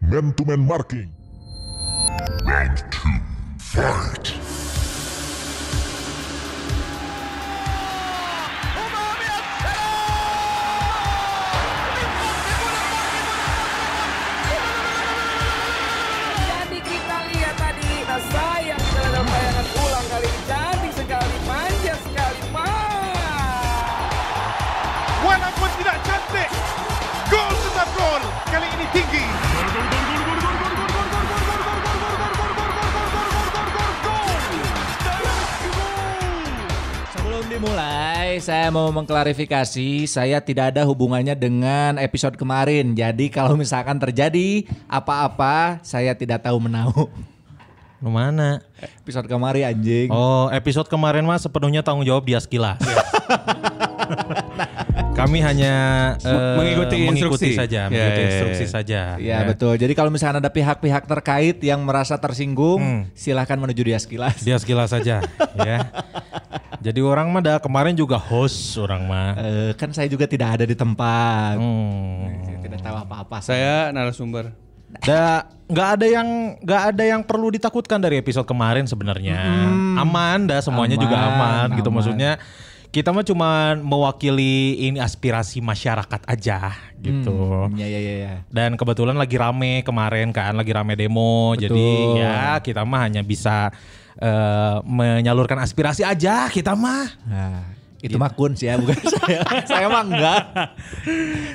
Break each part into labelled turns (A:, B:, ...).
A: Man to man marking.
B: Round two. Fight.
C: Jadi kita lihat tadi, nah sayang kita dalam bayangan ulang kali ini cantik sekali, manja sekali, mah.
D: Walaupun tidak cantik, gol tetap gol. Kali ini tinggi.
E: Sebelum dimulai, saya mau mengklarifikasi, saya tidak ada hubungannya dengan episode kemarin. Jadi kalau misalkan terjadi apa-apa, saya tidak tahu menahu.
F: Lu mana?
E: Episode kemarin anjing.
F: Oh, episode kemarin mah sepenuhnya tanggung jawab dia sekilas. Kami hanya eh,
G: Mengikuti instruksi.
F: saja,
G: Ya,
F: mengikuti
G: ya, ya.
F: instruksi saja.
E: Ya betul. Jadi kalau misalkan ada pihak-pihak terkait yang merasa tersinggung,
F: Hmm.
E: silahkan menuju dia sekilas.
F: Dia sekilas saja, ya. Jadi orang mah dah kemarin juga host orang mah.
E: Eh, kan saya juga tidak ada di tempat.
F: Hmm.
E: Saya tidak tahu apa-apa.
G: Saya narasumber.
F: Da nggak ada yang nggak ada yang perlu ditakutkan dari episode kemarin sebenarnya. Aman dah semuanya
E: Aman,
F: juga aman, gitu
E: aman.
F: maksudnya. Kita mah cuman mewakili ini aspirasi masyarakat aja gitu.
E: Hmm, Ya ya ya. ya.
F: Dan kebetulan lagi rame kemarin kan, lagi rame demo.
E: Betul.
F: Jadi ya kita mah hanya bisa eh, menyalurkan aspirasi aja kita mah.
E: Nah, itu
F: Iya.
E: mah kun sih ya, bukan saya. saya mah enggak.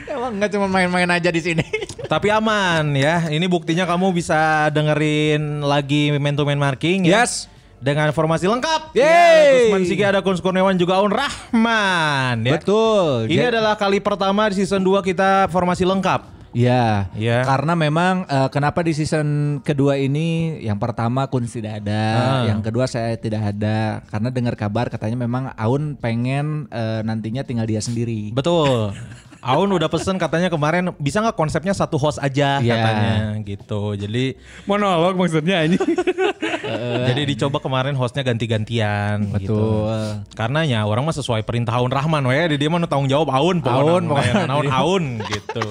E: Saya mah enggak cuma main-main aja di sini.
F: Tapi aman ya. Ini buktinya kamu bisa dengerin lagi Man to Man Marking ya.
E: Yes.
F: Dengan formasi lengkap.
E: Yeay.
F: Ya, ada Gusman Sigi, ada Kun Kurniawan juga Aun Rahman ya.
E: Betul.
F: Ini
E: Ja-
F: adalah kali pertama di season 2 kita formasi lengkap.
E: Ya,
F: Ya.
E: karena memang eh, kenapa di season kedua ini yang pertama Kun tidak ada,
F: Ah.
E: yang kedua saya tidak ada karena dengar kabar katanya memang Aun pengen eh, nantinya tinggal dia sendiri. Gitu.
F: Betul. Aun udah pesen katanya kemarin bisa nggak konsepnya satu host aja
E: Iya.
F: katanya gitu. Jadi
G: Monolog maksudnya ini.
F: jadi dicoba kemarin hostnya ganti-gantian gitu.
E: Betul.
F: Karenanya orang mah sesuai perintah Aun Rahman we, di dia mah nu tanggung jawab Aun
E: Aun,
F: pokoknya
E: pokoknya.
F: Aun Aun, Aun gitu.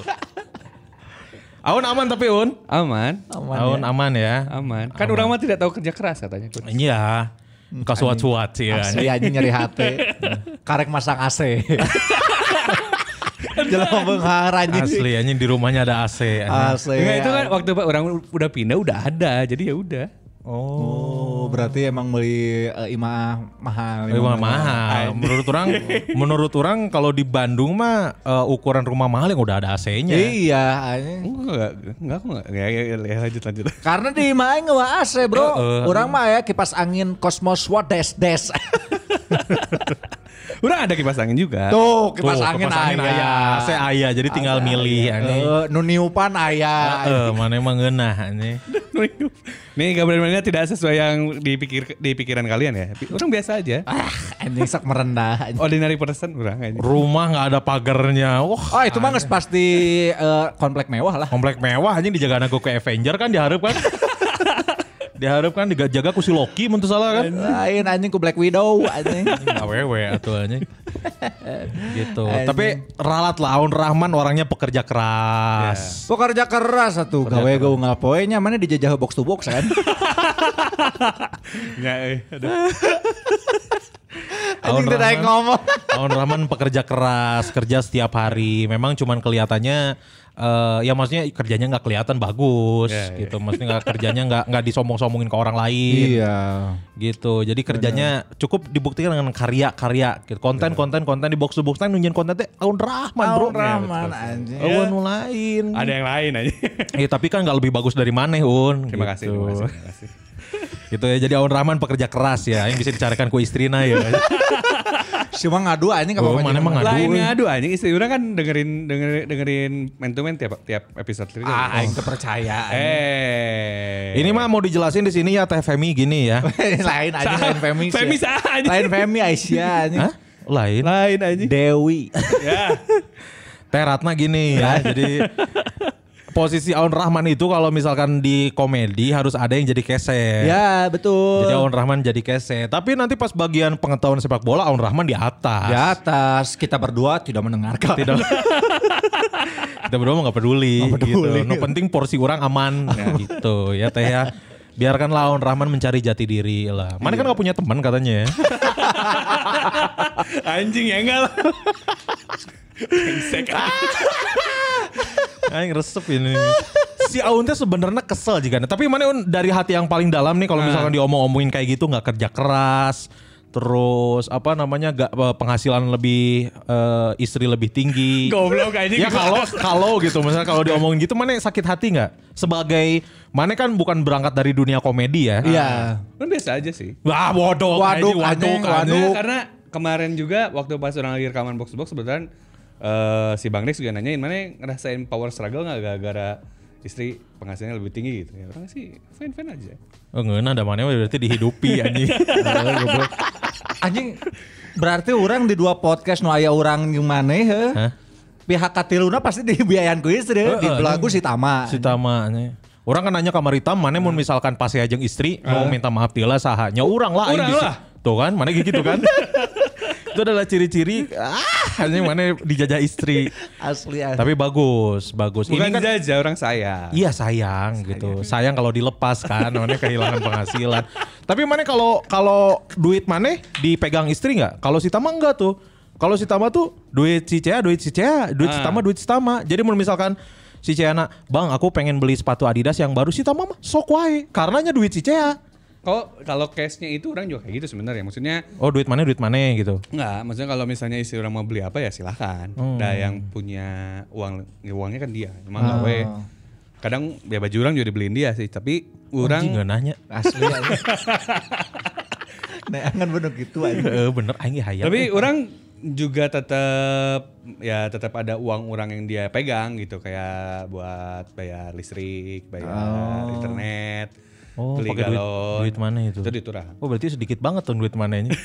F: Aun aman tapi Un.
G: Aman.
E: Aman
F: Aun
E: ya.
F: aman ya.
G: Aman. Kan orang mah tidak tahu kerja keras katanya.
F: Iya. Kasuat-suat sih ya.
E: Asli anjing nyeri hati. Karek masang AC. Jelas benghar anjing.
F: Asli anjing di rumahnya ada ya. AC. anjing.
E: AC.
G: Enggak itu kan waktu orang udah pindah udah ada. Jadi ya udah.
E: Oh, berarti emang beli eh, imaah mahal.
F: Eh, Rumah mahal. Menurut orang, menurut orang kalau di Bandung mah eh, ukuran rumah mahal yang udah ada AC-nya.
E: Iya, anjing.
G: Enggak, enggak aku enggak. Ya, ya, ya, lanjut lanjut.
E: Karena di Imae ngewa AC bro.
F: Heeh.
E: Orang mah ya kipas angin Cosmos Wades Des.
G: Udah ada kipas angin juga.
E: Tuh kipas angin ayah.
F: kipas aya. AC aya, jadi tinggal milih aneh.
E: Eh, nu niupan ayah.
F: Heeh, mana emang ngeunah aneh.
G: Nih gambarannya tidak sesuai yang dipikir di pikiran kalian ya. Orang biasa aja.
E: Ah, anjing sak merendah. anjing.
G: Ordinary person orang aja.
F: Rumah nggak ada pagernya. Wah,
E: Oh itu mah nges pasti eh, komplek mewah lah.
F: komplek mewah anjing dijaga anak ke Avenger kan diharapkan. diharapkan dijaga ku si Loki mentu salah kan.
E: Lain anjing ku Black Widow anjing.
F: Awewe atuh anjing. gitu.
E: Anjing.
F: Tapi ralat lah Aun Rahman orangnya pekerja keras.
E: Pekerja keras satu gawe gaungal poenya mana dijajah box to box kan.
G: Ya, eh, aduh.
E: Anjing
F: Aun
E: tidak
F: Rahman.
E: yang ngomong.
F: Aun Rahman pekerja keras, kerja setiap hari. Memang cuman kelihatannya eh ya maksudnya kerjanya nggak kelihatan bagus
E: Iya,
G: Ya, ya.
F: gitu. Maksudnya nggak kerjanya nggak nggak disombong-sombongin ke orang lain
E: Iya.
F: gitu. Jadi kerjanya cukup dibuktikan dengan karya-karya gitu. Konten konten konten di box to box kan nunjukin konten teh Aun Rahman bro.
E: Aun Rahman anjing.
F: Aun nu lain.
G: Iya. Ada yang lain aja.
F: Eh, tapi kan nggak lebih bagus dari maneh Un.
G: Terima kasih,
F: gitu.
G: terima kasih, terima kasih.
F: Gitu ya. Jadi Aun Rahman pekerja keras ya. Yang bisa dicarikan ku istrina ya.
G: Iya.
E: Cuma ngadu anjing
F: Oh, mana emang ngadu.
G: Lain
F: we.
G: ngadu anjing istri orang kan dengerin dengerin dengerin man to man tiap tiap episode itu.
E: Ah, aing teu percaya. anjing.
G: Eh.
F: Ini mah mau dijelasin di sini ya Teh Femi gini ya.
E: lain aja lain Femi sih.
G: Femi sah ah, anjing.
E: ya? lain Femi Aisyah anjing.
F: Hah? Lain.
G: lain anjing.
E: Dewi
G: Ya.
F: Teh Ratna gini ya. jadi posisi Aun Rahman itu kalau misalkan di komedi harus ada yang jadi
G: Iya,
F: keset.
E: Ya betul.
F: Jadi Aun Rahman jadi keset. Tapi nanti pas bagian pengetahuan sepak bola Aun Rahman di atas.
E: Di atas kita berdua tidak mendengarkan.
F: Tidak. Kita berdua mah nggak peduli,
E: Nggak peduli.
F: gitu. No penting porsi orang aman Nah, gitu ya Teh ya. Biarkanlah Aun Rahman mencari jati diri lah.
E: Iya.
F: Mana kan gak punya teman katanya ya.
G: Anjing ya enggak lah. Brengsek.
F: Aing resep ini. Si Aun teh sebenarnya kesel juga. Tapi mana Un dari hati yang paling dalam nih kalau misalkan diomong-omongin kayak gitu nggak kerja keras, terus apa namanya gak eh, penghasilan lebih eh, istri lebih tinggi.
G: Goblok anjing.
F: Ya kalau kalau gitu misalnya kalau diomongin gitu mana sakit hati nggak? Sebagai mana kan bukan berangkat dari dunia komedi ya.
E: Iya.
G: Kan biasa aja sih.
F: Wah, bodoh.
E: Waduk, anjing,
G: Karena,
E: waduk.
G: karena kemarin juga waktu pas orang lagi rekaman box to box kebetulan eh, si Bang Dex juga nanyain mana ngerasain power struggle nggak gara-gara istri penghasilannya lebih tinggi gitu ya orang sih fine fine aja
F: Oh, ngeunah da mana we berarti dihidupi anjing.
E: Anjing berarti orang di dua podcast nu aya orang gimana he?
F: Hah?
E: Pihak katiluna pasti dibiayain ku istri
F: Heeh,
E: di belagu si Tama.
F: si Tama nya. Orang kan nanya kamar hitam, mana mun misalkan pas ajeng istri, mau minta maaf tila sahanya. Orang lah. aing
G: Urang
F: bisi.
G: lah.
F: Tuh kan, mana kayak gitu kan. Itu adalah ciri-ciri, ah, anjing mana dijajah istri.
E: Asli asli.
F: Tapi bagus, bagus. Ini
G: bukan
F: kan,
G: jajah orang saya
F: iya sayang gitu. Sayang kalau dilepas kan, mana kehilangan penghasilan. Tapi mana kalau kalau duit mana dipegang istri nggak? Kalau si Tama enggak tuh. Kalau si Tama tuh duit si Cea, duit si Cea, duit si
G: Ah.
F: Tama, duit si Tama. Jadi mun misalkan si Cea na, bang aku pengen beli sepatu Adidas yang baru si Tama mah sok wae. Karenanya duit si Cea.
G: kalau kalau cashnya itu orang juga kayak gitu sebenarnya maksudnya
F: Oh duit mana duit mana gitu.
G: Enggak, maksudnya kalau misalnya istri orang mau beli apa ya silahkan.
F: Hmm.
G: Ada yang punya uang, ya uangnya kan dia.
F: Ah.
G: Emang nggak we. Kadang ya baju orang juga dibeliin dia sih, tapi
F: Oh, Anjing, nggak
G: orang
F: nanya.
E: Asli. asli. Nah, angan bener gitu aja.
F: Eh bener aing hayang.
G: tapi orang juga tetap ya tetap ada uang orang yang dia pegang gitu kayak buat bayar listrik, bayar internet,
F: Oh,
G: beli
F: pakai duit-
G: galon.
F: duit mana itu?
G: Itu duit orang.
F: Oh berarti sedikit banget tuh duit mananya.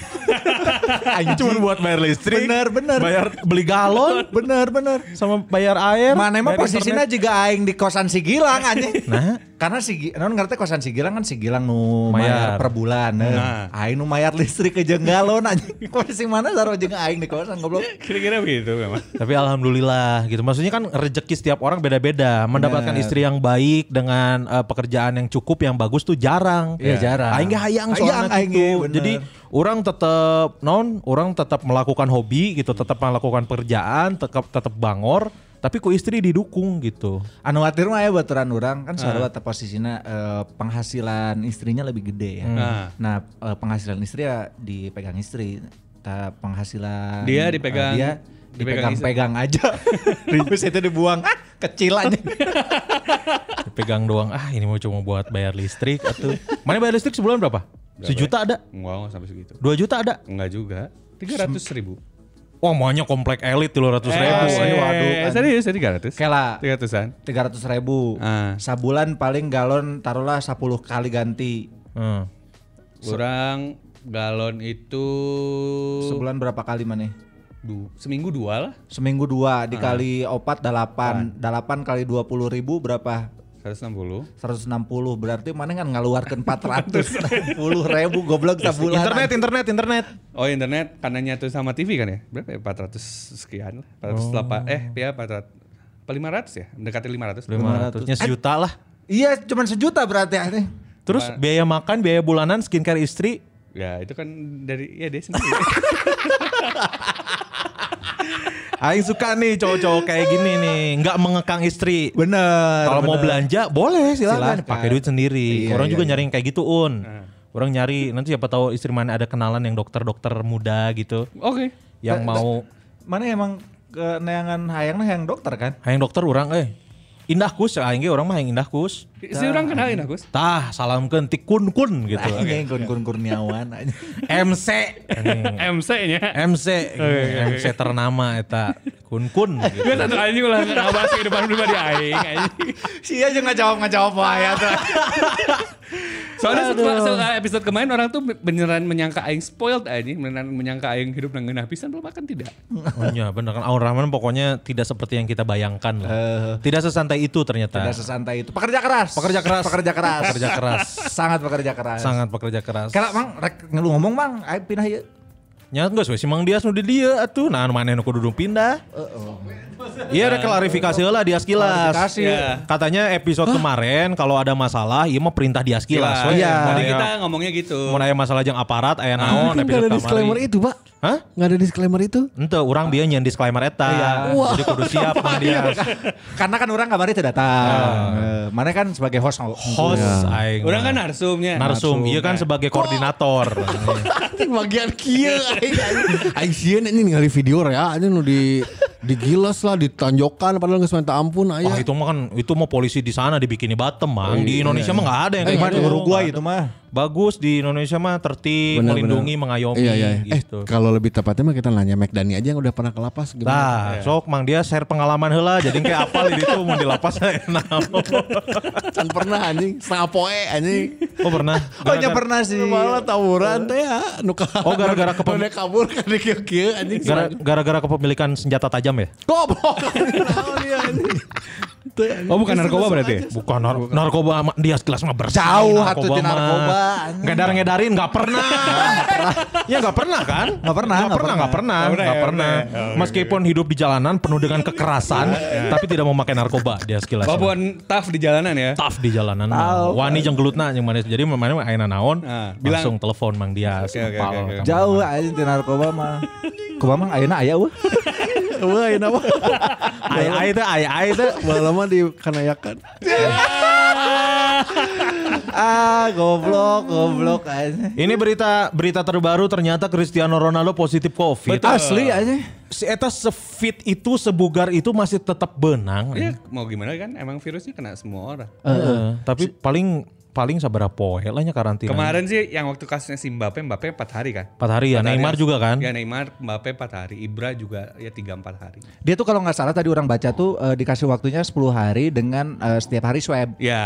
F: Anjing cuma buat bayar listrik.
E: Bener, bener.
F: Bayar beli galon
E: Bener bener.
F: sama bayar air.
E: Mana emang
F: bayar
E: posisinya
F: internet.
E: juga aing di kosan si Gilang anjing.
F: Nah.
E: Karena si Gi- non ngerti kosan si Gilang kan si Gilang nu mayar,
F: Mayar.
E: per bulan. eh.
G: Nah.
E: Aing nu mayar listrik ke jenggalon anjing. Posisi mana taruh jeung aing di kosan goblok.
G: Kira-kira begitu memang.
F: Tapi alhamdulillah gitu. Maksudnya kan rezeki setiap orang beda-beda. Mendapatkan
E: Bener.
F: istri yang baik dengan eh, pekerjaan yang cukup yang bagus tuh jarang.
E: Iya, jarang.
F: Aing ge hayang
E: Hayang,
F: soalnya
E: aing
F: gitu.
E: ge, bener.
F: Jadi orang tetap non, orang tetap melakukan hobi gitu, tetap melakukan pekerjaan, tetap tetap bangor, tapi ku istri didukung gitu.
E: Anu khawatir mah ya baturan orang kan
G: Nah.
E: sarua teh posisina eh, penghasilan istrinya lebih gede ya.
F: Hmm.
G: Nah.
E: Nah, eh, penghasilan istri ya dipegang istri. Ta penghasilan
G: Dia
E: eh,
G: dipegang-
E: dia
G: dipegang istri.
E: dipegang-pegang aja. Habis itu dibuang. Ah, kecil aja.
F: Pegang doang. Ah, ini mau cuma buat bayar listrik atau Mana bayar listrik sebulan berapa? ya? Sejuta ada?
G: Enggak, enggak sampai segitu.
F: Dua juta ada?
G: Enggak juga. 300 ribu.
F: Wah, maunya komplek elit tuh ratus ribu.
G: Eh,
F: waduh.
G: serius, ya serius 300?
E: Kela
G: 300-an.
E: 300 ribu
G: Ah.
E: Sabulan paling galon taruhlah 10 kali ganti
F: Hmm.
G: Orang galon itu
E: Sebulan berapa kali maneh?
G: du- seminggu dua lah,
E: Seminggu dua dikali
F: Ah.
E: opat delapan Delapan kali 20 ribu berapa?
G: 160.
E: 160 berarti mana kan ngeluarkan 460 ribu goblok sabulan
F: Internet, internet, internet.
G: Oh internet karena nyatu sama TV kan ya? Berapa ya? 400 sekian lah. 408 eh ya 400 apa 500 ya? Mendekati 500.
F: 500-nya sejuta lah.
E: iya cuman sejuta berarti aneh
F: Terus biaya makan, biaya bulanan, skincare istri.
G: Ya itu kan dari ya dia sendiri.
F: Aing suka nih cowok-cowok kayak gini nih, nggak mengekang istri.
E: bener
F: Kalau mau
E: bener.
F: belanja boleh
E: Silakan.
F: silakan, pakai duit sendiri.
E: Iya, iya,
F: Orang
E: Eh.
F: juga nyari yang kayak gitu, Un. Orang nyari nanti siapa tahu istri mana ada kenalan yang dokter-dokter muda gitu
G: Oke.
F: yang
E: Da- da-
F: mau
E: mana emang kenayangan hayang yang dokter kan
F: hayang dokter orang eh indah kus aing ge orang mah yang indah kus.
G: Si orang kenalin aku.
F: Tah, salamkeun ti kun kun gitu.
E: anjing kun kurniawan anjing.
F: MC.
G: MC-nya.
F: MC, MC ternama eta kun kun gitu.
G: Gue satu anjing ulah ngebahas kehidupan pribadi aing anjing.
F: ya,
E: si aja nggak jawab nggak jawab bahaya tuh
G: Soalnya setelah, setelah episode kemarin orang tuh beneran menyangka aing spoiled anjing, beneran menyangka aing hidup nang ngeunah pisan belum makan tidak.
F: Oh iya bener kan Aun Rahman pokoknya tidak seperti yang kita bayangkan lah. tidak sesantai itu ternyata.
E: Tidak sesantai itu. Pekerja keras.
F: Eh, nah. Pekerja keras.
E: Pekerja keras.
F: Pekerja keras.
E: Sangat pekerja keras.
F: Sangat pekerja keras.
E: Karena mang rek ngelu ngomong mang, ayo pindah yuk.
F: Nya enggak sih, si Mang Dias nu di dia atuh. Nah, mana nu kudu pindah. Iya, ada klarifikasi lah Dias Kilas.
E: Klarifikasi.
F: Iya. Katanya episode kemarin kalau ada masalah, ieu mah perintah Dias Kilas. Oh, we.
E: Iya.
F: Mun
G: Tadi
F: aya-
G: Ah, kita ngomongnya gitu.
F: mun aya masalah jeung aparat, aya naon
A: Mungkin nggak ada disclaimer itu, Pak.
F: Hah?
A: Nggak ada disclaimer itu.
F: Ente orang bieu nyen disclaimer eta.
A: Iya.
F: Jadi kudu siap Mang Dias.
E: Karena kan orang kabarnya tidak datang. Eh, Mana kan sebagai host.
F: Host aing.
G: Orang
F: mah.
G: kan narsumnya.
F: narsum, iya kan sebagai koordinator.
A: Iya. Anjing bagian kieu aing. Aing sieun ini ningali video ya, anjing nu di digilas lah, ditanjokan padahal geus minta ampun aya.
F: Wah itu mah kan itu mah polisi di sana dibikini Batem, Mang. Di Indonesia mah nggak ada yang
A: Iya,
F: kayak gitu.
E: Uruguay itu mah.
F: Bagus di Indonesia mah tertib,
A: Benar,
F: melindungi,
A: benar.
F: mengayomi
A: Iya, iya. Eh,
F: gitu.
A: kalau lebih tepatnya mah kita nanya McDani aja yang udah pernah ke lapas gimana?
F: Nah, sok Mang dia share pengalaman heula jadi kayak apal di itu mau dilapas Nah. saya naon.
A: Kan pernah anjing, setengah poe anjing.
F: Oh pernah.
E: Oh ya pernah sih.
A: Malah tawuran teh ya, nu ka-
F: Oh, gara-gara
A: nu-
F: kepem-
A: nu dia kabur kan di kieu anjing.
F: Gara- Gara-gara kepemilikan senjata tajam ya?
A: Goblok. Naon dia anjing. Teu, anjing.
G: Oh bukan narkoba berarti?
F: Bukan nar- narkoba ama- dia kelas mah bersih.
E: Jauh atuh ti
F: mah.
E: narkoba.
F: Ngedar-ngedarin nggak pernah. ya nggak pernah kan?
E: pernah,
F: Nggak Nggak
E: nggak
F: pernah, nggak pernah,
G: pernah.
F: nggak
G: Nggak
F: pernah.
G: pernah,
F: Meskipun hidup di jalanan penuh dengan kekerasan, tapi tidak memakai narkoba dia kelas.
G: Walaupun tough di jalanan ya.
F: tough di jalanan. mah. Wani jenggelutna yang mana jadi mana mah ayeuna naon
G: Ah, bilang.
F: langsung telepon Mang Dias.
G: Oke, oke,
F: Empal
G: oke, oke.
F: ka
E: Jauh aja di narkoba mah. Kumaha mang ayeuna aya weh.
A: Wah, ini apa?
F: mana. Ai ai teh ai ai teh.
A: Udah lama di kanayakan.
E: Ah goblok, goblok aja.
F: Ini berita berita terbaru ternyata Cristiano Ronaldo positif Covid.
G: Eh.
E: Asli aja.
F: Si eta sefit itu, sebugar itu masih tetap benang. ya.
G: Iya mau gimana kan emang virusnya kena semua orang.
F: Heeh. tapi paling paling sabaraha poe lah nya karantina.
G: Kemarin sih yang waktu kasusnya si Mbappe, Mbappe 4 hari kan?
F: 4 hari ya,
G: Empat
F: Neymar
G: hari.
F: juga kan?
G: Ya Neymar, Mbappe 4 hari, Ibra juga ya 3-4 hari.
E: Dia tuh kalau nggak salah tadi orang baca tuh eh, dikasih waktunya 10 hari dengan eh, setiap hari swab.
F: Iya.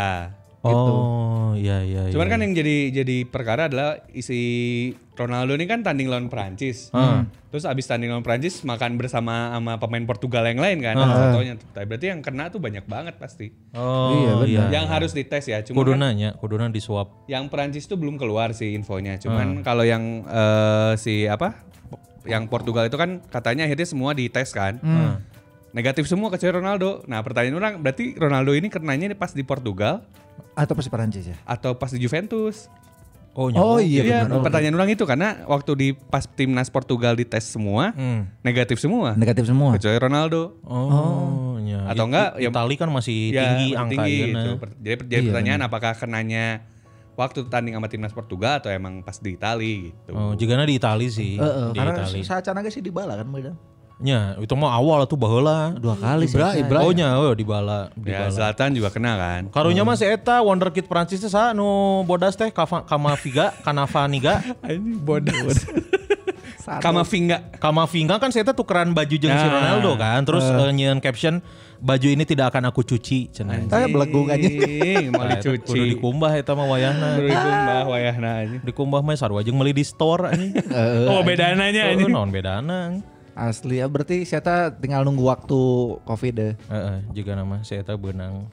G: Ya.
F: Oh, iya iya.
G: Cuman
F: iya.
G: kan yang jadi jadi perkara adalah isi Ronaldo ini kan tanding lawan Prancis. Terus abis tanding lawan Prancis makan bersama sama pemain Portugal yang lain kan. salah satunya. Tapi Berarti yang kena tuh banyak banget pasti.
E: Iya,
F: Oh, iya
E: benar.
F: iya.
G: Yang harus dites ya. Cuma kan
F: kuduna nya, kuduna disuap.
G: yang Prancis tuh belum keluar sih infonya. Cuman kalau yang eh, si apa? Yang Portugal itu kan katanya akhirnya semua dites kan. Negatif semua kecuali Ronaldo. Nah pertanyaan orang berarti Ronaldo ini kenanya pas di Portugal
E: Atau pasti Perancis ya?
G: atau pas di Juventus?
E: Oh
F: Oh, nyambung.
E: iya
G: Jadi ya,
E: benar.
G: pertanyaan orang itu karena waktu di pas timnas Portugal dites semua
F: Hmm.
G: negatif semua.
E: Negatif semua.
G: Kecuali Ronaldo.
F: Oh, iya.
G: Atau
F: I-
G: enggak,
F: i-
G: ya-
F: Itali kan masih tinggi
G: masih
F: angka iya, nah.
G: tinggi
F: ieu na.
G: gitu. Per- Jadi, per-
E: Iya,
G: jadi pertanyaan apakah kenanya waktu tanding sama timnas Portugal atau emang pas di Itali gitu.
F: Oh, jigana di Itali sih.
E: Heeh,
F: di
E: karena
F: Itali.
E: saat sih dibala kan beda.
F: Nya, itu mah awal tuh baheula.
E: Dua kali sih.
A: Ibra, Ibra.
F: Oh nya, oh dibala,
G: ya
F: dibala.
G: Zlatan juga kena kan.
F: Karunya mah si eta wonderkid Prancis teh sa nu bodas teh Kava- Kamaviga, Kanavaniga.
G: Ini bodas. Kamavinga.
F: Kamavinga kan saya tukeran baju jeung si
G: Nah.
F: Ronaldo kan. Terus eh, nyeun caption baju ini tidak akan aku cuci cenah.
E: Ah, belegong aja.
G: Anjing, Mau
F: Nah, eta Kudu
G: dicuci.
F: dikumbah eta mah wayahna.
G: Kudu nah, dikumbah wayahna aja.
F: Dikumbah mah sarua jeung meuli di store anjing.
E: Eh,
G: Oh bedananya
F: Heeh,
G: anjing.
F: naon bedana.
E: Asli ya berarti saya tinggal nunggu waktu covid deh.
F: Heeh, jiga nama si eta beunang.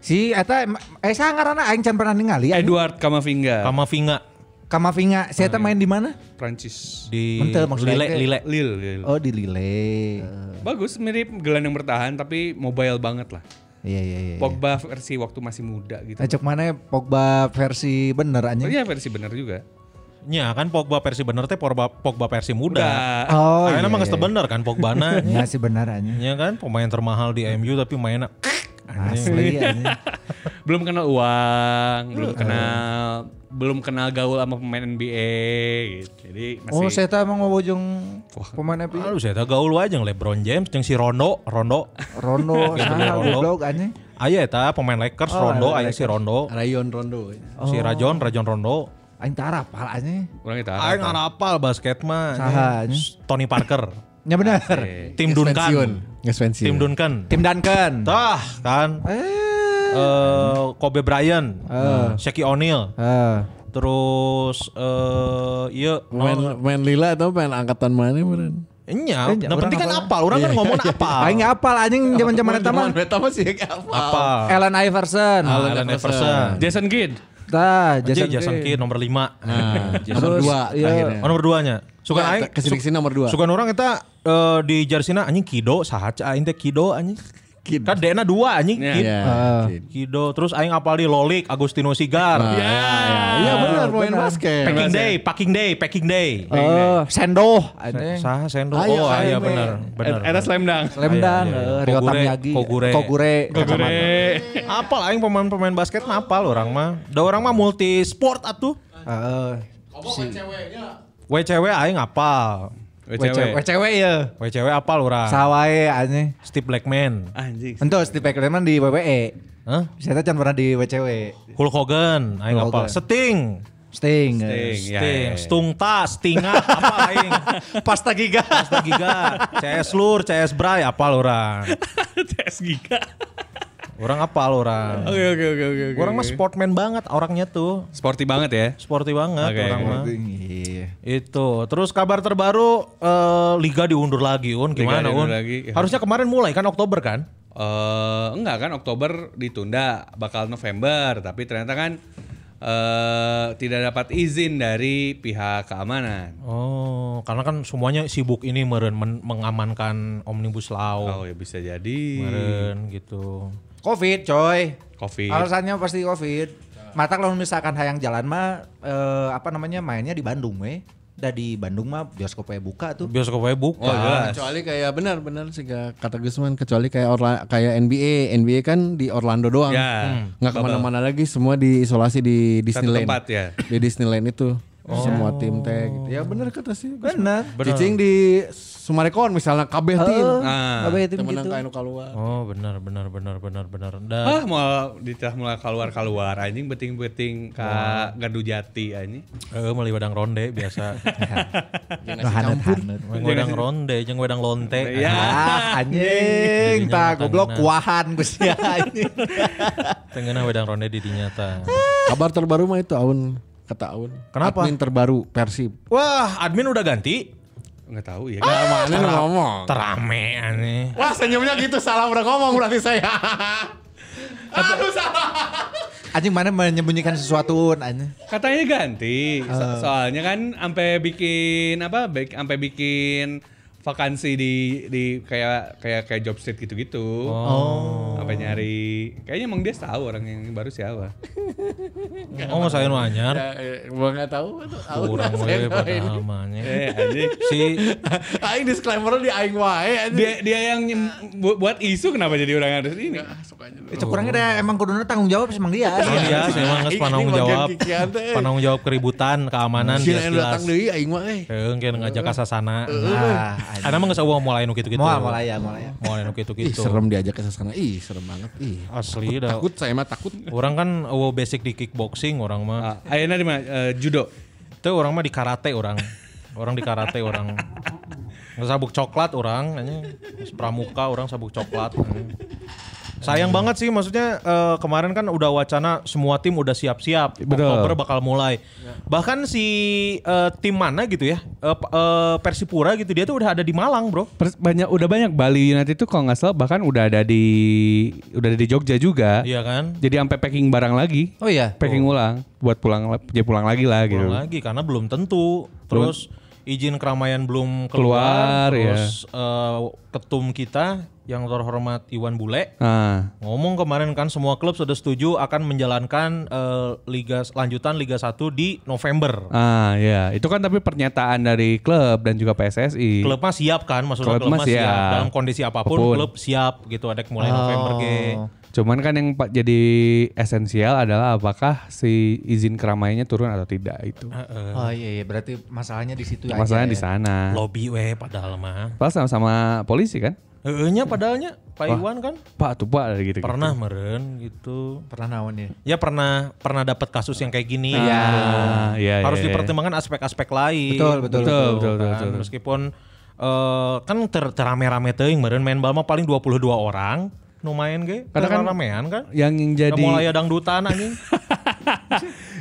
E: Si eta em- eh sangarana aing can pernah
F: Eh,
E: ningali anu, aing.
G: Edward Kamavinga.
F: Kamavinga
E: Kamavinga, saya
F: Oh, iya.
E: main di mana?
G: Prancis.
F: di
E: Ente maksudnya
F: Lile
E: teh.
F: Lile.
G: Lille,
F: Iya.
G: Lille.
E: Oh di Lille.
G: Bagus, mirip gelandang bertahan tapi mobile banget lah.
E: Iya iya iya.
G: Pogba versi waktu masih muda gitu.
E: Acak mana ya? Pogba versi bener anjing.
F: Oh,
G: Iya versi bener juga.
F: Nya kan Pogba versi bener teh Pogba, Pogba versi muda.
G: Udah.
E: Oh
F: Karena
E: iya.
F: mah geus teu bener kan Pogba na.
E: Iya sih bener anjing.
F: Nya kan pemain termahal di MU tapi mainnya
E: Asli anjing.
G: belum kenal uang, belum kenal belum kenal gaul sama pemain NBA gitu. Jadi masih
E: Oh saya emang mau bojong pemain
F: Aduh
E: api
F: saya teh gaul wae jeung LeBron James jeung si Rondo, Rondo.
E: Rondo saha
F: Iya, Rondo.
E: goblok anjing.
F: Aya eta pemain Lakers Rondo aya si Rondo.
A: Rayon Rondo.
F: Si Rajon, Rajon Rondo.
E: Aing tara apal anjing.
G: orang kita
F: Aing ngarapal basket mah.
E: Saha,
F: Nya. Tony Parker.
E: Ya bener.
F: Tim Duncan.
A: Nges pensiun. Iya.
F: Tim Duncan.
E: Tim Duncan.
F: Tah kan.
E: Eh,
F: eh, Kobe Bryant, Shaquille O'Neal,
E: Eh,
F: Ah. terus eh iya
A: Main, main lila atau main angkatan mana beren?
F: enya.
E: Enya,
F: Nah,
E: orang
F: penting kan
E: apa?
F: apal, orang kan ngomongin apal.
E: Aing nggak apal anjing zaman-zaman eta mah.
A: Eta mah sih apa?
F: Apal.
E: Allen Iverson.
F: Allen Iverson.
G: Jason Kidd.
E: Tah, Jason,
F: Jason, Ah. Jason
E: Kidd.
F: Kidd nomor 5.
A: Nah, nomor
E: Terus,
A: dua
E: iya.
A: terakhirnya.
F: Oh, nomor 2-nya. Suka
A: Nah,
F: aing.
A: kesini kesini nomor dua.
F: Suka orang kita eh, di Jarsina anjing Kido sahaca aing teh Kido anjing.
A: Kid.
F: Kan DNA 2 anjing.
G: Iya.
F: Kid.
A: Iya,
E: Ah.
A: Kid.
F: Kido terus aing apal di Lolik Agustino Sigar.
A: Iya, Iya
F: Ah,
A: benar main basket.
F: Packing day, packing day, packing day.
E: Eh, Sendoh anjing.
F: Sah Sendo. Oh,
A: Ayo, ayo,
F: iya
A: Be.
F: benar, benar.
G: Eta slam dunk.
E: Lemdan,
F: Iya, iya, iya.
E: eh, Rio
F: Kogure,
E: Tamiagi,
F: Kogure.
E: Kogure.
G: Eh,
F: Apal aing pemain-pemain basket mah apal orang mah. Da orang mah multi sport atuh.
E: Heeh.
F: WCW aing apal.
G: WCW.
E: cewek ya.
F: WCW apal orang.
E: Sawae anjing.
F: Steve Blackman.
G: Anjing.
E: Entuh Steve Eklman di WWE.
F: Hah?
E: Saya teh can pernah di WCW.
F: Hulk Hogan, aing
E: Hulk
F: apal.
E: Hogan.
F: Sting.
E: Sting. eh.
G: Sting, ya,
F: Sting,
G: ya, ya.
F: Stungta, Stinga, apa aing?
E: Pasta giga.
F: Pasta Giga, CS Lur, CS Bray, apal orang.
G: CS Giga.
F: Orang apal orang.
G: Oke oke oke oke. oke.
F: Orang mah sportman banget orangnya tuh.
G: sporty banget ya.
F: Sporty banget
G: Oke.
F: orang mah.
E: iya.
F: Itu. Terus kabar terbaru eh, liga diundur lagi, Un. Gimana,
G: diundur
F: Un?
G: lagi, ya.
F: Harusnya kemarin mulai kan Oktober kan?
G: eh enggak kan Oktober ditunda bakal November tapi ternyata kan eh tidak dapat izin dari pihak keamanan.
F: Oh, karena kan semuanya sibuk ini meren men- mengamankan Omnibus Law.
G: Oh ya bisa jadi
F: Meren gitu.
E: Covid coy.
G: Covid.
E: Alasannya pasti covid. Matak lamun misalkan hayang jalan mah eh, apa namanya mainnya di Bandung we. Da di Bandung mah bioskopnya buka tuh.
F: Bioskop wae buka.
G: Oh jelas.
A: Nah, Kecuali kayak benar-benar sih gak kata Gusman kecuali kayak Orla- kayak NBA, NBA kan di Orlando doang,
G: Ya,
A: nggak kemana-mana lagi, semua diisolasi di Disneyland,
G: tempat ya.
A: di Disneyland itu semua tim teh, gitu. ya benar kata sih,
E: Bener.
A: Cicing di Sumarekon misalnya kabeh tim,
G: Nah.
E: Apa ya tim
A: temenan
E: gitu?
A: kainu keluar.
F: Oh, benar benar benar benar benar. Dan
G: Ah mau ditah mulai keluar keluar anjing beting-beting ke Gardu Jati anjing.
F: Eh, meuli wedang ronde
E: Nah,
F: biasa.
E: hanet-hanet.
F: Jeung wedang ronde, jeung wedang lonte.
A: Iya.
E: Ah, anjing, tak goblok kuahan gus ya ini.
F: Tengena Ah, wedang ronde di dinyata.
A: Kabar terbaru mah itu Aun kata Aun.
F: Kenapa?
A: Admin terbaru Persib.
F: Wah, admin udah ganti.
G: Enggak tahu ya.
A: Ah, mana ngomong?
F: Terame aneh.
A: Wah senyumnya gitu salah udah ngomong berarti saya. Aduh salah.
E: Anjing mana menyembunyikan sesuatu anjing.
G: Katanya ganti. So- soalnya kan sampai bikin apa? bik- Sampai bikin vakansi di di kayak kayak kayak job street gitu-gitu. Oh. Sampai nyari. Kayaknya emang dia tahu orang yang baru siapa.
F: Oh, saya nu anyar.
A: Ya, Gua nggak tahu itu Aun
F: Kurang we
A: saya tahu ini. Iya.
F: padahal mah, anjing.
G: eh, anjing.
F: Si
A: Aing disclaimer di aing wae anjing.
G: Dia dia yang nyem- bu- buat isu kenapa jadi orang harus ini?
E: Itu kurangnya ada emang kuduna tanggung jawab sih emang dia.
F: Oh iya, sih, emang geus
A: Ini
F: pananggung
A: bagian
F: jawab.
A: kikian teh.
F: Pananggung jawab keributan, keamanan
A: Cina yang
F: jelas-jelas.
A: datang deui aing wae.
F: Heeh, kayaknya ngajak ke sasana.
E: Ah, anjing.
F: Ada mah geus eueuh mulai nu kitu-kitu.
E: Moal mulai ya, mulai ya.
F: Mulai nu
A: Ih
F: kitu-kitu.
A: serem diajak ke sana. Ih serem banget. Ih.
F: Asli dah.
A: Takut saya mah takut.
F: Orang kan eueuh basic di kickboxing orang mah.
G: Ah, Ayeuna di mana? Eh, judo.
F: Itu orang mah di karate orang. Orang di karate orang. Nggak sabuk coklat orang, hanya pramuka orang sabuk coklat. anjing. Sayang banget sih maksudnya eh, kemarin kan udah wacana semua tim udah siap-siap Oktober bakal mulai. Bahkan si eh, tim mana gitu ya? eh, p- eh, Persipura gitu dia tuh udah ada di Malang, Bro.
G: Pers- banyak udah banyak Bali United itu kalau nggak salah bahkan udah ada di udah ada di Jogja juga.
F: Iya kan?
G: Jadi sampai packing barang lagi.
E: Oh iya.
G: Packing ulang buat pulang jadi pulang lagi lah gitu.
F: Pulang lagi karena belum tentu. Terus izin keramaian belum keluar,
G: Keluar, ya.
F: terus eh, ketum kita yang terhormat Iwan Bule
G: Ah.
F: Ngomong kemarin kan semua klub sudah setuju akan menjalankan eh, liga lanjutan Liga 1 di November.
G: Ah ya, itu kan tapi pernyataan dari klub dan juga PSSI.
F: Klub mah siap kan maksudnya
G: Klub
F: klub,
G: mah
F: mah siap.
G: siap.
F: dalam kondisi apapun
G: Apapun. Oh.
F: klub siap gitu ada mulai November ge.
G: Cuman kan yang pa- jadi esensial adalah apakah si izin keramaiannya turun atau tidak itu.
F: Ah,
E: Oh iya, iya. berarti masalahnya di situ
G: Masalahnya
F: iya,
G: di
E: aja. ya.
G: sana.
F: Lobby weh padahal mah.
G: Pas sama-sama polisi kan?
F: Heehnya padahalnya Pak Iwan kan
G: Pak tuh pak gitu.
F: pernah meren gitu.
E: Pernah naon ya?
F: Ya pernah pernah dapat kasus yang kayak gini.
G: Ya, ya,
F: harus
G: ya, ya.
F: dipertimbangkan aspek-aspek lain.
E: Betul, betul,
F: gitu
G: betul, betul,
F: kan.
G: betul, betul.
F: Meskipun eh, kan ter terame-rame teuing meureun main bal mah paling 22 orang. Lumayan ge.
G: Karena kan-
F: Karena ramean kan.
G: yang jadi
F: Mulai dangdutan anjing.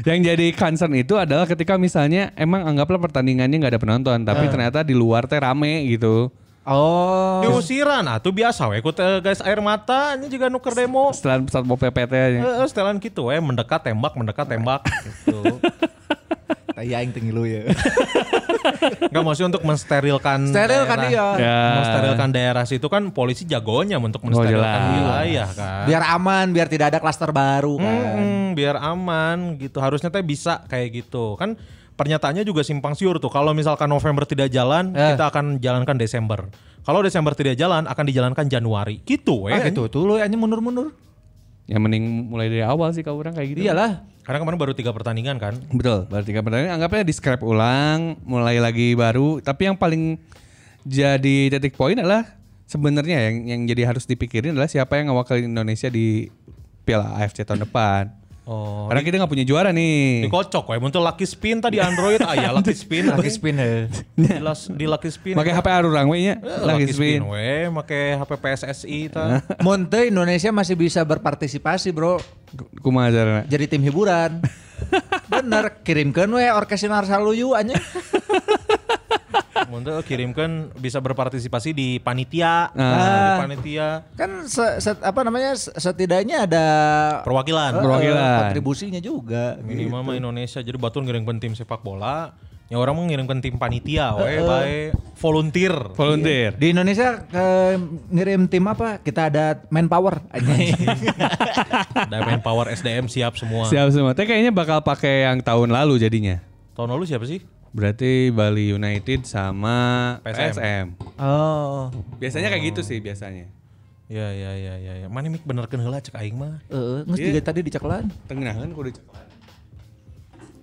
G: yang jadi concern itu adalah ketika misalnya emang anggaplah pertandingannya nggak ada penonton
F: Ah.
G: tapi ternyata di luar teh rame gitu
E: Oh.
F: Diusiran ah tuh biasa we ikut eh, guys air mata anjing juga nuker demo.
G: setelah satpol pp teh
F: Heeh, setelan gitu we mendekat tembak mendekat tembak gitu.
E: Tai aing tinggi lu ya.
F: Enggak maksudnya untuk mensterilkan
E: Sterilkan
F: daerah.
E: dia.
G: Ya.
F: Mensterilkan daerah situ kan polisi jagonya untuk mensterilkan
G: Oh, jelas.
F: wilayah kan.
E: Biar aman, biar tidak ada klaster baru kan.
F: Mm, biar aman gitu. Harusnya teh bisa kayak gitu. Kan pernyataannya juga simpang siur tuh. Kalau misalkan November tidak jalan,
E: Eh.
F: kita akan jalankan Desember. Kalau Desember tidak jalan, akan dijalankan Januari. Gitu
E: Ah
F: ya.
E: gitu tuh lu anjing mundur-mundur.
G: ya mending mulai dari awal sih kalau orang kayak gitu
E: Iyalah.
F: Karena kemarin baru tiga pertandingan kan.
G: Betul, baru tiga pertandingan. Anggapnya di scrap ulang, mulai lagi baru. Tapi yang paling jadi titik poin adalah sebenarnya yang yang jadi harus dipikirin adalah siapa yang ngawakilin Indonesia di Piala AFC tahun depan.
F: Oh.
G: Karena kita nggak punya juara nih.
F: Dikocok ya, muncul Lucky Spin tadi Android. ah ya Lucky Spin.
E: Lagi spin ya.
F: Jelas di Lucky Spin.
G: Pakai HP Arurang we nya,
F: Eh,
G: lagi spin.
F: we, pakai HP PSSI ta.
E: Nah. Monte Indonesia masih bisa berpartisipasi bro
G: Kumaha carana?
E: jadi tim hiburan. Bener, kirimkan we orkesinar saluyu anjing.
F: Muntul kirimkan bisa berpartisipasi di panitia, Nah, di
E: Ah.
F: panitia
E: Kan se- se- apa namanya se- setidaknya ada
F: perwakilan.
E: eh,
G: perwakilan.
E: kontribusinya juga. gitu.
F: Minimal mah
G: Gitu.
F: Indonesia jadi batun ngirimkan tim sepak bola. Ya orang mah ngirimkan tim panitia, we bae volunteer.
G: Volunteer.
E: Di Indonesia ke, ngirim tim apa? Kita ada manpower anjing.
F: Diamond Power SDM siap semua.
G: Siap semua. Tapi kayaknya bakal pakai yang tahun lalu jadinya.
F: Tahun lalu siapa sih?
G: Berarti Bali United sama
F: PSM.
G: PSM.
E: oh.
G: Biasanya kayak gitu sih biasanya.
F: Ya ya ya ya ya. Mana mik bener heula cek aing mah.
E: Eh, nges
G: Iya.
E: juga tadi dicekelan.
G: Tengenahan kudu cek.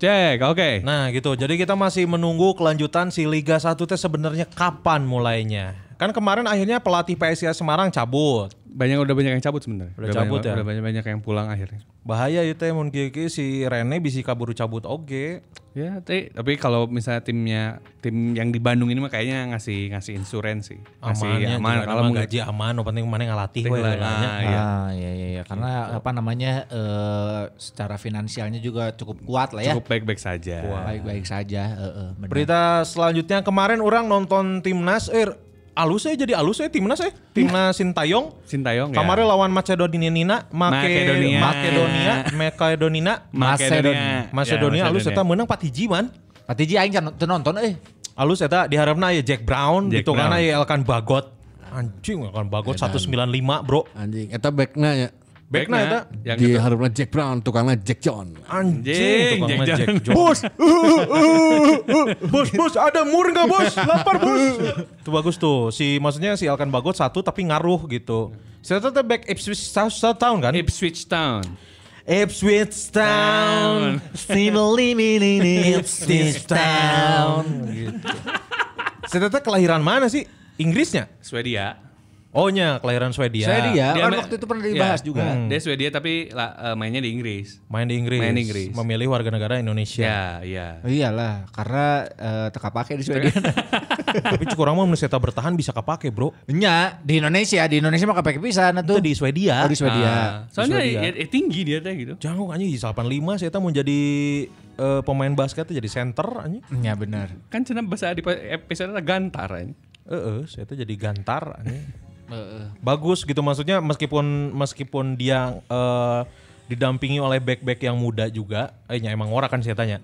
G: Cek, oke.
F: Nah gitu. Jadi kita masih menunggu kelanjutan si Liga 1 teh sebenarnya kapan mulainya. Kan kemarin akhirnya pelatih PSIS Semarang cabut.
G: banyak udah banyak yang cabut sebenarnya.
F: Udah cabut
G: banyak,
F: ya?
G: Udah banyak banyak yang pulang akhirnya.
F: Bahaya itu teh mun kieu-kieu si Rene bisi kaburu cabut oge.
G: Ya, tapi, tapi kalau misalnya timnya tim yang di Bandung ini mah kayaknya ngasih ngasih insuransi,
F: Amannya
G: ngasih aman
F: gimana ya,
G: kalau
F: mah
G: mau
F: gaji ya, aman, yang penting mana ngalatih we
G: Lah,
F: heulanya.
G: nah, iya.
E: Ah, iya iya iya. karena apa namanya eh, secara finansialnya juga cukup kuat lah ya.
G: Cukup baik-baik saja.
E: Baik-baik saja, eh, eh, benar.
F: Berita selanjutnya kemarin orang nonton timnas eh alus eh jadi alus eh timnas eh timnas Sintayong.
G: Sintayong ya.
F: Kemarin lawan Macedonia Nina, Make,
G: Makedonia.
F: Makedonia, Makedonia, Makedonia,
G: Macedonia.
F: Macedonia,
G: Ya,
F: alus eta menang 4 hiji man.
E: Patiji aing can teu nonton eh.
F: Alus eta diharapna ya Jack Brown
G: Jack
F: gitu
G: Brown.
F: kan ya Elkan Bagot. Anjing Elkan Bagot 195, Bro.
A: Anjing, eta backnya ya.
F: Backna eta
G: yang
A: di
G: itu.
A: harapna Jack Brown, tukangnya Jack John.
F: Anjing,
G: Anjing,
F: tukang
G: Jack
F: mah
G: John.
F: Jack Uh, John. Bos, uh, bos, bos, ada mur nggak bos? Lapar bos. Itu bagus tuh. Si maksudnya si Elkan Bagot satu tapi ngaruh gitu. Saya tetap back Ipswich Town, satu tahun kan?
G: Ipswich Town.
F: Ipswich Town, Steve ini Ipswich Town. Gitu. Saya tetap kelahiran mana sih? Inggrisnya?
G: Swedia.
F: Ohnya kelahiran Swedia.
E: Swedia.
G: Dia
E: kan
G: me-
E: waktu itu pernah dibahas
G: ya.
E: juga.
G: Hmm. Dia Swedia tapi la- eh, mainnya di Inggris.
F: Main di Inggris.
G: Main di Inggris.
F: Memilih warga negara Indonesia.
G: Ya, iya.
E: Iyalah, karena eh, teka pakai di Swedia.
F: Tapi cukurang mah menurut saya bertahan bisa kepake bro.
E: Nya di Indonesia, di Indonesia mah kepake pisan
F: Itu
E: atuh.
F: di
E: Oh,
F: Swedia.
E: di Swedia.
G: Ah, soalnya
F: Swedia.
G: ya- ya tinggi dia teh gitu.
F: Jangkung anjing di 85 saya mau jadi eh, pemain basket jadi center anjing.
E: Nya bener.
G: Kan cenah bahasa di episode gantar anjing.
F: Heeh, saya jadi gantar anjing. Bagus gitu maksudnya meskipun meskipun dia eh, didampingi oleh back-back yang muda juga, eh nya emang ora kan saya tanya.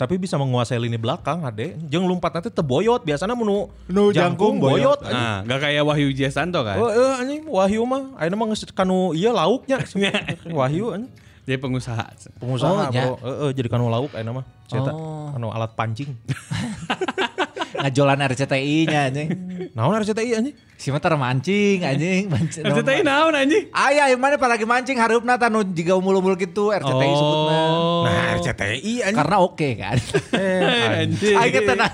F: Tapi bisa menguasai lini belakang ade. Jeung lompat nanti teboyot biasanya menu
E: Nu jangkung boyot.
F: anjing.
G: Nah, gak kayak Wahyu Jasanto kan.
F: Oh, eh, anjing Wahyu mah ayeuna mah geus kanu ieu lauknya. Wahyu anjing.
G: Jadi pengusaha.
F: Pengusaha
E: Oh,
F: bro.
E: nya.
F: Eh, eh, jadi kanu lauk ayeuna mah. Saya kanu alat pancing.
E: Ngajolan RCTI-nya anjing.
F: Naon RCTI anjing?
E: Si mah tara mancing anjing, mancing.
G: RCTI naon anjing?
E: Ayah, yang mana para mancing harupna tanu jiga umul-umul gitu RCTI sebutna.
F: Nah RCTI anjing.
E: Karena oke kan.
G: Oh. Anjing.
E: Aing teh tengah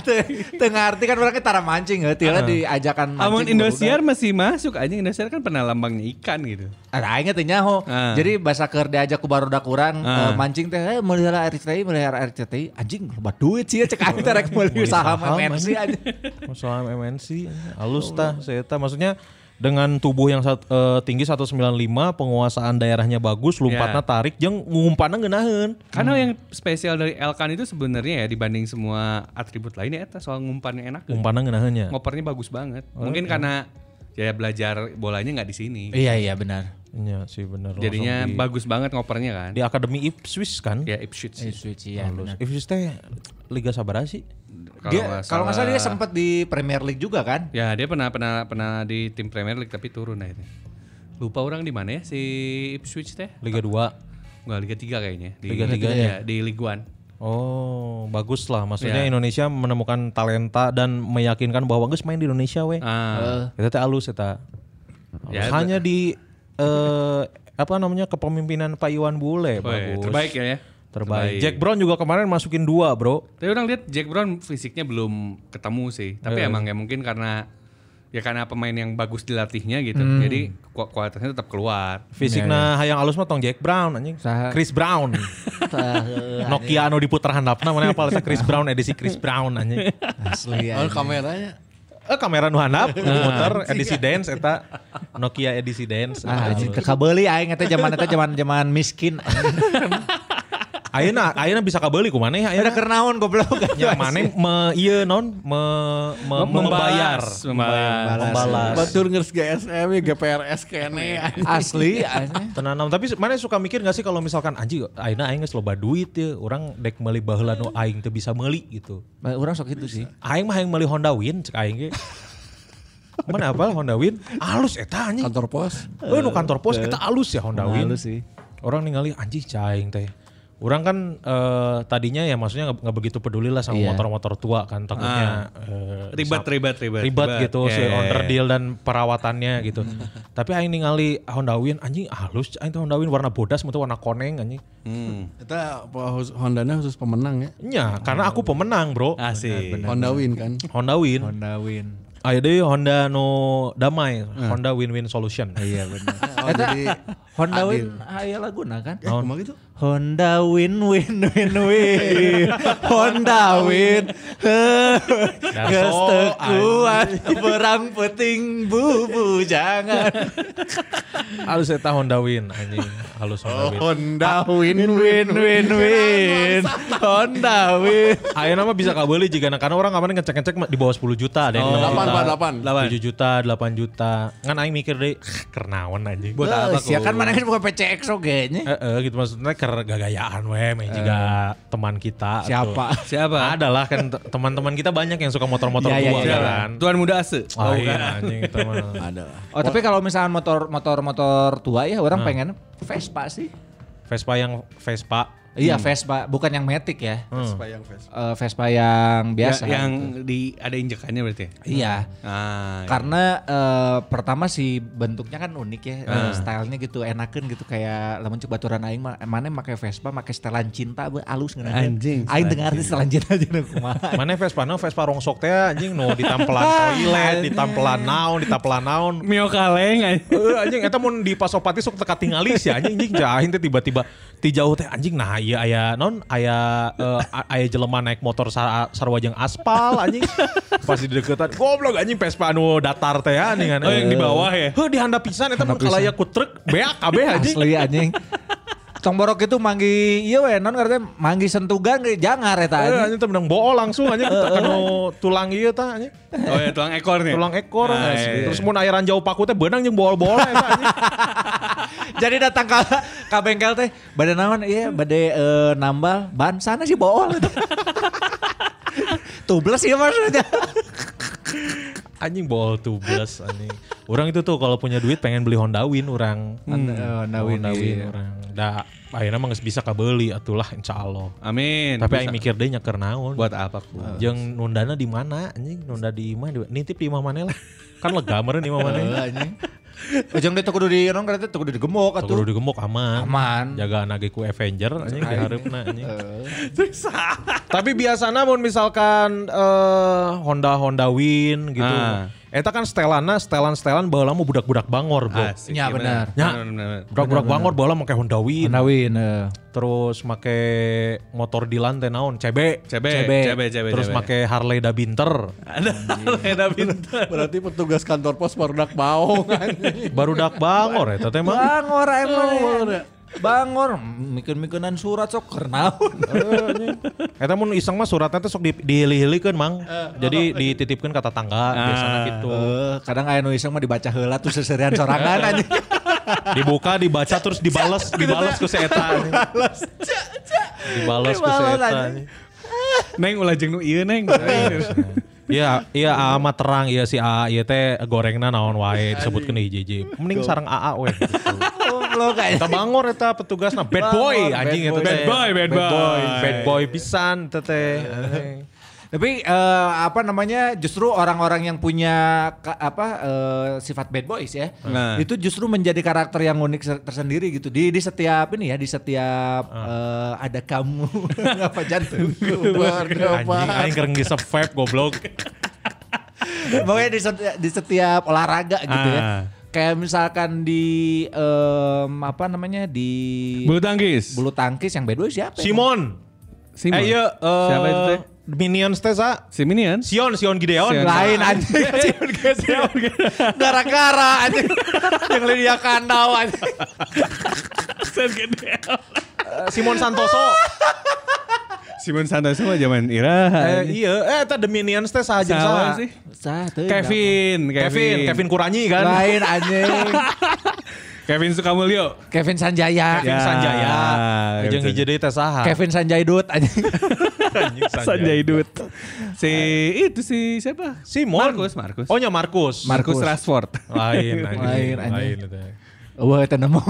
E: tengah arti kan orang tara mancing heuti lah diajakan mancing.
G: Amun
E: budak-budak.
G: Indosiar masih masuk anjing Indosiar kan pernah lambangnya ikan gitu.
E: Ada kan. aing teh nyaho.
G: Ah.
E: Jadi bahasa keur diajak ku barudak urang eh,
G: Ah.
E: mancing teh eh, melihara RCTI melihara RCTI anjing loba duit sih ya, cek aing teh rek meuli saham MNC
F: saham, anjing.
E: anjing.
F: Masalah MNC anjing. halus tah saya tah maksudnya dengan tubuh yang sat- eh, tinggi 195, penguasaan daerahnya
G: Ya.
F: bagus, lompatnya tarik, jeung ngumpanna ngeunaheun.
G: Karena yang spesial dari Elkan itu sebenarnya ya dibanding semua atribut lainnya eta soal ngumpannya enak.
F: Umpanna ngeunaheunnya.
G: Ngopernya bagus banget. Mungkin karena ya belajar bolanya nggak di sini.
E: Iya iya benar.
F: Iya sih bener. langsung
G: Jadinya
F: di,
G: bagus banget ngopernya kan.
F: di Akademi Ipswich kan?
G: Ya Ipswich sih.
E: Switch ya benar.
F: Ipswich teh liga sabaraha sih?
G: Kalau
E: Dia
G: nggak
E: kalau nggak salah dia
G: salah-
E: sempat di Premier League juga kan?
G: Ya dia pernah pernah pernah di tim Premier League tapi turun akhirnya. Lupa orang di mana ya si Ipswich teh?
F: Liga 2.
G: Enggak Liga 3 kayaknya. Di,
F: Liga tiga
G: ya, di Ligue 1.
F: Oh, bagus lah. Maksudnya
G: Ya.
F: Indonesia menemukan talenta dan meyakinkan bahwa geus main di Indonesia we.
G: Ah,
F: Kita teh alus eta.
G: Ya,
F: Hanya di eh, apa namanya kepemimpinan Pak Iwan Bule
G: woy,
F: Eh, bagus.
G: terbaik ya ya.
F: Terbaik. Jack Brown juga kemarin masukin dua, Bro.
G: Tapi orang lihat Jack Brown fisiknya belum ketemu sih. Tapi
F: Eh.
G: emang ya mungkin karena ya karena pemain yang bagus dilatihnya gitu.
F: Hmm.
G: Jadi ku- kualitasnya tetap keluar.
F: Fisikna hayang alus mah tong Jack Brown anjing.
E: Iya, Saha?
F: Chris Brown. Nokia anu diputar handapna mana apal teh Chris Brown edisi Chris Brown anjing.
E: Asli
A: Oh, kameranya.
F: Eh kamera nu handap
E: Iya.
F: muter edisi dance eta Nokia edisi dance.
E: Ah,
F: Alus.
E: anjing kekabeli aing eta zaman eta zaman-zaman miskin.
F: Ayeuna ayeuna bisa kabeli ku maneh
E: Ada
F: ayeuna
E: kernaon goblok.
F: nya maneh me ieu non me, me, membayar.
G: Membalas, membalas.
F: Membalas.
A: Batur ngers GSM ya GPRS kene.
E: Asli asli.
F: Tenanam tapi mana suka mikir gak sih kalau misalkan anjing ayeuna aing geus loba duit ya orang dek meuli baheula nu aing teu bisa meuli gitu.
E: Orang sok itu sih.
F: Aing mah aing meuli Honda Win cek aing ge. Mana apa Honda Win? Alus eta anjing.
A: Kantor pos.
F: Eh nu kantor pos eta alus ya Honda Win.
H: Halus sih.
F: Orang ningali anjing caing teh. Orang kan eh, tadinya ya maksudnya nggak nggak begitu peduli lah sama
E: Iya.
F: motor-motor tua kan takutnya eh,
G: Ribet,
F: disab-
G: ribet, ribet, Iya,
F: ribet
G: ribet.
F: gitu si
G: Yeah.
F: owner deal dan perawatannya gitu.
G: Hmm.
F: Tapi aing ningali Honda Win anjing halus aing teh Honda Win warna bodas mutu warna koneng anjing.
G: Hmm.
A: Kita Hondanya khusus pemenang ya.
F: Nya, karena aku pemenang, Bro.
G: Asik.
A: Honda Win kan.
F: Honda Win.
H: Honda Win.
F: Ayo deh Honda no damai, Honda win-win solution.
H: Iya benar.
A: Oh, jadi
E: Honda Win aya laguna kan?
A: ya cuma gitu.
H: Honda win win win win Honda win Geus teu kuat perang peting bubu jangan
F: Halus eta Honda win anjing, halus
H: Oh.
F: Honda win.
A: Honda Ah, Win
H: win win win Honda win
F: Ayo nama bisa kabeli jika karena orang kemarin ngecek-ngecek di bawah 10 juta ada yang 6
A: delapan,
F: juta,
A: delapan,
F: 7 Oh. juta, 8 juta. Ngan aing mikir deh, kernaon anjing.
E: Buat apa
H: Geus, ya kan mana kan bukan PCX oge nya
F: Eh, eh, gitu maksudnya ker gagayaan weh, main juga teman kita.
H: Siapa?
F: tuh. Eh. Siapa? Adalah kan te- teman-teman kita banyak yang suka motor-motor
H: Iya, iya,
F: tua
H: iya. kan?
F: kan.
G: Tuan muda ase.
F: Oh, iya, anjing teman.
E: Oh tapi kalau misalkan motor motor motor tua ya orang pengen Vespa sih.
F: Vespa yang Vespa.
E: Iya Vespa, bukan yang Matic ya.
A: Vespa yang Vespa.
E: Eh, Vespa yang biasa. kan?
G: Ya, yang di ada injekannya berarti. ya?
E: Iya.
G: Ah, iya.
E: Karena eh, pertama sih bentuknya kan unik ya, eh, stylenya gitu enakan gitu kayak lamun cek baturan aing mah mana make Vespa make setelan cinta be alus ngeunaan.
G: Anjing,
E: Aing dengar setelan cinta jeung kumaha.
F: Mana Vespa no Vespa rongsok teh anjing nu ditampelan toilet, ditampelan naon, ditampelan naon.
G: Mio kaleng anjing.
F: Eh anjing eta mun di pasopati sok teka tingali sih anjing anjing jahin teh tiba-tiba ti jauh teh anjing nah iya aya non aya eh, a- aya jelema naik motor sar sarwa jeung aspal anjing pas di deketan goblok anjing Vespa anu datar teh anjing
G: Oh, yang di bawah ya?
F: heuh di handap pisan eta mun kalaya ku truk beak kabeh anjing
E: Asli anjing. Tong borok itu manggi ieu we non ngarana manggi sentugan ge jangar eta
F: Eh,
E: anjing.
F: anjing teh menang bool langsung anjing anu tulang ieu tah anjing
G: Oh ya tulang ekornya.
F: tulang ekor
G: Ah,
F: anjing.
G: iya.
F: terus mun airan jauh paku teh beunang jeung bool-bool eta anjing
E: Jadi datang ke, ke bengkel teh, badai naon iya, badai eh, nambal, ban sana sih bool. Tubles ya maksudnya.
F: Anjing bol tubeless anjing. Orang itu tuh kalau punya duit pengen beli Honda Win orang. Oh,
E: Honda- Honda Win, iya.
F: orang. Da ayeuna mah geus bisa kabeli atulah insyaallah.
G: Amin.
F: Tapi
G: Bisa.
F: aing mikir deui nyeker naon.
G: buat apa ku?
F: jeung nundana di mana anjing? Nunda di imah di- nitip di imah mana lah. Kan lega meureun imah mana.
E: anjing. Ujung dia tuh kudu di non kereta tuh kudu digemuk atuh.
F: Kudu digemuk aman.
E: Aman.
F: Jaga anak ku Avenger anjing diharapna anjing. Tapi biasanya mun misalkan eh, Honda Honda Win gitu.
G: Ah.
F: Eta kan setelanna, setelan-setelan baheula mah budak-budak Bangor, Bro.
G: Asik,
E: Nya,
G: Ya.
E: benar.
F: Nya.
G: benar.
F: Budak-budak Bangor baheula make Honda Win,
E: Honda Win. eh.
F: terus make motor Dilan teh naon, CB.
G: CB,
E: CB.
G: CB, CB.
F: Terus
G: CB.
F: make Harley Davinter.
G: Lena Pintar.
A: Berarti petugas kantor pos barudak baong anjing.
F: Barudak Bangor eta teh mah.
E: Bangor emang. Bangor, mikir-mikiran surat sok kernaun.
F: Eta mun iseng mah suratnya teh sok di, dihilih-hilikeun, Mang. Jadi dititipkan kata tangga biasanya gitu.
E: Eh, kadang aya nu iseng mah dibaca heula tuh seserian sorangan anjing.
F: Dibuka, dibaca terus dibales, dibales ke si eta. Dibales ke si eta.
G: Neng ulah jeung nu ieu neng.
F: Iya, iya AA mah terang, iya si AA ieu teh gorengna naon wae disebutkeun hiji-hiji. Mending sareng AA we.
E: Goblok anjing.
F: Eta bangor eta petugasna bad boy
E: Bangor,
F: anjing
E: bad
F: eta
E: boy.
F: teh.
G: Bad boy, bad boy.
F: Bad boy pisan eta teh. Anjing.
E: Tapi eh, apa namanya justru orang-orang yang punya ka- apa eh, sifat bad boys ya
G: Nah.
E: itu justru menjadi karakter yang unik ser- tersendiri gitu di di setiap ini ya di setiap
G: Ah.
E: eh, ada kamu apa jantungku
F: Anjing
A: Berdebat.
F: aing keur ngisep vape goblok.
E: Pokoknya di setiap, di setiap olahraga gitu ya
G: Ah.
E: kayak misalkan di em, apa namanya di
G: Bulu tangkis.
E: bulu tangkis yang bad boy siapa? ya?
F: Simon.
G: Simon.
F: Eh iya, eh,
G: Siapa itu teh?
F: Minions teh sa?
G: Si Minion.
F: Sion, Sion Gideon.
G: Sion.
E: lain anjing gara-gara anjing yang Lydia Kandau anjing
F: Eh, Simon Santoso.
G: Simon Santoso mah zaman Ira.
F: eh, iya, eh eta The Minions teh saha jeung
G: Salah
F: saha?
G: sih.
E: Satu,
G: Kevin,
F: Kevin, Kevin Kuranyi
E: berapa?
F: kan?
E: lain anjing
G: Kevin Sukamulyo.
E: Kevin Sanjaya
F: Kevin
G: Ya,
F: Sanjaya.
G: Kevin
F: Jeung hiji
G: Sanjaya.
F: deui teh saha?
E: Kevin Sanjay Dut anjing
F: Anjing,
G: Sanjay Dut. Si itu si siapa?
F: Simon.
G: Markus, Markus.
F: Oh nya Markus.
G: Markus
E: Markus.
G: Rashford.
E: Lain,
F: Lain, anjing.
E: anjing.
F: Lain eta.
E: wah itu nemu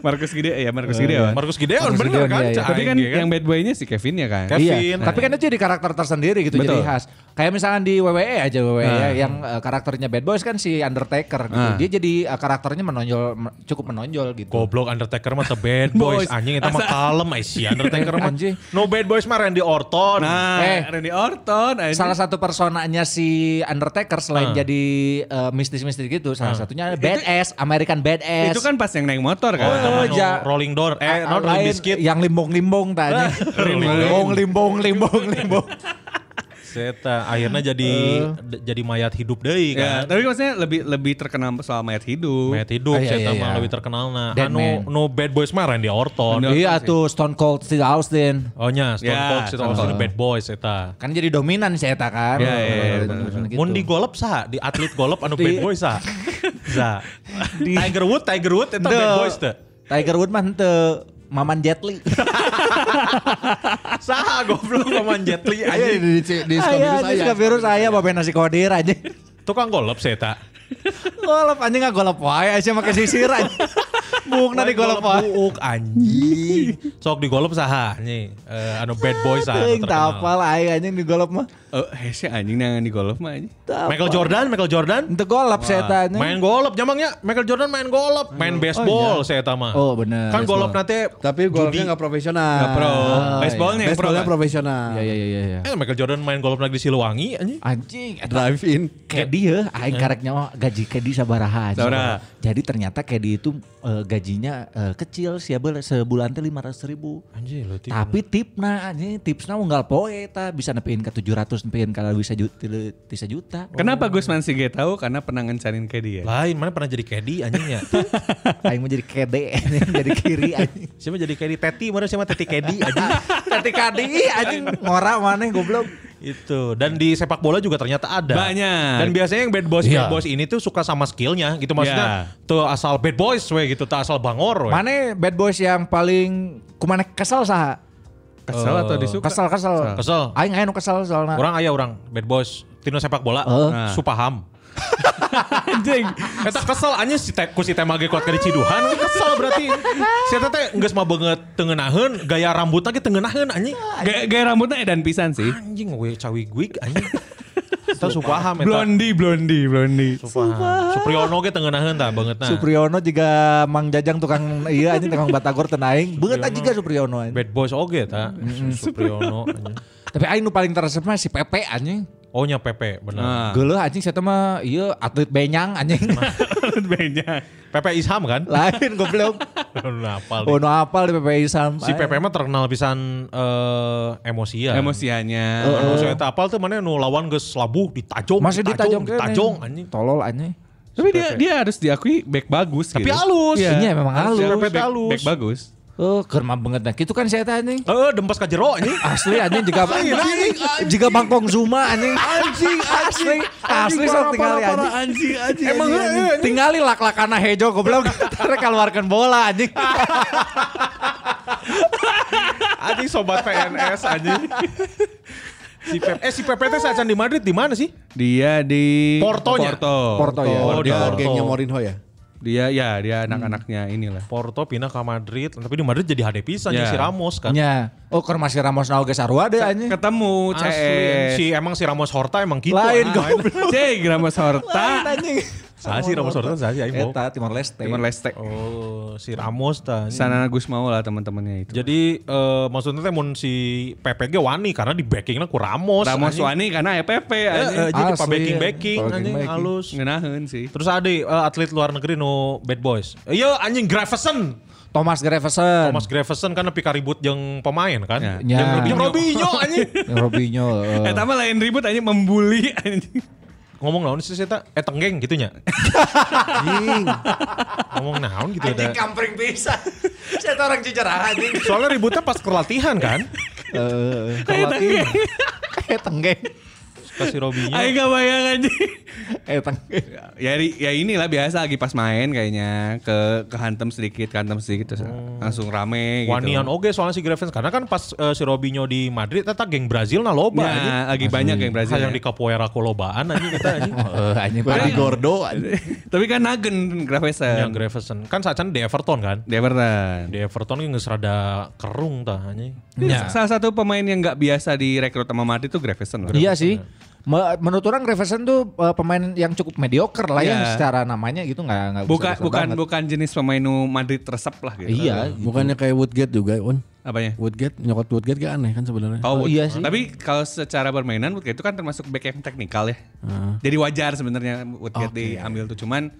G: Markus Gide
F: Eh,
G: ya, Markus Gide. ya.
F: Markus Gideon
E: Markus
F: bener
E: Gideon,
F: kan?
E: iya, iya.
F: Cah,
G: Tapi kan
F: anjing,
G: yang bad boy-nya si Kevin ya kan?
F: Kevin.
E: iya tapi kan itu jadi karakter tersendiri gitu jadi
G: Betul.
E: khas kayak misalkan di WWE aja WWE
F: Nah.
E: ya, yang eh, karakternya bad boys kan si Undertaker gitu.
G: Ah.
E: dia jadi eh, karakternya menonjol me- cukup menonjol gitu
F: Goblok Undertaker mah the bad iya. boys
G: Boys.
F: anjing eta mah kalem ai si Undertaker mah.
E: Anjing.
F: No bad boys mah Randy Orton.
G: Nah,
E: Eh.
G: Randy Orton. anjing.
E: Salah satu personanya si Undertaker selain
F: Nah.
E: jadi eh, mistis-mistis gitu, salah satunya badass, American badass.
G: Itu kan pas yang naik
F: Oh,
G: motor
F: eta
G: kan?
F: mah
E: Oh,
F: no
E: ja.
F: Rolling Door. Eh,
E: Ah,
F: not
E: lain
F: Rolling Biscuit.
E: yang limbung-limbung tadi. limbung, limbung, limbung, limbung.
F: Seta akhirnya jadi d- jadi mayat hidup deh
G: Ya,
F: kan.
G: tapi maksudnya lebih lebih terkenal soal mayat hidup.
F: Mayat hidup
E: Ah, iya, iya,
F: Seta mah
E: iya.
F: lebih terkenal nah.
E: Dead
F: Anu
E: man.
F: no bad boys mah Randy Orton.
E: Iya tuh Stone Cold Steve Austin.
F: Oh nya Stone
G: Ya,
F: Cold Seta
G: Stone
F: Austin
G: Cold.
F: bad boys Seta.
E: Kan jadi dominan si Eta kan.
G: Iya, iya, iya,
E: Gitu.
G: bener-bener.
F: Mun di golep sah, di atlet golep anu
E: Di-
F: bad boys sah. Za. Tiger Wood, Tiger Wood eta bad
E: Teu.
F: boys teh.
E: Tiger Woods mah henteu Maman Jet Li.
F: Sah goblok sama Jet Li
A: Ayo
F: anjing.
A: di di di- di
E: Aya,
A: Iya, di-
E: anjing suka virus saya bapak nasi kodir aja.
F: Tukang golep Seta.
E: Golep anjing nggak golep wae aja make sisiran. Bung nanti golep wae.
F: Buuk anjing. Sok di golep sah nih. anu bad boys sah. anu
E: Ting
F: terkenal.
E: tapal aing anjing di golep mah.
G: Oh, hese anjing nang di golf mah anjing.
F: Michael Jordan, Michael Jordan.
E: Untuk golap saya tanya.
F: Main golop jamangnya Michael Jordan main golop, main baseball saya tama.
E: iya. Oh, bener,
F: Kan
E: baseball. oh,
F: golop nanti
A: Tapi golnya nggak profesional.
G: Nggak pro.
A: Ah,
G: Baseballnya
A: iya.
G: yang pro,
A: Baseballnya
G: kan?
A: profesional.
E: Ya ya ya ya. ya.
F: eh Michael Jordan main golop lagi di Siluwangi anjing.
E: Anjing, eta
A: Drive in.
E: Kedi ya, aing kareknya oh, gaji Kedi sabaraha anjing.
G: Sabaraha.
E: Jadi ternyata Kedi itu eh, gajinya eh, kecil sih sebulan teh 500 ribu.
F: Anjing lu tipe.
E: Tapi tipna anjing, tipsna unggal poe eta bisa nepiin ke 700 nepiin kalau bisa juta, tisa juta.
G: Kenapa Gusman Sige tahu? Karena pernah ngencarin ke dia.
F: Lain mana pernah jadi ya? caddy anjingnya.
E: Aing mau jadi kede, anjing, jadi kiri anjing.
F: siapa jadi caddy Teti mana siapa Teti caddy anjing.
E: Tadi kadi anjing ngora maneh goblok.
F: Itu. Dan di sepak bola juga ternyata ada.
G: Banyak.
F: Dan biasanya yang bad boys
G: Iya.
F: bad boys ini tuh suka sama skillnya gitu maksudnya.
G: Iya.
F: Tuh asal bad boys we gitu, tak asal bangor we.
E: Mana bad boys yang paling kumana kesel saha?
G: Oh. Kesel atau disuka?
E: Kesel kesel.
F: Kesel.
E: Aing aya nu kesel soalna.
F: Orang ayah orang bad boys tino sepak bola
E: Heeh.
F: supaham. Anjing. Eta kesel anjing si te, ku si tema ge kuat ka di Ciduhan kesel berarti. Si eta teh geus mah beungeut teu ngeunaheun gaya rambutna ge teu ngeunaheun anjing.
G: Gaya, gaya rambutnya edan pisan sih.
F: Anjing we cawi guik anjing. Eta supaham eta.
G: Blondie, blondie, blondie.
F: Supaham. Supriyono ge teu ngeunaheun tah beungeutna.
E: Supriyono juga Mang Jajang tukang iya anjing tukang Batagor tenaing. Beungeut aja juga Supriyono anjing.
F: Bad boys oge ta. Supriyono anjing.
E: Tapi aing nu paling teresep mah si Pepe anjing.
F: Ohnya Pepe, benar.
G: Nah.
E: Geuleuh anjing saya teh mah iya atlet benyang anjing.
G: Banyak.
F: Pepe Isham kan?
E: Lain goblok.
F: Udah hafal
E: Oh no
F: nih.
E: apal di PPI Sam. Eh,
F: Si Pepe mah terkenal pisan eh emosian.
G: Emosiannya.
F: Manusia eta apal tuh mana nu lawan geus labuh ditajong,
E: Eh. masih ditajong kene.
F: ditajong anjing.
E: Tolol anjing.
G: Tapi dia dia harus diakui back bagus
F: Tapi
G: gitu.
F: halus.
E: Iya, memang
F: Harus
E: halus.
F: Pepe
G: Back,
F: halus.
G: back bagus.
E: Oh, kerma banget nah. Itu kan saya teh anjing.
F: Eh, dempes ka jero anjing.
E: Asli anjing jika anjing, jika Bangkong Zuma anjing. Anjing, asli. Asli sok tinggali anjing.
A: anjing anjing.
E: Emang eh, tinggali lak-lakana hejo goblok tara keluarkan bola anjing.
F: Anjing sobat PNS anjing. Si Pepe, eh si Pepe teh saat di Madrid di mana sih?
G: Dia di
F: Portonya.
G: Porto.
A: Porto ya.
F: Porto,
A: dia
F: Porto.
A: gengnya Mourinho ya.
G: Dia ya dia anak-anaknya
F: Hmm.
G: inilah.
F: Porto pindah ke Madrid, tapi di Madrid jadi HD pisan
E: Iya.
G: Ya.
F: si Ramos kan.
E: Nya. Oh, kerma si Ramos Nao ge sarua deh anjing.
G: Ketemu CS.
F: Asli, si emang si Ramos Horta emang gitu.
E: E. Lain
F: anjing.
E: goblok.
G: Cek Ramos Horta.
E: anjing.
F: Saha si Ramos Horta saha si aing bau.
E: Eta Timor Leste.
G: Timor Leste.
F: Oh, si Ramos ta. anjing.
G: Sana Gus mau lah teman-temannya itu.
F: Jadi eh, maksudnya teh mun si PPG wani karena di backingnya ku Ramos.
G: Ramos
F: anjing.
G: Wani karena EPP anjing.
F: Eh, eh, jadi
E: Asli.
F: pabacking backing anjing
E: Pabacking-backing.
F: halus.
G: Ngenaheun sih.
F: Terus ada eh, atlet luar negeri no bad boys. Iya anjing Gravesen.
E: Thomas Grevesen.
F: Thomas Gravesen kan nepi karibut yang pemain kan.
G: Ya.
F: Yang
E: Ya.
F: Robinho. Yang Robinho anjing.
E: Robinho. eh.
F: Oh.
G: Eh, tambah lain ribut aja membuli anjing.
F: Ngomong naon sih saya eh tenggeng gitu nya.
A: Anjing.
F: Ngomong naon gitu ada.
H: kampring bisa. Saya orang jujur anjing.
F: Soalnya ributnya pas kelatihan kan.
E: Kelati. Eh tenggeng.
F: Kasih Robinho.
G: Ayo gitu. gak bayang anjing.
E: Eh tenggeng.
G: Ya, ri- ya inilah biasa lagi pas main kayaknya ke kehantem sedikit, kehantem sedikit terus
F: Oh.
G: langsung rame gitu.
F: Wanian oge soalnya si Gravesen karena kan pas eh, si Robinho di Madrid tetap geng Brazil nah loba anjing.
G: Nah, lagi banyak yang Brazil.
F: Hayang
G: ya.
F: di Capoeira kolobaan anjing kita anjing.
E: Eh anjing
A: Tadi
E: parah.
A: Gordo anjing.
G: Tapi kan Nagen
F: Yang
G: Gravesen.
F: Gravesen kan sacan di Everton kan.
G: Di Everton.
F: Di Everton kan geus rada kerung tah anjing.
E: Ya.
G: Salah satu pemain yang nggak biasa direkrut sama Madrid itu Gravesen lah.
E: Iya sih. Me- Menurut orang Grevesen tuh eh, pemain yang cukup mediocre lah yang
G: Iya.
E: secara namanya gitu nggak nggak
G: Bukan
E: besar-besar
G: bukan gitu
E: banget.
G: bukan jenis pemain nu Madrid resep lah gitu.
E: Iya.
A: Bukannya kayak Woodgate juga, Un.
G: Apanya?
A: Woodgate, nyokot Woodgate gak aneh kan sebenarnya.
E: Oh, iya sih.
G: Tapi kalau secara permainan Woodgate itu kan termasuk back yang teknikal ya. Jadi wajar sebenarnya Woodgate diambil tuh cuman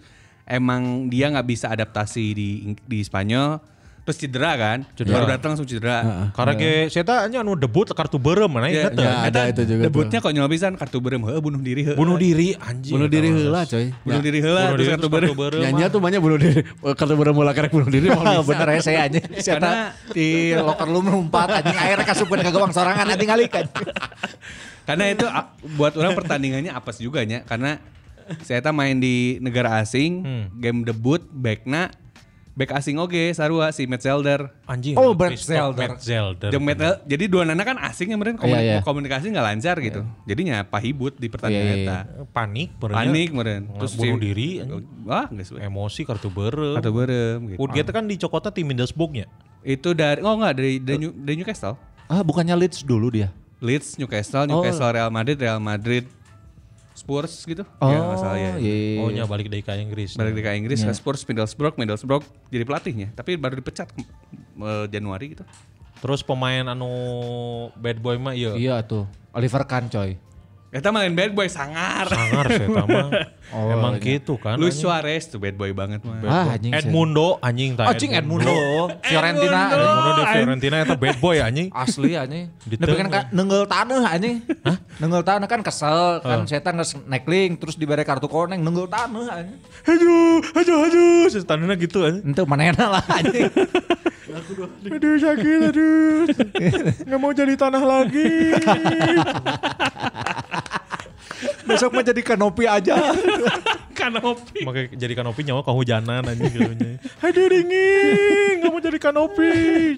G: emang dia nggak bisa adaptasi di di Spanyol terus cedera kan. Baru datang langsung cedera.
F: Karena ge saya tah anjing anu debut kartu beureum mana ya.
G: Ya,
A: Ya, ada
G: eta
A: itu juga tuh.
G: Debutnya konyol pisan kan? kartu berem, heuh, bunuh diri heuh.
F: Bunuh diri anjing.
A: iya, bunuh
F: Eta
A: diri
F: mah.
A: heula coy. Nah,
G: bunuh diri heula
F: Bunuh
G: terus
F: diri ah.
G: kartu berem.
A: Nyanyi tuh banyak bunuh diri. Kata bunuh mula karek bunuh diri mau bisa.
E: Bener ya saya anjing. Saya
G: Karena
E: tak- di locker room numpat anjing airnya kasupeun ke gawang sorangan anjing ngalikan.
G: Karena itu a- buat orang pertandingannya apes juga nya karena saya eta main di negara asing,
F: Hmm.
G: game debut backna back asing oge sarua si Matt Zelder.
F: Anjing.
E: Oh,
F: Christoph
E: Brad Zelder.
F: Matt Zelder.
G: Jeung Matt Zel- jadi dua nana kan asing ya meren
E: Iya, iya.
G: komunikasi, komunikasi nggak lancar gitu. Jadinya pahibut di pertandingan
E: Iya, iya,
G: eta.
F: Panik meureunnya.
G: Panik meureun.
F: Terus bunuh diri anjing.
G: Oh, Wah, geus we.
F: Emosi kartu beureum.
G: Kartu berem gitu.
F: Woodgate kan dicokotnya tim Middlesbrough-nya.
G: Itu dari oh enggak dari dari, New- dari Newcastle.
E: Ah bukannya Leeds dulu dia.
G: Leeds, Newcastle,
E: Oh.
G: Newcastle, Real Madrid, Real Madrid, Spurs gitu.
E: Oh,
G: Ya, nggak salah ya.
E: iya.
F: Oh, nya balik dari ke Inggris.
G: Balik ke Inggris ke Spurs, Middlesbrough, Middlesbrough jadi pelatihnya. Tapi baru dipecat ke- eh, Januari gitu.
F: Terus pemain anu bad boy mah iya.
E: Iya tuh. Oliver Kahn coy.
G: Eh, Kita main bad boy sangar.
F: Sangar saya ya, tah mah. Emang gitu kan.
G: Luis
F: anjing.
G: Suarez tuh bad boy banget mah.
E: Ah anjing. saya-
F: Edmundo anjing tah.
E: Anjing Edmundo. Fiorentina.
F: Edmundo
E: Edmundo.
F: di Fiorentina eta bad boy anjing.
E: Asli anjing.
F: Di
E: Tapi kan
F: tengah.
E: ka- nenggel tanah anjing. Hah? Nenggel tanah kan kesel. Kan saya tangga nekling terus diberi kartu koneng nenggel tanah anjing.
F: Aduh, aduh, aduh. Setanana gitu anjing.
E: Itu manehna lah anjing.
F: Aduh sakit aduh. Nggak mau jadi tanah lagi.
E: Besok mah jadi kanopi aja.
F: Kanopi. Makanya jadi kanopi nyawa kehujanan anjing gitu. Aduh dingin. Nggak mau jadi kanopi.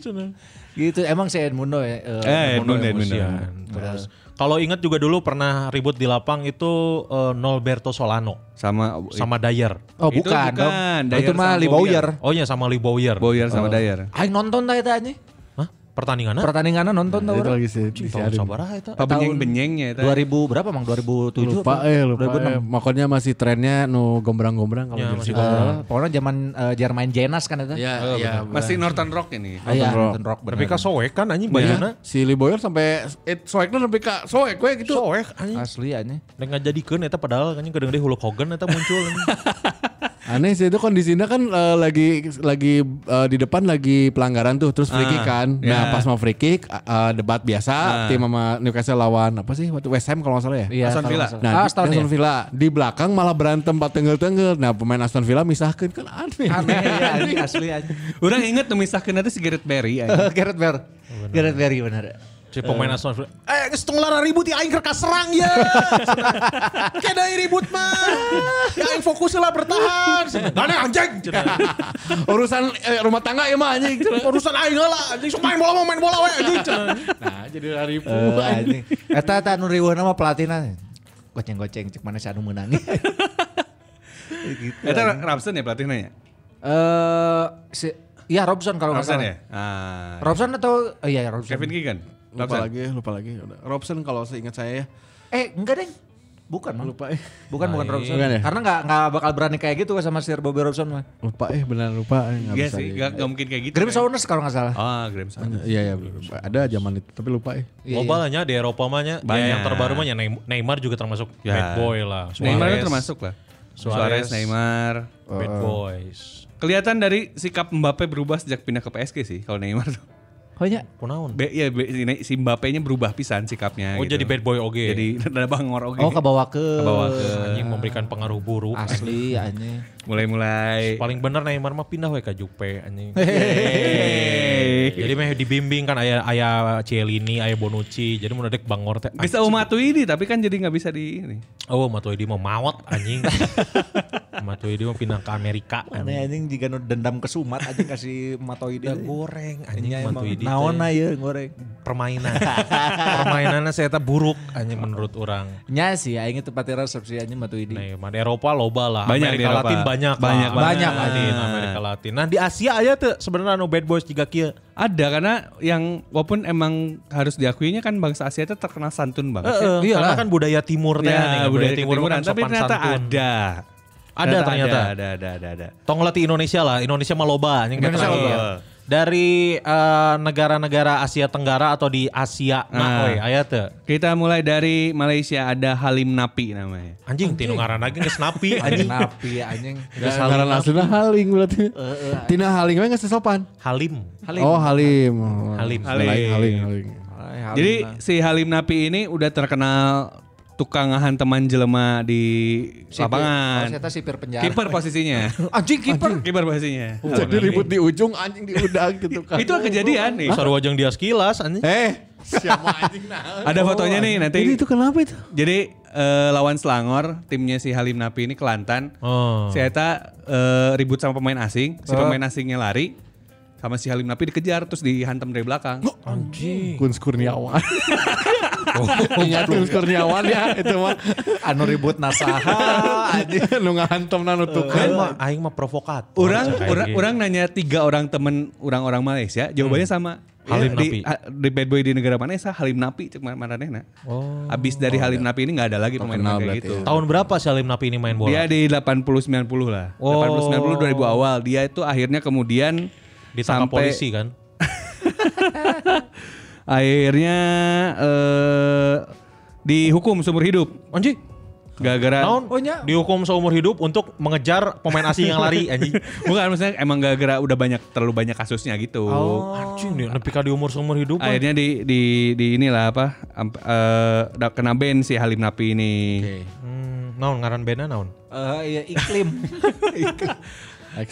F: Cenah.
E: gitu emang si Edmundo ya. eh,
G: Eh, Edmundo, Edmundo.
F: Emosian. Terus kalau ingat juga dulu pernah ribut di lapang itu eh, Nolberto Solano
G: Sama eh,
F: sama Dyer.
E: Oh
G: Itu
E: bukan,
G: bukan,
E: dong.
G: Dyer
E: itu mah
G: sama
E: Lee Bowyer.
F: Oh iya sama Lee Boyer.
G: Boyer sama Dayer.
E: Aing nonton tadi aja.
F: Hah? pertandingan
E: ya Pertandingannya nonton tau
A: Itu
E: orang.
A: lagi sih. disiarin.
F: sabar ah itu.
G: Apa benyeng-benyengnya itu.
E: 2000 berapa mang? 2007
A: Lupa
E: apa?
A: eh lupa. eh.
E: 2006.
A: Makanya masih trennya nu gombrang-gombrang kalau
F: Ya,
A: di
F: masih
A: Indonesia.
E: Eh, pokoknya zaman eh, Jermain Jenas kan itu.
A: Iya,
G: Oh,
A: iya.
G: benar. Masih Northern Rock ini.
E: Ah, iya,
A: Nonton rock.
E: nonton rock bener.
F: Tapi kan soek kan anjing
G: ya?
A: Iya.
F: bayarnya.
A: Si Liboyer sampai eh, soeknya sampai ke soek gue gitu.
F: Soek anjing.
E: asli anjing.
F: Dan nggak jadikan eta padahal anjing kadang deh Hulk Hogan eta muncul. anjing.
A: Aneh sih itu kondisinya kan eh, lagi lagi eh, di depan lagi pelanggaran tuh terus free kick kan. Nah,
G: ya. Ah.
A: pas mau free kick eh, eh, debat biasa tim sama Newcastle lawan apa sih waktu West Ham kalau nggak salah ya.
E: Iya.
G: Aston
E: kalau
G: Villa.
E: nggak salah.
A: Nah,
E: Ah,
A: di-
E: Aston
A: di Aston
E: Villa.
A: Villa di belakang malah berantem pas tenggel-tenggel. Nah, pemain Aston Villa misahkan kan aneh.
E: Aneh ya, anjing, asli anjing.
G: Orang inget memisahkan nanti si Gareth ya. Barry. anjing.
E: Gareth Bale. Gareth Bale bener.
F: Si pemain Aston Villa. Eh, geus tong lara ribut ya aing kerkas serang ya. Kada ribut mah. Ya aing fokus lah bertahan. Mana anjing. cenah.
A: Urusan eh, rumah tangga ya mah anjing.
F: Urusan aing lah. Anjing sok main bola mau main bola we anjing. cenah.
A: nah, jadi lari ribu.
E: Eh, anjing. Eta eta nu riweuhna mah pelatihna. Goceng-goceng cek mana si anu meunang. gitu.
G: Itu Robson ya pelatihnya ya?
E: Eh si Iya Robson kalau nggak
G: Robson
E: salah.
G: ya? Ah.
E: Robson atau oh, iya Robson.
G: Kevin Keegan?
A: Lupa
G: Robson?
A: lagi, lupa lagi. Udah. Robson kalau seingat saya ya.
E: Eh enggak deng. Bukan mah.
A: Lupa eh.
E: Bukan bukan Robson.
A: Bukan ya?
E: Karena nggak nggak bakal berani kayak gitu sama Sir Bobby Robson mah.
A: Lupa eh benar lupa. eh, nggak
G: Iya
A: bisa
G: sih,
A: di-
G: gak, gak mungkin kayak gitu.
E: Grim
G: kan?
E: Saunders kalau nggak salah.
G: Ah, Grim Saunders.
A: Iya iya ada zaman itu tapi lupa eh.
E: Iya,
F: Boba lah nya di Eropa mah nya. Ya,
G: Banyak. Ya.
F: yang terbaru mah ya Neym- Neymar juga termasuk bad boy lah. Suarez.
G: Neymar itu termasuk eh, lah.
F: Suarez.
G: Suarez, Neymar.
F: Bad boys.
G: Kelihatan dari sikap Mbappe berubah sejak pindah ke PSG sih kalau Neymar tuh.
E: Oh iya.
F: Kunaon?
G: Be, ya, be, si Ne- si Mbappe-nya berubah pisan sikapnya
F: Oh
G: gitu.
F: jadi bad boy oge.
G: Jadi eh, ada bangor oke.
E: Oh kebawa ke.
G: Kebawa ke
F: anjing memberikan pengaruh buruk.
E: Asli anjing.
G: mulai-mulai.
F: Paling bener Neymar mah pindah we ke Jupe anjing.
G: Eh,
F: jadi mah dibimbing kan aya aya Cielini, aya Bonucci. Jadi mun dek Bangor teh.
G: Bisa umatu ini tapi kan jadi nggak bisa di ini.
F: Oh, Matuidi mah mawat anjing. Matuidi mah pindah ke Amerika.
E: Aneh anjing jika nu dendam ke Sumat anjing kasih matoi dia.
F: Udah goreng anjing
G: Iya,
E: Anjing
F: Matuidi. teh.
E: naon aja goreng.
F: permainan. Permainannya saya tak buruk anjing menurut orang.
E: Nya sih aing itu pati resepsi anjing Matuidi.
F: Neymar di Eropa loba lah.
G: Banyak di
F: Amerika
G: Eropa.
F: Latin banyak.
G: Banyak Iya.
F: lah.
G: banget.
F: Banyak Latin, Amerika Latin. Nah di Asia aja tuh sebenarnya no bad boys jika kia.
G: Ada karena yang walaupun emang harus diakuinya kan bangsa Asia itu terkenal santun banget.
F: Heeh,
E: Iya
F: karena
E: lah.
F: kan budaya timur teh, nih,
G: ya, eh, budaya
F: timur
G: ketimuran,
F: kan
G: tapi
F: sopan
G: ternyata
F: santun.
G: ada.
F: Ada ternyata.
G: Ada, ada, ada, ada.
F: Tong latih Indonesia lah, Indonesia mah loba anjing kayak
E: Indonesia
F: terakhir.
E: loba.
F: Dari eh, negara-negara Asia Tenggara atau di Asia
G: Ah.
F: nah, we, aya teu.
G: Kita mulai dari Malaysia ada Halim Napi namanya.
F: Anjing tinu ngaranna ge geus napi
E: Anjing
F: anjing.
E: napi anjing.
F: Geus
A: Karena
F: halim.
A: aslinya Haling berarti. Tina Haling emang nggak sesopan.
F: Halim.
E: Halim.
A: Oh Halim.
F: Halim.
A: Halim. Haling. Haling.
E: Ay, Halim
G: Jadi
E: lah.
G: si Halim Napi ini udah terkenal tukang ngahan teman jelema di
E: Sipir. Oh,
G: lapangan.
E: saya tahu sipir penjara.
G: Kiper posisinya.
E: Anjing kiper. Oh.
G: Kiper posisinya.
A: Jadi ribut di ujung anjing diundang gitu kan.
G: Itu kejadian nih.
F: Sarua jeung dia sekilas anjing.
A: Eh, siapa anjing nah.
G: Ada
E: Oh,
G: fotonya nih nanti.
A: Ini itu kenapa itu?
G: Jadi eh, lawan Selangor, timnya si Halim Napi ini Kelantan.
F: Oh.
G: Si Eta eh, ribut sama pemain asing, si pemain asingnya lari. Sama si Halim Napi dikejar terus dihantam dari belakang.
F: Anjing.
A: Kun Kurniawan. Oh, Ingat Kun Kurniawan ya itu mah.
E: Anu ribut nasaha anjing.
A: Nu ngahantem
F: Kan
A: na
F: Aing
A: nutukan.
F: mah aing mah provokator.
G: Orang
F: Cek aing
G: orang
F: ge.
G: orang nanya tiga orang temen orang-orang Malaysia, jawabannya sama.
F: Hmm.
G: Iya,
F: Halim
G: di,
F: Napi.
G: ha- di bad boy di negara mana sah Halim Napi cek mana mana
F: Oh.
G: Abis dari Halim Napi ini nggak ada lagi pemain
A: Terkenal
G: kayak
A: berarti
G: gitu.
F: tahun berapa si Halim Napi ini main ya. bola? Oh.
G: Dia di 80 90 lah. 80 90 2000 awal. Dia itu akhirnya kemudian
F: ditangkap
G: sampai-
F: polisi kan.
G: Akhirnya eh, dihukum seumur hidup.
F: Anjing.
G: Gara-gara
F: Tahun
E: Oh, nya.
F: dihukum seumur hidup untuk mengejar pemain asing yang lari anjing.
G: bukan maksudnya emang gara-gara udah banyak terlalu banyak kasusnya gitu.
F: Anjing dia nepi ka di umur seumur hidup. kan? anjing.
G: Akhirnya di di di inilah apa amp- eh, da- kena ban si Halim Napi ini.
F: Hmm, naon ngaran bandnya naon?
E: Eh, iya iklim.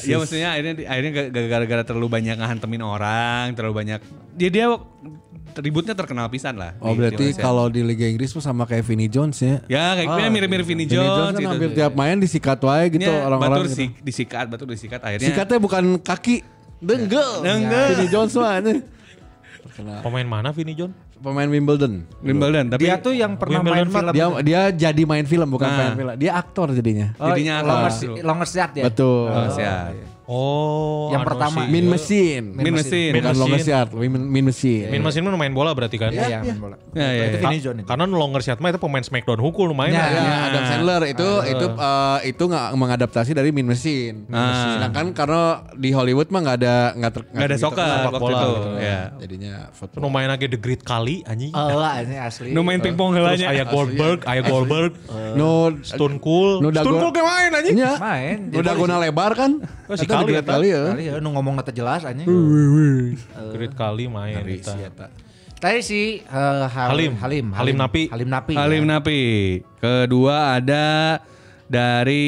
G: Ya maksudnya akhirnya di- akhirnya ga- ga- gara-gara terlalu banyak ngehantemin orang, terlalu banyak. Dia dia ributnya terkenal pisan lah.
A: Oh
G: di- di
A: berarti
G: Malaysia.
A: kalau di Liga Inggris tuh sama kayak Vinny Jones ya.
G: ya kayak gimana mirip-mirip Vinny
A: Vinny
G: Jones, Iya,
A: Jones kan
G: gitu.
A: hampir tiap main disikat wae gitu
G: Ini
A: orang-orang.
G: batur
A: gitu.
G: si- disikat, batur disikat akhirnya.
A: Sikatnya bukan kaki, denggel.
G: Denggel.
A: Vinny Jones mah ini.
E: Nah.
F: Pemain mana Vinny John?
A: Pemain Wimbledon.
G: Wimbledon, tapi
E: Dia tuh ya, yang pernah main
F: Wimbledon
E: film.
A: Dia dia jadi main film bukan
E: oh,
G: Nah.
A: main film. Dia aktor jadinya.
E: iya,
G: jadinya
E: longer,
G: aktor.
E: si- longer Seat ya?
A: Betul.
G: Oh, siap.
F: Oh,
E: Yang
F: anu
E: pertama.
F: sih.
A: Min mesin.
G: Min mesin.
A: Bukan
F: Min
A: longer
F: mesin.
A: shot, min, min mesin.
F: Min mesin mah main bola berarti kan?
E: Iya, main bola.
G: Iya, iya,
E: Itu
G: iya.
E: Vinny
F: Ka-
E: John itu.
F: Karena nu longer shot mah itu pemain Smackdown hukul lumayan.
E: Ya,
F: lah.
A: Ya, Adam Sandler itu itu eh, itu nggak mengadaptasi dari Min Mesin.
G: Mesin.
A: Sedangkan karena di Hollywood mah nggak ada nggak ter-
G: Nggak ada
A: begitu
G: soccer
A: kenal.
G: waktu
F: bola
G: itu.
F: gitu.
G: Iya.
A: Jadinya
F: Itu
A: football.
F: nu main lagi The Great kali anjing.
E: Allah ini asli.
G: Nu main pingpong
F: Terus
G: helanya.
F: ayah Goldberg, ayah Goldberg,
A: No,
F: Stone Cool.
A: Nu dago-
F: Stone Cool kan? kayak main anjing.
A: nya.
E: Main.
A: Udah guna lebar kan?
F: Oh, si
A: Eta
F: Kali
A: digeret
F: eta.
A: kali ya.
E: Kali ya, nu ngomong nggak jelas anjing.
F: Great kali main.
A: Ngeri
F: eta.
A: sih, eta.
E: Tadi si eh, Hal-
F: Halim.
E: Halim,
F: Halim Napi.
E: Halim Napi.
G: Halim
E: ya.
G: Napi. Kedua ada dari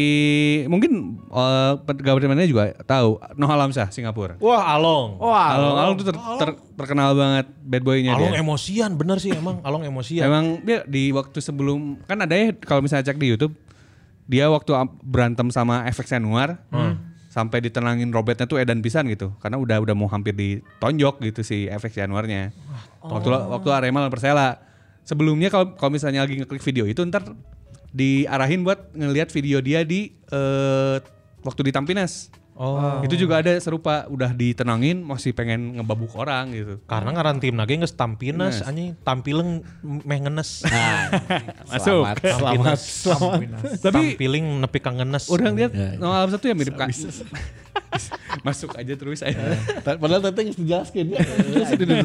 G: mungkin eh, pegawai mana juga tahu Noah Lamsah Singapura.
F: Wah Along.
E: Oh,
G: Along Along
E: Along.
G: tuh ter- ter- terkenal banget bad boy-nya
F: Along
G: dia.
F: emosian bener sih emang. Along emosian.
G: Emang dia di waktu sebelum kan ada ya kalau misalnya cek di YouTube dia waktu am- berantem sama FX Anwar sampai ditenangin Robertnya tuh edan pisan gitu karena udah udah mau hampir ditonjok gitu si FX Anwarnya. Waktu waktu Arema lawan Persela. Sebelumnya kalau kalau misalnya lagi ngeklik video itu ntar diarahin buat ngelihat video dia di eh, waktu di Tampinas.
F: Oh.
G: Itu juga ada serupa udah ditenangin masih pengen ngebabuk orang gitu.
F: Karena ngaran tim nage nges tampinas anjing, tampileng meh ngenes.
G: Masuk.
F: Selamat.
G: Tapi-
F: tampiling nepi ka ngenes.
G: Orang lihat nomor alam satu ya mirip kak. Masuk aja terus
F: Ya.
G: aja.
E: Ya.
A: Ta- Padahal tadi nggak dijelaskan ya.
E: Iya.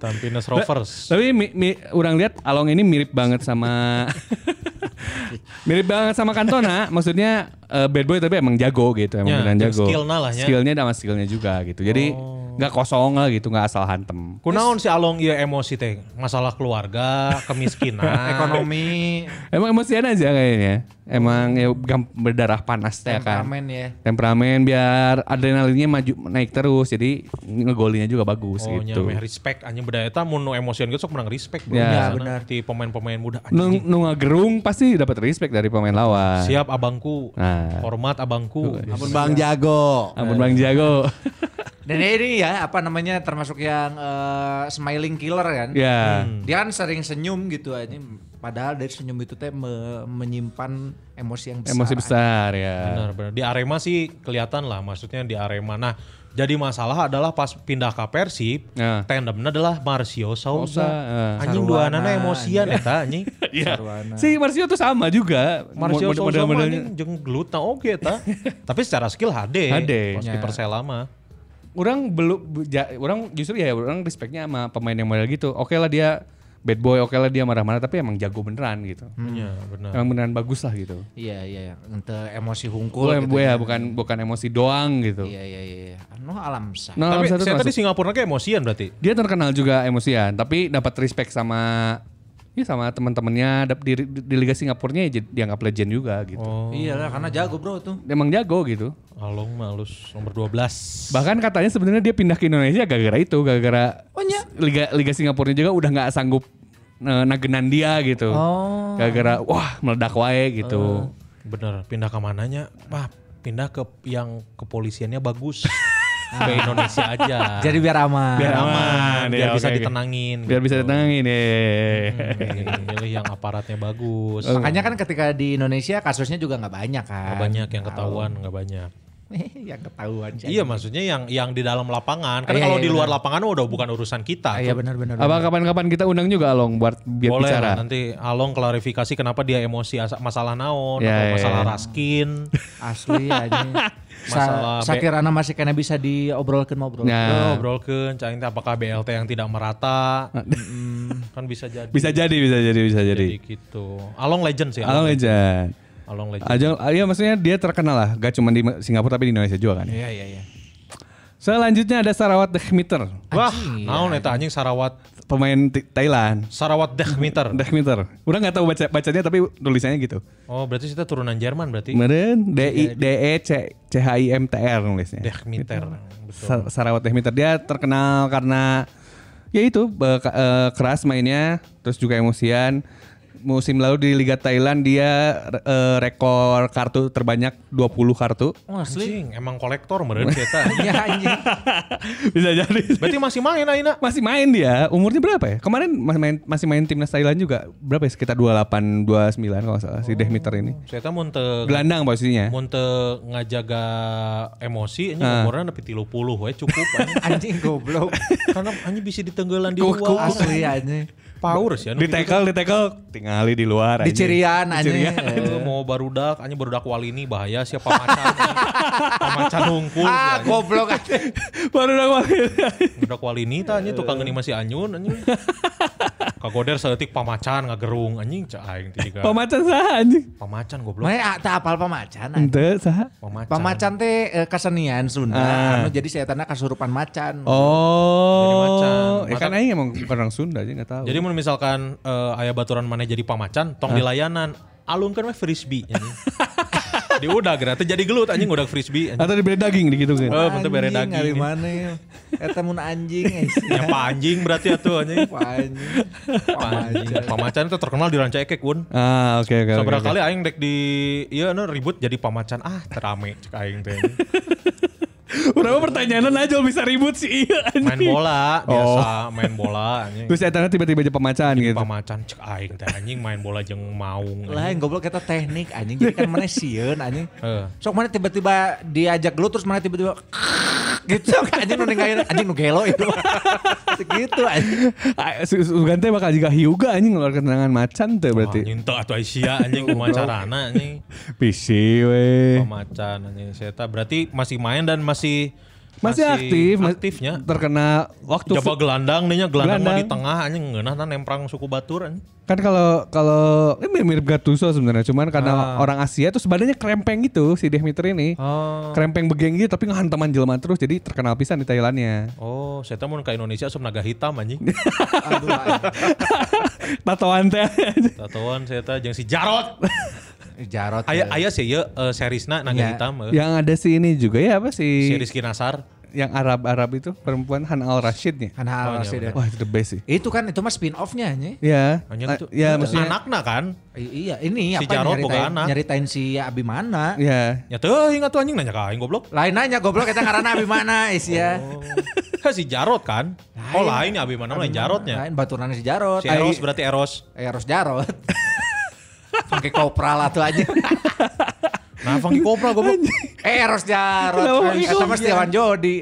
F: Tampines Rovers.
G: Tapi mi, mi, orang lihat Along ini mirip banget sama mirip banget sama Kantona. Maksudnya eh, bad boy tapi emang jago gitu, emang
F: Ya,
G: beneran
F: dan
G: jago.
F: skillnya lah ya. Oh.
G: Skillnya sama skillnya juga gitu. Jadi nggak kosong lah gitu, nggak asal hantem.
F: Kunaon si Along ieu emosi teh? Masalah keluarga, kemiskinan,
E: Ekonomi,
G: Emang emosian aja kayaknya. Emang ya gam- berdarah panas teh kan.
E: temperamen ya.
G: Temperamen biar adrenalinnya maju naik terus. Jadi ngegolinya juga bagus
F: Oh
G: gitu.
F: nyameh respect anjing beda eta mun nu emosian gitu sok menang respect bro.
G: Ya. Nah.
F: Sana Ti pemain-pemain muda
G: Nu,
F: anjing.
G: nu gerung pasti dapat respect dari pemain lawan.
F: Siap abangku.
G: Nah.
F: Hormat abangku.
A: Ampun Bang Jago.
G: Ampun Bang Jago.
E: Dan ini ya apa namanya termasuk yang eh, smiling killer kan.
G: ya.
E: Dia kan sering senyum gitu aja. Padahal dari senyum itu teh me- menyimpan emosi yang besar.
G: Emosi besar ya.
F: Benar benar. Di Arema sih kelihatan lah maksudnya di Arema. Nah, jadi masalah adalah pas pindah ke Persib,
G: Ya.
F: tandemnya adalah Marcio
G: Sousa,
F: Sousa.
G: eh.
F: Anjing dua
E: Sarwana,
F: nana emosian eta anjing.
G: Iya. Si Marcio tuh sama juga.
F: Marcio
G: Mod-
F: Sousa mah
G: model-modelnya.
F: anjing jeung gelut nah oge eta. Tapi secara skill HD.
G: HD.
F: Pas di
E: Ya.
F: Persela mah.
G: Orang belum, ja- orang justru ya orang respectnya sama pemain yang model gitu. Oke lah dia bad boy, oke lah dia marah-marah, tapi emang jago beneran gitu.
F: Iya, benar.
G: Emang beneran bagus lah gitu.
E: Iya iya, iya. ente emosi hungkul.
G: Gue
E: gitu ya.
G: ya, bukan bukan emosi doang gitu.
E: Iya iya iya. Anu alam sah.
G: Nah,
F: Tapi
G: Alam Satu
F: saya tadi
G: termasuk-
F: Singapura kayak emosian berarti.
G: dia terkenal juga emosian, tapi dapat respect sama ya sama teman-temannya dap- di, di Liga Singapurnya ya jadi- dianggap legend juga gitu.
F: Oh.
E: Iya lah karena jago bro tuh.
G: Emang jago gitu.
F: Along malus nomor 12.
G: Bahkan katanya sebenarnya dia pindah ke Indonesia gara-gara itu, gara-gara
E: Oh, iya?
G: Liga Liga Singapurnya juga udah nggak sanggup eh, nagenan dia gitu.
E: Oh.
G: Gara-gara wah meledak wae gitu.
F: Bener, pindah ke mananya? Wah, pindah ke yang kepolisiannya bagus. ke Indonesia aja.
E: Jadi biar aman.
F: Nah. biar aman, biar
G: ya,
F: bisa
G: oke, oke.
F: ditenangin.
G: Biar bisa ditangin ya.
F: Hmm, Milih yang aparatnya bagus.
E: Makanya kan ketika di Indonesia kasusnya juga nggak banyak kan.
F: Nggak banyak yang ketahuan, nggak banyak.
E: yang ketahuan sih.
F: Iya maksudnya yang yang di dalam lapangan. Karena
E: Iya,
F: kalau
E: iya,
F: di luar
E: benar.
F: lapangan udah bukan urusan
E: Ah,
F: kita.
E: Iya benar benar.
G: Apa kapan-kapan kita undang juga Along buat biar
F: Boleh
G: bicara.
F: lah, nanti Along klarifikasi kenapa dia emosi asa- masalah naon,
G: Ya,
F: atau
G: ya,
F: masalah
G: ya.
F: raskin.
E: Asli aja.
F: Masalah
E: Sa
F: be-
E: Sakirana masih kena bisa diobrolkan ngobrol.
G: Nah,
F: Ngobrol ke, apakah BLT yang tidak merata. Mm, kan bisa jadi.
G: bisa jadi, bisa jadi, bisa jadi.
F: Jadi gitu. Along legend sih.
G: Along legend.
F: Along legend.
G: Ajeng, iya maksudnya dia terkenal lah, gak cuma di Singapura tapi di Indonesia juga kan.
E: Iya iya iya.
G: Selanjutnya ada Sarawat Dekhmeter,
F: Wah, naon eta anjing Sarawat
G: pemain Ti- Thailand.
F: Sarawat Dekhmeter.
G: Dekhmeter. Udah nggak tahu baca bacanya tapi tulisannya gitu.
F: Oh, berarti kita turunan Jerman
E: Iya.
F: berarti.
G: Kemarin D I D E C C H I M T R nulisnya.
F: Dekhmeter.
E: Iya.
F: Betul.
G: Sa- Sarawat Dekhmeter dia terkenal e, karena ya itu be- ka- eh, keras mainnya, terus juga emosian. musim lalu di Liga Thailand dia eh, rekor kartu terbanyak 20 kartu.
F: Wah, Oh, asli. emang kolektor meren kita.
E: Ya anjing.
G: Bisa jadi.
F: Berarti masih main Aina.
G: Masih main dia. Umurnya berapa ya? Kemarin masih main masih main timnas Thailand juga. Berapa ya? Sekitar 28 29 kalau nggak salah si Dehmiter ini.
F: Saya tahu munte
G: Gelandang posisinya.
F: munte ngajaga emosi ini umurnya nepi 30 we cukup anjing.
E: Nah. Anjing goblok.
F: Karena hanya bisa ditenggelan di
E: Kuku
F: luar.
E: asli ya. anjing.
F: Power sih anu
G: Di tackle, di tackle tingali di luar
E: Di
G: anjing.
E: cirian anjing.
F: Itu Iya, gitu. mau barudak, hanya barudak wali ini bahaya siapa macan. macan hungkul.
E: Ah
F: anjing.
E: goblok anjing.
G: Baru udah kemarin.
F: Budak walini tah anjing tukang geni masih anyun anjing. Kagoder saeutik pamacan ngagerung anjing cak aing tadi kan.
G: Pemacan sah anjing.
F: Pamacan goblok.
E: Mae ah, teu apal pamacan anjing.
F: Hmm.
G: Ente sah.
F: Pamacan.
E: Pamacan teh eh, kesenian
F: Ah.
E: Sunda. Anu jadi setanna kasurupan macan.
F: Oh, Jadi macan.
G: Oh, ya
F: Maka-
G: kan aing emang orang Sunda aja nggak tahu.
F: Jadi mun misalkan eh, aya baturan maneh jadi pamacan, tong di layanan alungkan we frisbee anjing. di udah teh jadi gelut anjing udah frisbee anjing.
G: atau dibeli daging di gitu kan.
F: Eh, bentuk bere
E: Anjing, Ari
F: daging.
E: mana ya. Eta mun anjing anjing.
F: Nyapa anjing Ya, berarti atuh anjing.
E: Anjing.
F: Anjing. Pamacan itu terkenal di Ranca Ekek, Wun.
G: Ah, oke oke. oke,
F: Sabar
G: oke.
F: kali aing dek di iya anu ribut jadi pamacan ah terame cek aing teh.
G: Berapa pertanyaan aja bisa ribut sih iya
F: Main bola biasa main bola anjing.
G: Terus etana tiba-tiba jadi pemacan Oh. gitu.
F: Pamacan cek aing teh anjing main bola jeung maung.
E: Lah yang
F: anjing.
E: goblok kita teknik anjing jadi kan mana sieun anjing.
F: Heeh.
E: Sok mana tiba-tiba diajak gelut terus mana tiba-tiba gitu sok anjing nu ninggalin anjing nu gelo itu. Segitu anjing.
G: Ah, su- su- Sugan teh bakal juga hiuga anjing ngeluarkan tendangan macan tuh berarti.
F: Oh, Anjing teu atuh Asia anjing pamacarana anjing.
G: Pisi weh.
F: Pamacan anjing seta berarti masih main dan masih
G: Masih aktif, mas-
F: aktifnya.
G: Terkena waktu
F: Coba gelandang nih nya gelandang, mah di
G: Gelandang.
F: tengah anjing ngeunah nah nemprang suku batur anjing.
G: kan kalau kalau ini mirip, mirip Gattuso sebenarnya, cuman karena orang Asia tuh sebenarnya krempeng gitu si Dehmiter ini.
F: Oh.
G: Krempeng begeng gitu tapi ngehantaman jelema terus jadi terkenal pisan di Thailandnya.
F: Oh, seta mun ka Indonesia asup naga hitam anjing.
E: Aduh anjing.
G: Tatoan teh.
F: Tatoan seta jeung si Jarot.
E: Jarot. ya.
F: Aya aya sih ya eh, serisna naga
E: Iya.
F: hitam. eh.
G: yang ada si ini juga ya apa
F: Si
G: sih?
F: Rizky Nasar.
G: Yang Arab-Arab itu perempuan Han Al Rashidnya.
E: Kan hal
F: Oh, iya,
E: sih deh.
F: bener.
G: Wah, itu the best sih.
E: Itu kan itu mah spin off-nya anjing.
G: Ya.
F: Hanya itu.
G: Ah, Ya, maksudnya
F: anakna kan.
E: I- Iya, ini apa
F: Si Jarot
E: nyaritain-
F: boga anak.
E: nyaritain si Abimana.
G: Ya.
F: Ya tuh ingat tuh anjing nanya ka aing goblok.
E: Lain nanya goblok kita karena Abimana is ya.
F: Oh. Hah, si Jarot kan. Oh lain ya Abimana lain Jarotnya.
E: Lain baturannya si Jarot. eh,
F: Si Eros berarti Eros.
E: Eros Jarot. Pakai kopral lah tuh aja.
F: Nah, Fangki Kopra goblok.
E: Eh Eros Jarot.
G: Kenapa
E: Eh,
G: gitu?
E: Kata mah Setiawan Jodi.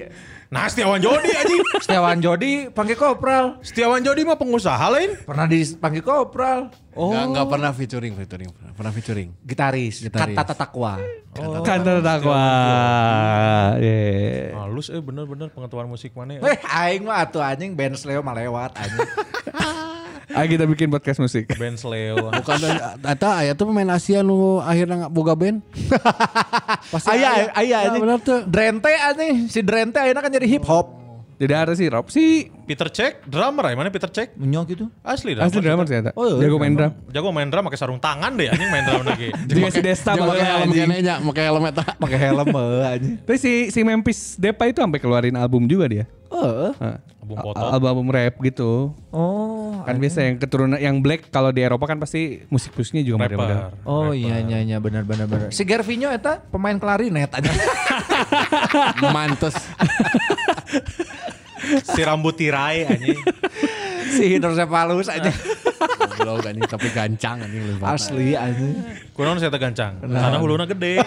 F: Nah, Setiawan Jodi anjing.
E: Setiawan Jodi panggil kopral.
F: Setiawan Jodi mah pengusaha lain.
E: Pernah dipanggil kopral.
A: Oh. Gak, gak pernah featuring, featuring, pernah, pernah featuring.
E: Gitaris.
A: Gitaris.
E: Kata Tatakwa.
G: Kantor Takwa. Iya. Yeah.
F: Halus eh bener-bener pengetahuan musik mana ya.
E: Weh Eh, aing mah atuh anjing band Sleo mah lewat anjing.
G: Ayo kita bikin podcast musik.
F: Ben Sleo.
A: Bukan eta aya tuh pemain Asia nu akhirnya nggak boga band. Pasti
E: Aya aya
A: Nah,
E: anjing.
A: bener tuh.
E: Drente anjing. Si Drente ayeuna kan jadi hip hop.
G: Jadi ada sih Rob sih
F: Peter Cech, drummer ya mana Peter Cech?
E: Menyok gitu.
F: Asli drummer.
G: asli drummer ternyata.
E: Oh, iya,
G: Jago main drum.
F: Jago main drum pakai sarung tangan deh anjing main drum lagi.
G: Juga si Desta
A: Jangan pakai helm
G: makanya.
A: kene nya, pakai helm eta.
E: Pakai helm eh, anjing.
G: Tapi si, si Memphis Depay itu sampai keluarin album juga dia.
E: Heeh.
G: Hah.
F: Album
G: Al-
F: foto.
G: Album, album rap gitu.
E: Oh.
G: Kan biasa yang keturunan yang black kalau di Eropa kan pasti musik-musiknya juga
F: Rapper.
E: Oh iya iya iya benar benar benar. Si Gervinho eta pemain klarinet aja.
A: Mantes.
F: si rambut tirai anjing.
E: si Hidrosephalus aja.
A: Goblok anjing Oh, tapi gancang anjing lu.
E: Asli aja.
F: Kurang saya tegancang. Karena huluna gede.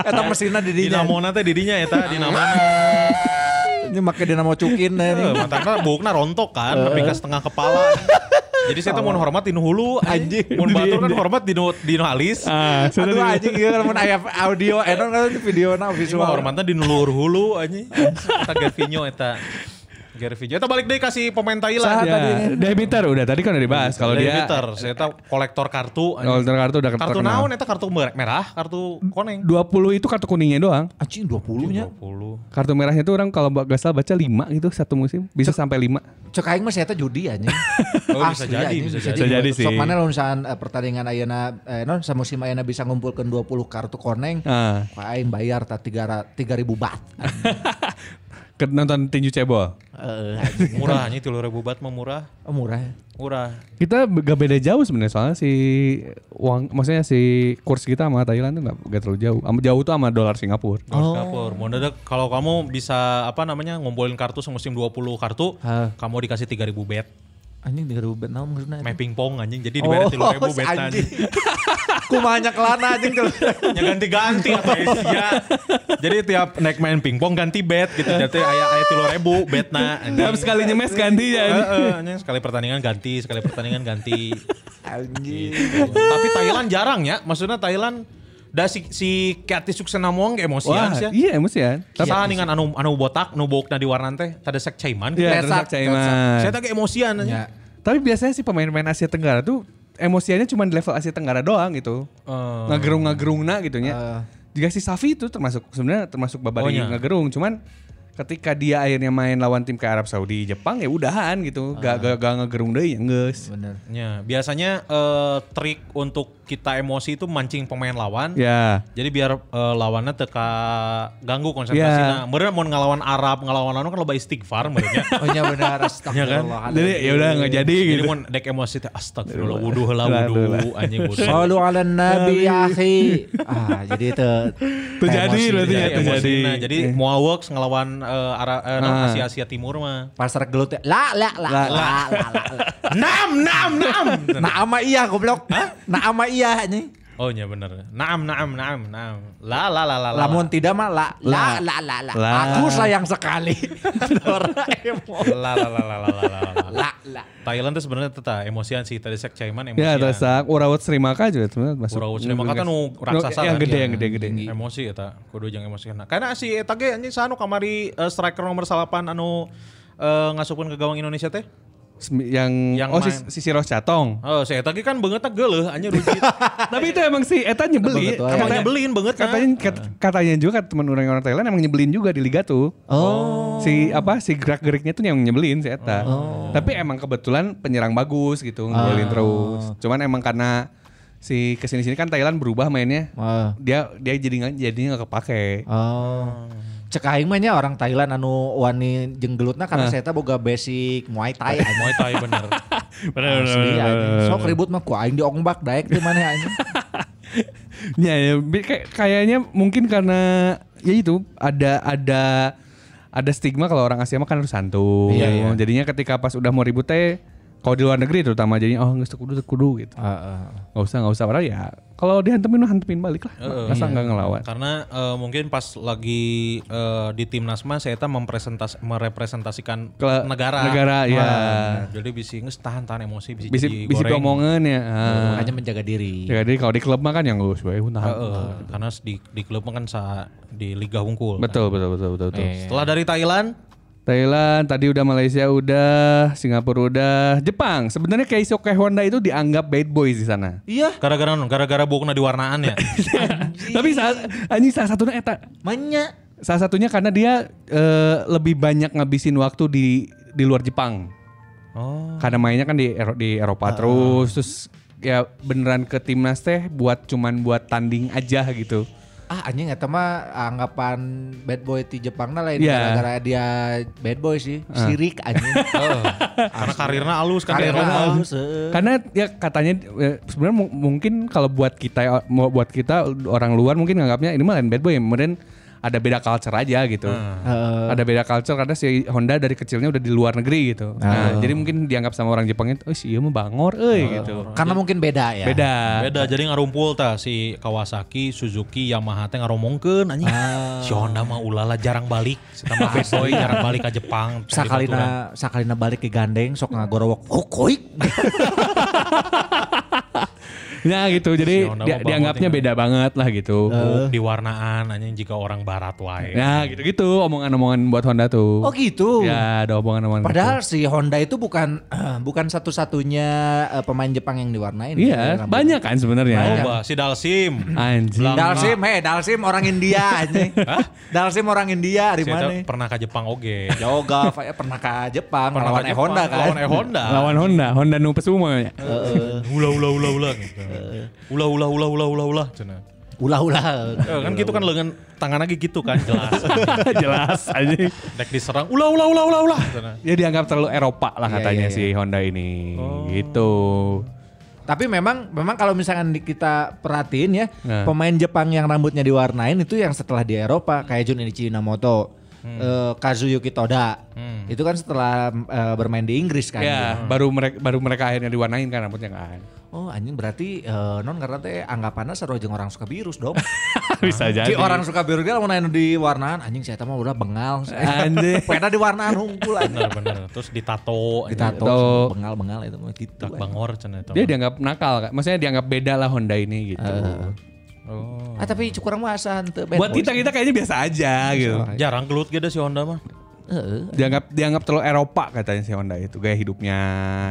E: Eta mesinnya di dinya.
F: Dinamona teh didinya eta
G: Ah.
F: dinamona.
E: Ini make dinamo cukin eh, nih.
F: Eh, Matanya bukna rontok kan,
G: Eh.
F: tapi ke setengah kepala. Jadi saya tuh mau hormat di hulu, anjing. Mau batur kan hormat di nu, di nu alis.
G: Ah,
E: Aduh anjing ieu kan mun aya audio enon kan video na
F: Cuma
E: visual.
F: hormatnya Iya, di luhur hulu anjing. Eta Gervinho eta. Gervinho eta balik deh kasih pemain Thailand.
G: Ya, Demeter udah tadi kan udah dibahas kalau
F: Dari
G: dia
F: Peter, saya tahu kolektor kartu. anjing.
G: Kolektor kartu udah
F: Kartu
G: terkenal.
F: naon ya? eta kartu mer- merah, kartu koneng.
G: 20 itu kartu kuningnya doang.
E: Anjing 20-nya.
F: 20.
G: Kartu merahnya tuh orang kalau gak salah baca 5 gitu satu musim. Bisa sampai 5.
E: Cek aing mah eta judi anjing.
F: Oh, bisa jadi,
E: anjing,
F: bisa
G: jadi. Bisa jadi
E: Sok
G: sih.
E: mana lamun saan eh, pertandingan ayeuna eh non samusim ayeuna bisa ngumpulkeun 20 kartu koneng.
G: Ah.
E: Aing bayar ta 3000 baht.
G: Ke nonton tinju cebol.
F: Murahnya itu loh ribu bat mah murah.
E: Oh, murah.
F: Murah.
G: Kita be- gak beda jauh sebenarnya soalnya si uang maksudnya si kurs kita sama Thailand tuh gak, gak terlalu jauh. Am- Jauh tuh sama dolar Singapura.
F: Oh. Singapura. Mau dadak kalau kamu bisa apa namanya ngumpulin kartu semusim 20 kartu,
E: Ha.
F: kamu dikasih 3000 bet.
E: Anjing tiga ribu bet naon maksudna?
F: Main
E: eta?
F: pingpong anjing. Jadi dibayar 3000 bet anjing.
H: Kumanya kelana anjing tuh.
F: Ya ganti-ganti apa Asia. Jadi tiap naik main pingpong ganti bet gitu. Jadi aya aya 3000 bet na.
G: Tiap sekali nyemes ganti ya. ini.
F: Anjing sekali pertandingan ganti, sekali pertandingan ganti. Gitu. Tapi Thailand jarang ya. Maksudnya Thailand da si si Kati Suksenamong ge emosian
G: Wah,
F: sih. ya.
G: iya emosian.
F: Tapi dengan anu anu botak, anu boukna di warna teh, tada sek caiman.
G: Iya, Ya.
E: Resak,
G: resak caiman.
F: Saya tak kayak emosian aja.
G: Tapi biasanya sih pemain-pemain Asia Tenggara tuh emosiannya cuma di level Asia Tenggara doang gitu.
F: Oh.
G: ngagerung ngagerung na gitu ya. Juga si Safi itu termasuk sebenarnya termasuk
F: Oh,
G: babari
F: iya.
G: ngagerung, cuman ketika dia akhirnya main lawan tim kayak Arab Saudi, Jepang ya udahan gitu. Gak gak, gak ngagerung deui ya geus.
E: Bener.
F: Ya, biasanya eh, trik untuk kita emosi itu mancing pemain lawan.
G: Ya.
F: Jadi biar eh, lawannya teka ganggu konsentrasi.
G: Ya.
F: Nah, meureun mau ngelawan Arab, ngelawan anu kan loba istighfar mereka.
E: Oh iya benar. Astagfirullahaladzim.
G: Jadi ya udah nggak jadi
F: Jadi
G: gitu.
F: mau dek emosi teh astagfirullah wuduh lah
G: Lah, lah.
F: wuduh anjing wuduh.
E: Selalu ala nabi akhi. Ah jadi itu.
G: Terjadi
E: emosi,
G: berarti ya,
E: terjadi emosi.
G: terjadi.
F: Nah, jadi mau works ngelawan eh, Ara- eh, non-
G: Ah.
F: Asia Asia Timur mah.
E: Pasar gelut. ya. La la la la la la. la.
F: Nam nam nam.
E: Nah ama iya goblok. Nah ama iya anjing.
F: Oh iya bener. Naam naam naam naam. La la la la la.
E: Lamun tidak mah la la la la la.
G: La.
E: Aku sayang sekali. Doraemon.
F: la la la la la la, la, la.
E: La la.
F: Thailand tuh sebenarnya teta emosian sih tadi sek Caiman
G: Ya,
F: emosian.
G: resak. Urawat Srimaka juga sebenarnya masuk.
F: Iya. Urawat Srimaka kan nu raksasa
G: Yang
F: kan,
G: gede,
F: ya.
G: yang gede, gede.
F: Emosi eta, kudu jeung emosi kena. Karena si eta ge anjing sanu kamari eh, striker nomor 8 anu eh, ngasukeun ke gawang Indonesia teh.
G: Sem- Yang,
F: Yang
G: oh si,
F: main.
G: si Siros Catong.
F: Oh, si eta ge kan beungeutna geuleuh anjing rujit.
G: Tapi itu emang si Eta nyebeli.
E: banget, wah.
F: Emang
G: Katanya-
F: nyebelin banget kan?
G: katanya kat- katanya juga kata teman orang orang Thailand emang nyebelin juga di liga tuh. Oh. Si apa si gerak geriknya tuh yang nyebelin si Eta.
F: Oh.
G: Tapi emang kebetulan penyerang bagus gitu ngegolin
F: Ah.
G: terus. Cuman emang karena si kesini sini kan Thailand berubah mainnya.
E: Wah.
G: Dia dia jadi nggak jadi nggak kepake.
E: Oh. Cek aing mah nya orang Thailand anu wani jenggelutna
G: Eh.
E: karena saya boga basic Muay Thai.
F: Muay Thai bener.
G: Eh,
E: Asli anjing. Sok ribut mah ku aing diongbak daek di mana anjing.
G: Ya, ya, bi- kayak- kayaknya mungkin karena ya itu ada ada ada stigma kalau orang Asia mah kan harus santun.
E: Iya, iya.
G: Jadinya ketika pas udah mau ribut teh kalau di luar negeri terutama jadinya oh nggak kudu teu kudu gitu.
E: Heeh.
G: Nggak usah nggak usah padahal ya kalau dihantemin mah hantemin balik lah. Masa
E: Iya.
G: nggak ngelawan.
F: Karena eh, mungkin pas lagi eh, di timnas mah saya mempresentas merepresentasikan
G: Ke-
F: negara. Nah,
G: negara, ya.
F: Jadi bisa nges tahan tahan emosi bisa,
G: Bisi
F: jadi
G: bisi
F: goreng.
G: omongan ya. Ah.
E: Makanya menjaga diri.
G: Ya, jadi kalau di klub mah kan yang nggak usah
F: Eh,
G: ya, untah.
F: eh, karena di di klub mah kan sa di Liga Hungkul.
G: Betul betul betul betul.
E: Iya,
G: betul.
F: Setelah dari Thailand,
G: Thailand tadi udah Malaysia udah Singapura udah Jepang sebenarnya Keisuke Honda itu dianggap bad boys di sana.
E: Iya,
F: gara-gara non, gara-gara bukna di warnaan ya.
G: Tapi saat anjing salah satunya eta.
E: manya.
G: Salah satunya karena dia eh, lebih banyak ngabisin waktu di di luar Jepang.
F: oh.
G: Karena mainnya kan di Ero- di Eropa terus terus ya beneran ke timnas teh buat cuman buat tanding aja gitu.
E: Ah anjing eta mah anggapan bad boy di Jepang lah lain
G: Iya. Eh.
E: gara-gara dia bad boy sih. Sirik anjing.
F: Karena karirnya alus kan
E: Karirna
F: di Eropa.
E: Oh. halus, heeh.
G: Karena ya katanya eh, sebenarnya mu- mungkin kalau buat kita mau buat kita orang luar mungkin nganggapnya ini mah lain bad boy, kemudian ada beda culture aja gitu.
F: Hmm.
G: Ada beda culture karena si Honda dari kecilnya udah di luar negeri gitu.
E: Ah.
G: Nah, jadi mungkin dianggap sama orang Jepang itu, "Oh, si ieu mah bangor
F: Ah.
G: euy," gitu.
E: Karena mungkin beda ya.
G: Beda.
F: Beda jadi ngarumpul ta si Kawasaki, Suzuki, Yamaha teh ngaromongkeun anjing.
E: Ah.
F: Si Honda mah ulala jarang balik. Si Tama bad boy jarang balik ke Jepang. kan.
E: Sakalina sakalina balik ke gandeng sok ngagorowok Oh, hokoik.
G: Nah, gitu.
F: Si
G: Jadi
F: Honda
G: dia-
F: mah
G: dianggapnya
F: bangor
G: beda banget lah gitu.
E: Ah.
F: di warnaan anjing jika orang barat
E: Ya,
F: wae. gitu.
G: Nah, gitu-gitu omongan-omongan buat Honda tuh.
E: Oh gitu.
G: Ya, ada omongan-omongan.
E: Padahal si Honda itu bukan eh, bukan satu-satunya eh, pemain Jepang yang diwarnain.
G: gitu. iya,
E: Rambut.
G: banyak
E: ya,
G: kan sebenarnya.
F: Loba si Dalsim.
E: Ah,
G: Anjing.
F: Belang-
E: Dalsim, heh Dalsim orang India anjing. Dalsim orang India di
F: Si eta
E: mana?
F: pernah ke Jepang oge.
E: Yoga Faya pernah ke Jepang
F: Pernah
E: lawan eh
F: ke Jepang,
E: Honda kan.
F: Lawan eh Honda.
G: Lawan Honda, Honda nu pesuma ya.
F: Ula ula ula ula gitu. Ula ula ula ula ula ula. Cenah.
A: Ulah-ulah.
F: Eh, kan gitu kan lengan tangan lagi gitu kan jelas. jelas aja. Dek diserang ulah ulah ulah ulah ulah.
G: Ya dianggap terlalu Eropa lah
E: Iya,
G: katanya
E: iya,
G: si Honda ini. Gitu.
E: Tapi memang memang kalau misalkan di- kita perhatiin ya,
G: Nah.
E: pemain Jepang yang rambutnya diwarnain itu yang setelah di Eropa kayak Junichi Inamoto,
F: Hmm.
E: eh, Kazuyuki Toda. Itu kan setelah eh, bermain di Inggris
F: Iya,
E: kan.
G: Ya,
E: dia.
G: baru mereka baru mereka akhirnya diwarnain kan rambutnya kan.
E: Oh, anjing berarti eh, non karena teh anggapannya seru jeung orang suka virus dong.
G: Ah.
F: Bisa
E: Di orang suka biru dia mau di warnaan anjing saya mah udah bengal.
G: Anjing.
E: Pena di warnaan hungkul anjing.
F: Bener bener. Terus ditato.
G: Tato.
E: Ditato bengal-bengal itu mah gitu.
F: Tak
E: anjing.
F: bangor cenah itu.
G: Dia dianggap nakal kan. Maksudnya dianggap beda lah Honda ini gitu. Oh.
E: Ah tapi cukurang mah asa henteu bad
G: Buat
E: boys.
G: kita kita kayaknya biasa aja gitu.
E: ya?
F: jarang gelut gitu si Honda mah.
E: Heeh.
G: Dianggap dianggap terlalu Eropa katanya si Honda itu gaya hidupnya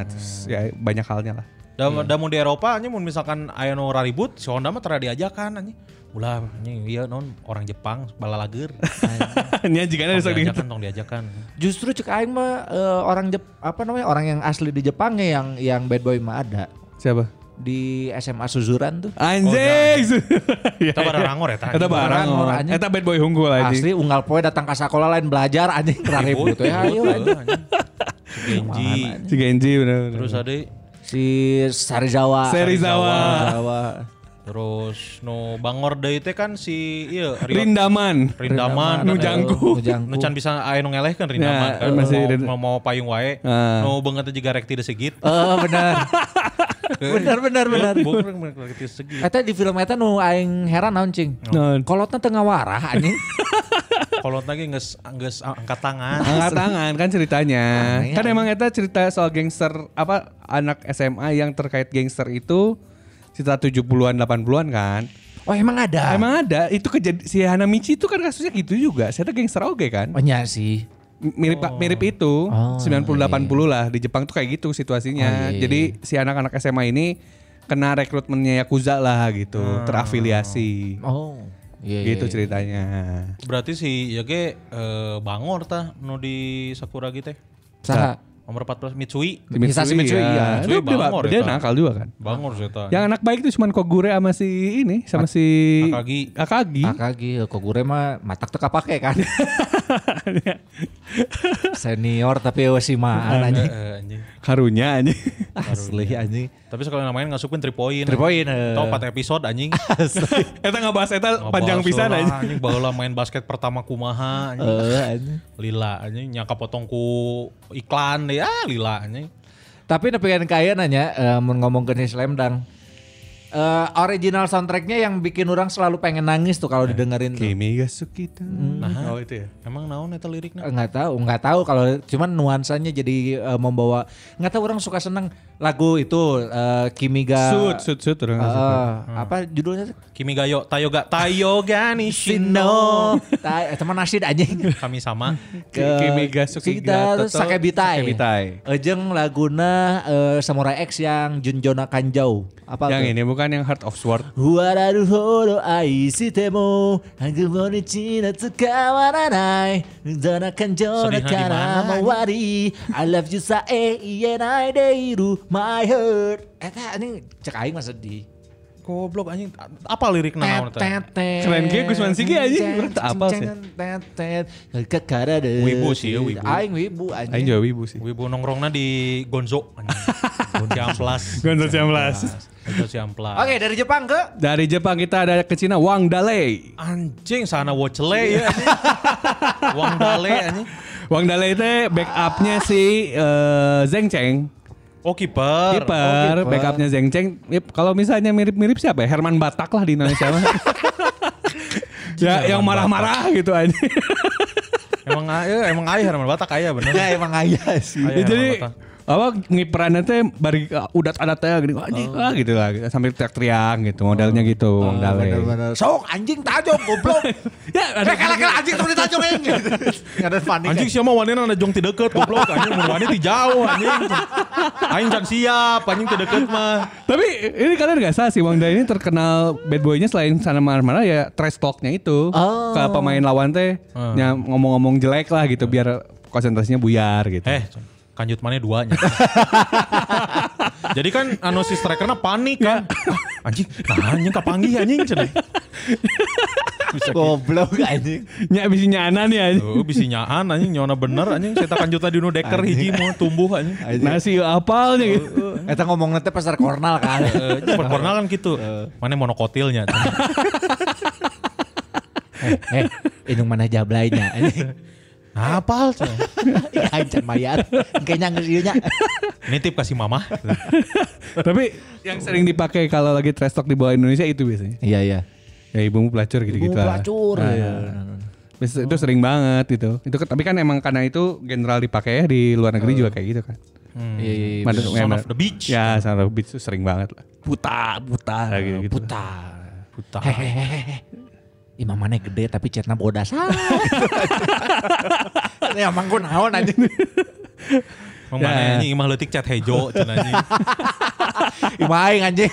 G: terus ya banyak halnya lah.
F: Da, da mun di Eropa anjing mun misalkan aya nu raribut si Honda mah tara diajakan anjing. Ulah anjing ieu non orang Jepang balalager.
G: Nya jika ada
F: Tong
G: sok
F: diajakan tong diajakan.
E: Justru cek aing mah eh, orang Jep, apa namanya orang yang asli di Jepang ya yang yang bad boy mah ada
G: Siapa?
E: di SMA Suzuran tuh.
G: Anjing.
F: Kita barang rangor ya
G: Eta barang.
E: Barang,
G: orang.
E: anjing.
G: Eta bad boy hunggul anjing.
E: Asli unggal poe datang ke sekolah lain belajar anjing ribut gitu ya. Ayo anjing.
F: Si Genji.
G: Si Genji bener.
F: Terus ada
E: Si Sarizawa.
G: Serizawa.
E: Sarizawa.
F: terus nu bangor deui teh kan si ieu Rio-
G: Rindaman.
F: Rindaman
G: Nu
F: anu-
E: Nu
G: jangkung.
E: jangkung.
F: Nu can bisa aya nu ngelehkeun Rindaman
G: Nah,
F: kan
G: masih Rin-
F: mau, mau, mau payung wae.
G: Ah.
F: Nu beungeut juga rek tidak segit.
E: Eh benar. benar benar benar.
F: Bukan rek tidak segit.
E: Eta di film eta nu aing heran naon cing.
G: Naon?
E: Kolotna teu ngawarah anjing.
F: Kalau lagi geus geus angkat tangan.
G: Angkat tangan kan ceritanya.
E: Aneh,
G: Kan
E: aneh.
G: emang eta cerita soal gangster apa anak SMA yang terkait gangster itu cerita 70-an 80-an kan.
E: Oh emang ada.
G: Emang ada itu kejadian si Hanamichi itu kan kasusnya gitu juga. Saya tuh gangster oge kan.
E: Oh nya sih.
G: M- Mirip mirip itu
E: Oh,
G: 90 80 lah di Jepang tuh kayak gitu
E: Oh, iya.
G: situasinya. Jadi si anak-anak SMA ini kena rekrutmennya yakuza lah gitu, terafiliasi.
E: Oh. Iya, iya,
G: gitu
E: iya.
G: ceritanya.
F: Berarti si ya ge eh, bangor tah nu di Sakuragi teh.
E: Saha?
F: Nomor 14 Mitsui.
E: Hisashi
G: ya.
E: Mitsui, iya.
G: Itu
F: Mitsui
G: dia,
F: bangor ya,
G: dia
F: Kak.
G: nakal juga kan.
F: Bangor sih eta.
G: Yang anak baik tuh cuman Kogure sama si ini sama si
F: Akagi.
G: Akagi.
E: Akagi, kok gue mah matak teka pake kan. Senior tapi masih maan anjing.
F: Eh, anjing.
G: Karunya aja. iya.
E: Asli anjing.
F: Tapi sekali yang main ngasupin 3 point.
E: 3 point, eh.
F: Tau 4 episode anjing.
G: Eta nggak bahas gitu. Eta
F: Ngebahas
G: panjang pisan
F: lah,
G: aja.
F: Anjing baheula main basket pertama kumaha anjing.
E: Eh, anjing.
F: Lila anjing nyangka potongku iklan deh. Ah, lila anjing.
E: Tapi nepikan kaya nanya eh, mun ngomongkeun si Slamdang. Eh original soundtracknya yang bikin orang selalu pengen nangis tuh kalau didengerin tuh.
G: Kimi Gasukita.
F: Nah,
G: itu ya.
F: emang naon eta
E: Eh,
F: liriknya?
E: nggak tahu nggak tahu kalau cuman nuansanya jadi eh, membawa nggak tahu orang suka seneng lagu itu eh, Kimiga
G: Sud, sud, sud.
E: Eh,
G: orang nggak suka.
E: apa judulnya
F: Kimigayo, Tayoga, Tayoga Nishino.
E: Sino Ta- eh, teman nasid anjing
F: Kami sama.
G: Ki- Kimi Gasukita.
E: Kita Sakebitai
G: Sakebitai.
E: Ejeng laguna eh, Samurai X yang Junjona Kanjau apa
G: Yang
E: tuh?
G: ini bukan yang Heart of Sword.
E: Wararu horo aisi temo Hagumo ni china tsukawaranai Dona kanjo na
F: Sedihnya di
E: kana
F: mana,
E: mawari I love you e, sae ienai deiru my heart Eta ini cek aing mah sedih
F: Goblok anjing. Apa liriknya naon eta?
E: Keren
G: Keren ge Gusman Sigi anjing, orang tak apal sih.
F: Wibu sih ya, wibu.
E: Aing wibu
G: Aing
E: anjing
G: juga wibu sih.
F: Wibu nongrongna di Gonzo. anjing. Ciamplas.
G: Gonzo Ciamplas.
F: Gonzo Ciamplas.
E: Oke dari Jepang ke
G: Dari Jepang kita ada ke Cina Wang Dale.
F: Anjing sana wocele ya. anjing. Wang Dale anjing.
G: Wang Dale itu backupnya si eh, Zeng Cheng.
F: Oh kiper.
G: Kiper,
E: kiper.
G: backupnya Zeng Cheng. Ip, kalau misalnya mirip-mirip siapa ya? Herman Batak lah di Indonesia
F: Iya,
G: mah. ya, yang marah-marah gitu
F: Iya,
G: aja.
F: Emang ayo emang ayo Herman Batak aya bener.
E: Ya emang ayah sih
F: Aya
G: Ya,
F: Herman
G: jadi
F: Batak.
G: apa ngiperannya teh bari uh, udat adatnya gini
F: Oh.
G: anjing ah gitu lah sambil teriak-teriak gitu modelnya gitu Wang Dale.
E: Bener-bener. Sok Eh, anjing tajong goblok.
G: Ya, ada
E: Kala-kala anjing terus ditajongin. Ada panik.
F: Anjing siapa wanita ada jong ti deket goblok anjing mun wanita ti jauh anjing. Anjing can siap anjing ti deket mah.
G: Tapi ini kalian gak salah sih Wang Dai ini terkenal bad boy-nya selain sana marah-marah ya trash talk-nya itu
E: Oh.
G: ke pemain lawan teh
F: Hmm.
G: nya ngomong-ngomong jelek lah gitu biar konsentrasinya buyar gitu.
F: Eh, kanjut mana duanya. Ya. Jadi kan anu si strikerna panik kan. Ah, anjing, nah anjing kapanggih anjing cenah.
E: gitu.
I: Goblok anjing.
G: Nyak bisi nyana nih ya, anjing.
F: Tuh gitu, bisa nyaan anjing nyona bener anjing cetakan juta di nu deker hiji mau tumbuh anjing.
G: Nasi apalnya gitu.
E: Eta Eh, ngomongnya teh pasar kornal kan.
F: Eh, Cepet pernah kan gitu. Mana monokotilnya.
E: eh, indung mana jablainya. eh.
F: Apal. coy.
E: Ancan mayar. Kayaknya nggak sih nya.
F: Nitip kasih mama.
G: Tapi yang sering dipakai kalau lagi trash talk di bawah Indonesia itu biasanya.
E: Iya iya. Gitu, ah.
G: Ya ibumu pelacur gitu-gitu lah.
E: pelacur. Iya.
G: Nah, biasa- Itu sering banget itu. Itu ke- tapi kan emang karena itu general dipakai ya di luar negeri juga kayak gitu kan.
E: Iya iya. iya.
G: Mother-
F: Son
G: emang-
F: of the beach.
G: Ya, son of the beach itu sering banget lah. Buta, buta gitu. -gitu.
E: Puta. Puta. Hehehe. Imam mana eh. gede tapi chatnya bodas. Ah. Ya emang gue naon anjing.
G: Ya.
F: Memang anjing imah leutik cat hejo cenah anjing.
E: Imam aing anjing.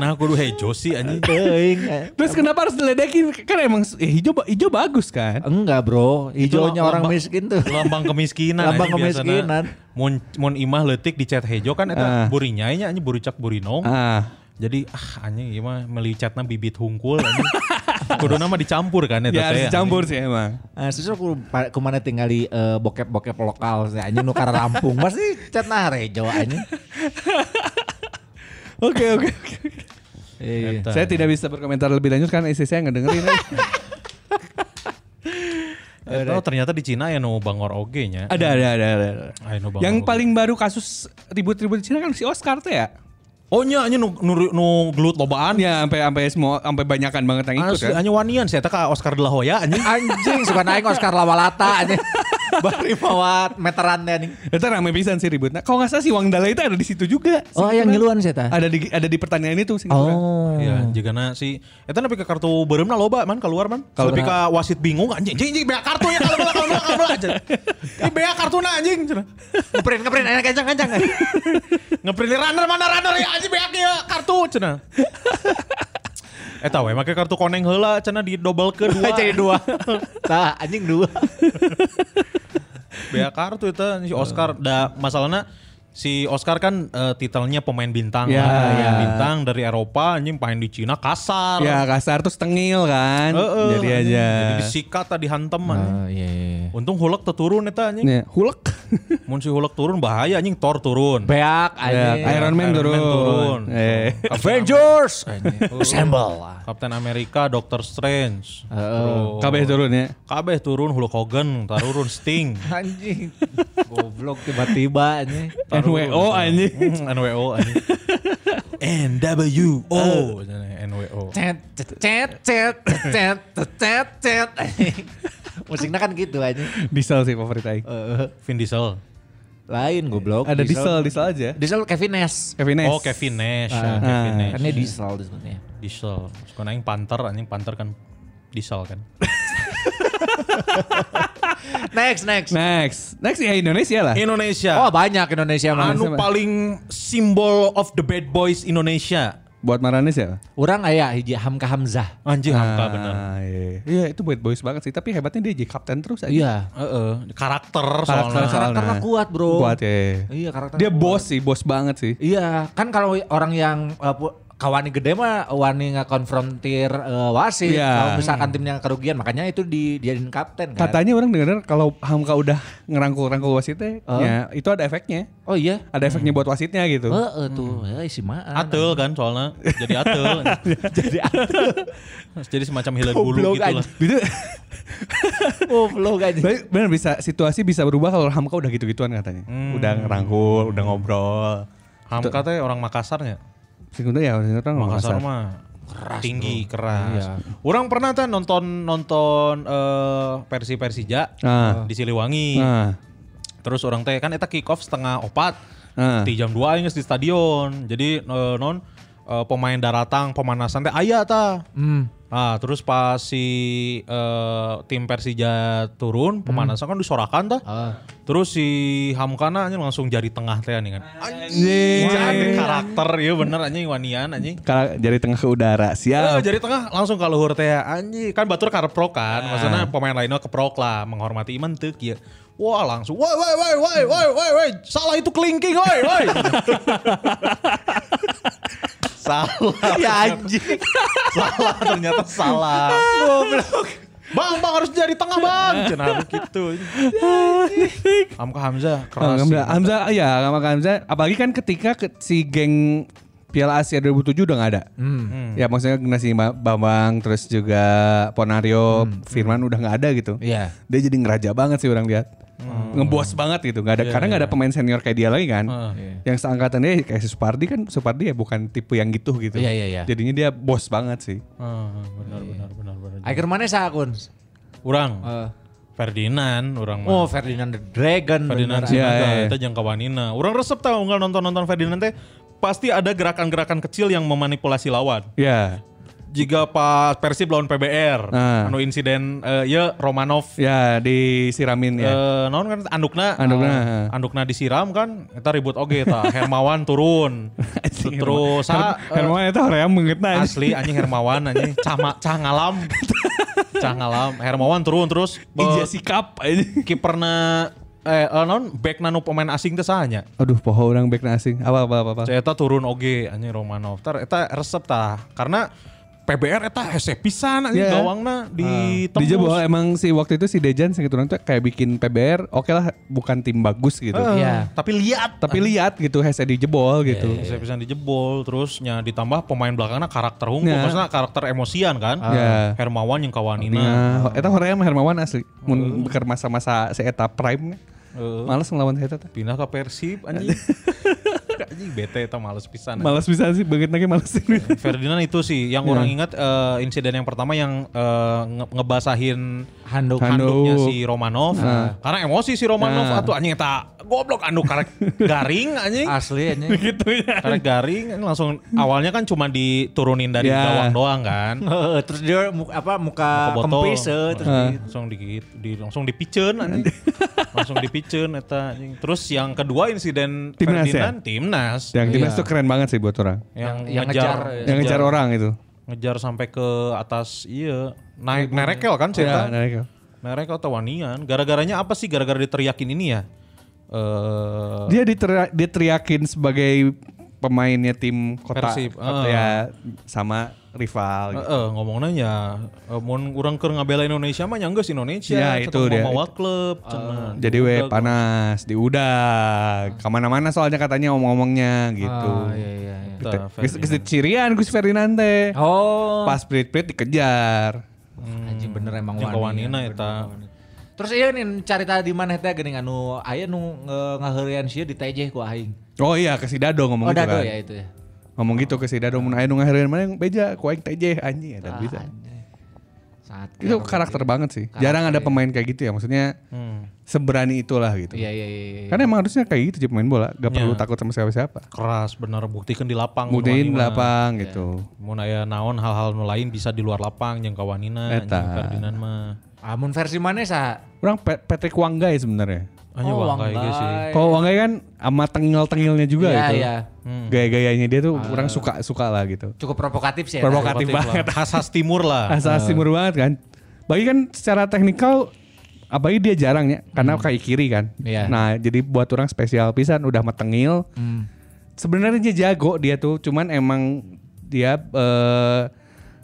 F: Nah kudu hejo sih anjing.
E: Teuing. eh.
G: Terus kenapa harus diledekin? Kan emang eh, hijau ba- hijau bagus kan?
E: Enggak bro, hijaunya
F: Itu
E: orang
F: lambang-
E: miskin tuh.
F: Lambang kemiskinan.
E: Lambang
F: anjing, biasana.
E: kemiskinan.
F: Mun mun imah leutik dicat hejo kan
G: Ah.
F: eta burinya nya anjing buricak burinong.
G: Ah,
F: Jadi ah anjing ieu mah melicatna bibit hungkul anjing. Kudu nama dicampur kan eta
G: ya
F: teh,
G: harus
F: anjing.
G: dicampur sih emang.
E: Eh, Susu aku kemana tinggal di eh, bokep-bokep lokal saya anjing nukar Lampung pasti cat nah rejo anjing.
G: Oke oke oke.
E: Iya.
F: Eta.
G: Saya tidak bisa berkomentar lebih lanjut karena istri saya nggak dengerin.
F: Eta ternyata di Cina ya no bangor oge nya.
G: ada, ada ada ada. ada.
F: Ay, no bangor
G: Yang
F: oge.
G: paling baru kasus ribut-ribut di Cina kan si Oscar tuh ya.
F: Oh nya anjing nu nu, nu gelut lobaan.
G: Ya sampai sampai semua sampai banyakan banget yang ikut
F: Anjing
G: kan.
F: anjing wanian Anu sih eta ka Oscar De La Hoya anjing.
E: Anjing suka naik Oscar Lawalata anjing. Bari bawa meteran deh anjing.
G: Itu rame pisan sih ributnya. Kalau nggak salah si Wang Dala itu ada di situ juga.
E: Oh, yang ngiluan sih, Ta?
G: Ada di ada di pertandingan itu Singapura.
E: Oh.
F: Ya, jigana si eta nepi ke kartu beureumna loba man keluar man. Kalau nepi ka wasit bingung anjing, anjing anjing bea kartu ya kalau bela kalau bela kalau bela anjing. Ini bea kartuna anjing.
E: Ngeprint ngeprint enak kencang-kencang.
F: Ngeprint runner mana runner ya anjing bea kieu kartu Eh, cenah. Eta we make kartu koneng heula cenah di double ke dua.
E: Jadi dua. Tah, anjing dua.
F: Bea kartu itu si Oscar. Da masalahnya si Oscar kan eh, titelnya pemain bintang.
G: Ya,
F: lah. Pemain
G: ya.
F: bintang dari Eropa anjing main di Cina kasar.
G: Ya kasar terus tengil kan.
F: Heeh, anjing.
G: Jadi aja.
F: Oh,
G: Nah.
F: Jadi disikat tadi hantem anjing.
E: iya iya.
F: Untung hulek teturun eta anjing.
G: Ya, hulek.
F: Mun si hulek turun bahaya anjing Thor turun. Iya,
E: Beak anjing.
G: Ya, Iron Man turun. Eh.
E: Avengers assemble.
F: Kapten Amerika, Doctor Strange. Terus-
G: KB turun ya.
F: Kabeh turun Hulk Hogan, tarurun Sting.
E: Anjing. Goblok tiba-tiba anjing.
G: NWO anjing.
F: Hmm, NWO anjing. NWO. NWO.
E: cet cet cet cet cet cet musiknya kan gitu aja
G: Diesel sih favorit aing.
F: Vin Diesel.
E: lain goblok
G: Ada diesel, diesel aja.
E: diesel Kevin Nash
G: Kevin S.
F: Oh Kevin Nash.
G: Ah,
F: ya, Kevin Nash.
E: kan dia diesel disebutnya
F: Diesel. Suka aing Panther, anjing Panther kan Diesel kan.
E: next next
G: Next. Next ya Indonesia
F: Iya.
G: lah.
F: Indonesia.
E: oh banyak Indonesia mah
F: anu paling simbol of the bad boys Indonesia.
G: Buat Maranes ya?
E: orang aya hiji Hamka Hamzah
F: Anjing
G: Ah.
F: Hamka bener.
G: Iya, iya, itu bad boys banget sih. Tapi hebatnya dia jadi kapten terus aja.
E: iya
F: Heeh, karakter,
G: Karakter
F: soalnya.
G: soalnya.
E: karakternya nah. kuat bro
G: Kuat ya.
E: iya karakter
G: Dia bos sih, bos banget sih.
E: iya kan kalau orang yang uh, pu- kawani gede mah wani ngekonfrontir uh, wasit
G: Iya.
E: kalau misalkan timnya kerugian makanya itu di dijadiin kapten kan
G: Katanya orang denger kalau Hamka udah ngerangkul-rangkul wasitnya, ya, itu ada efeknya.
E: oh iya
G: Ada efeknya buat wasitnya gitu.
E: Heeh tuh, ya isi maan.
G: Ah,
F: Atel kan soalnya jadi atel. jadi atel. jadi semacam hilang bulu
E: Goblok
F: gitu lah.
G: Gitu,
E: Goblok aja.
G: Tapi bener bisa situasi bisa berubah kalau Hamka udah gitu-gituan katanya. Udah ngerangkul, udah ngobrol.
F: Hamka teh orang Makassarnya.
G: Sekunder ya orang
F: Makassar mah tinggi keras.
G: Iya.
F: Orang pernah tuh nonton nonton eh, versi Persija
G: Ah.
F: di Siliwangi.
G: Nah,
F: Terus orang teh kan eta kick off setengah opat.
G: Ah.
F: Di jam 2 inges di stadion. Jadi eh, non eh, pemain daratang pemanasan teh aya ta. Ah, terus pas si eh, tim Persija turun, pemanasan kan disorakan tah. Terus si Hamkana anjing langsung jari tengah teh anjing kan. Anjing, jadi karakter ya bener anjing wanian anjing.
G: kalau jari tengah ke
F: Eh,
G: udara, siap.
F: jari tengah langsung ke luhur teh anjing kan batur karepro kan maksudnya pemain lainnya keprok lah menghormati iman teu ya wah langsung woi woi woi woi woi woi woi salah itu kelingking woi woi Salah. ya anjing. salah ternyata salah. Goblok. Bang, bang harus jadi tengah bang. Cenah gitu. Hamka Hamzah
G: Oh,
F: keras.
G: Hamzah, Hamzah, ya sama Hamzah. Apalagi kan ketika ke- si geng Piala Asia 2007 udah nggak ada.
E: Hmm.
G: Ya maksudnya generasi Ma- Bambang, terus juga Ponario, Firman udah nggak ada gitu.
E: Hmm. Iya. Hmm.
G: Dia jadi ngeraja banget sih orang lihat. Ngebos banget gitu, nggak
E: Iya,
G: ada karena nggak ada pemain senior kayak dia lagi kan. Yang seangkatan dia kayak si Supardi kan, Supardi ya bukan tipe yang gitu gitu.
E: Iya, iya, iya.
G: Jadinya dia bos banget sih.
F: Ah, benar benar benar benar.
E: Akhir mana sah kun?
F: Urang.
E: Eh,
F: Ferdinand, orang
E: oh Ferdinand the Dragon.
F: Ferdinand
E: bener.
F: sih
G: Iya,
F: naga,
G: iya, iya.
F: itu jangka wanina. Orang resep tau nggak nonton-nonton Ferdinand teh pasti ada gerakan-gerakan kecil yang memanipulasi lawan.
G: Ya,
F: Jika pas Persib lawan PBR,
G: Ah.
F: anu insiden eh, ya Romanov
G: ya disiramin ya.
F: eh naon kan andukna
G: Andukna, heeh.
F: andukna disiram kan eta ribut oge eta Hermawan turun
E: Eh,
F: terus
E: ah,
F: sa-
G: Herman itu orang yang
F: eh,
G: mengetah.
F: asli anjing Hermawan anjing cah, ma- cah ngalam cah ngalam Hermawan turun terus eh,
G: Ijasi cup aja.
F: kiperna eh eh, naon back nanu pemain asing teh sahanya
G: Aduh, poho orang back na asing. Apa apa apa. apa.
F: Cah eta turun oge anjing Romanov tar eta resep tah karena PBR eta hese pisan anjing
G: Iya.
F: gawangna di
G: Dija bahwa emang si waktu itu si Dejan sing turun tuh kayak bikin PBR, oke lah bukan tim bagus gitu.
E: Iya.
F: tapi lihat
G: Tapi lihat gitu hese dijebol gitu.
F: Saya bisa dijebol terusnya ditambah pemain belakangnya karakter hukum
G: Ya.
F: maksudnya karakter emosian kan.
G: Ya.
F: Hermawan yang kawanina.
G: Nah, eta hoream Hermawan asli. Mun beker masa-masa si eta prime.
F: Heeh.
G: Males ngelawan si eta teh.
F: Pindah ke Persib anjing. anjing bete eta males Iya. pisan.
G: Males bisa sih, banget lagi males.
F: Ferdinand itu sih
G: Iya.
F: yang orang ingat eh, insiden yang pertama yang eh, nge- ngebasahin
E: Handuk.
F: handuknya
G: Handuk. Nah.
F: si Romanov karena emosi si Romanov atuh anjing eta goblok handuk karek garing anjing
E: Asli ini.
G: gitu ya.
F: karek garing langsung awalnya kan cuma diturunin dari
G: Ya.
F: gawang doang kan
E: Heeh, terus dia muka, apa muka,
F: ke
G: Nah,
F: botol.
E: kempis eh, terus
F: Heeh.
E: di-
F: langsung di, di langsung dipiceun anjing. langsung dipiceun eta anjing. Terus yang kedua insiden
G: Timnas ya?
F: Ferdinand timnas
G: Yang timnas tuh keren banget sih buat orang.
F: yang,
E: Yang
F: ngejar,
E: ngejar,
G: Yang
F: Iya.
G: ngejar orang itu.
F: ngejar sampai ke atas iya naik nerekel kan sih
G: Ya,
F: eta?
G: nah, itu.
F: nerekel tawanian gara-garanya apa sih gara-gara diteriakin ini ya eh
G: Dia diteria- diteriakin sebagai pemainnya tim kota.
F: Persib,
G: Kota
F: eh.
G: Ya, sama rival gitu.
F: Eh, ngomongnya ya, eh, mun urang keur ngabela Indonesia mah nyanggeus Indonesia. cenah
G: Ya, itu
F: mau
G: dia. Eh,
F: mawa klub, cenah.
G: Jadi we panas di udah kemana-mana soalnya katanya omong-omongnya gitu.
E: Ah, iya, iya, iya.
G: Gitu.
F: Tah,
G: Geus- geus dicirian Gus Ferdinand teh.
E: Oh.
G: Pas pelit-pelit dikejar.
E: Anjing bener emang
F: Jeung kawanina
E: ya.
F: eta.
E: Terus iya nih carita di mana teh geuning anu aya nu nge- ngaheurian sia ditejeh ku aing.
G: Oh iya ke si Dado ngomong
E: Oh
G: gitu
E: dado
G: kan.
E: ya itu ya.
G: Ngomong gitu ke si Dado mun aya nu ngaheureun mana yang beja ku aing TJ anjing ada
E: Ah,
G: bisa.
E: Sangat
G: Itu
E: keren.
G: karakter banget sih. Jarang ada pemain kayak gitu ya maksudnya. Seberani itulah gitu.
E: Hmm. Iya iya iya. iya.
G: Karena emang harusnya kayak gitu sih pemain bola, gak perlu takut sama siapa-siapa.
F: keras bener buktikan di lapang. nu wani
G: Buktiin di
F: mah.
G: lapang
E: iya.
G: gitu.
F: Mun aya naon hal-hal nu lain bisa di luar lapang jeung kawanina anjing
G: Eta.
F: Ferdinand mah.
E: Amun versi mana sah?
G: Orang Pe- Patrick Wanggai sebenarnya.
F: Hanya
E: Oh,
F: oh, kayak
E: Wanggai.
F: gitu sih.
G: Kalau Wanggai kan sama tengil-tengilnya juga
E: Iya,
G: gitu.
E: iya. Ah.
G: Gaya-gayanya dia tuh orang suka suka lah gitu.
E: Cukup provokatif Ah. sih. ya,
G: Provokatif
E: tadi.
G: banget.
F: Khas-khas timur lah.
G: Asal timur banget kan. Bagi kan secara teknikal apalagi dia jarang ya karena kaki kiri kan.
E: Hmm. Iya.
G: Nah, jadi buat orang spesial pisan udah metengil.
E: Hmm.
G: Sebenarnya dia jago dia tuh, cuman emang dia eh,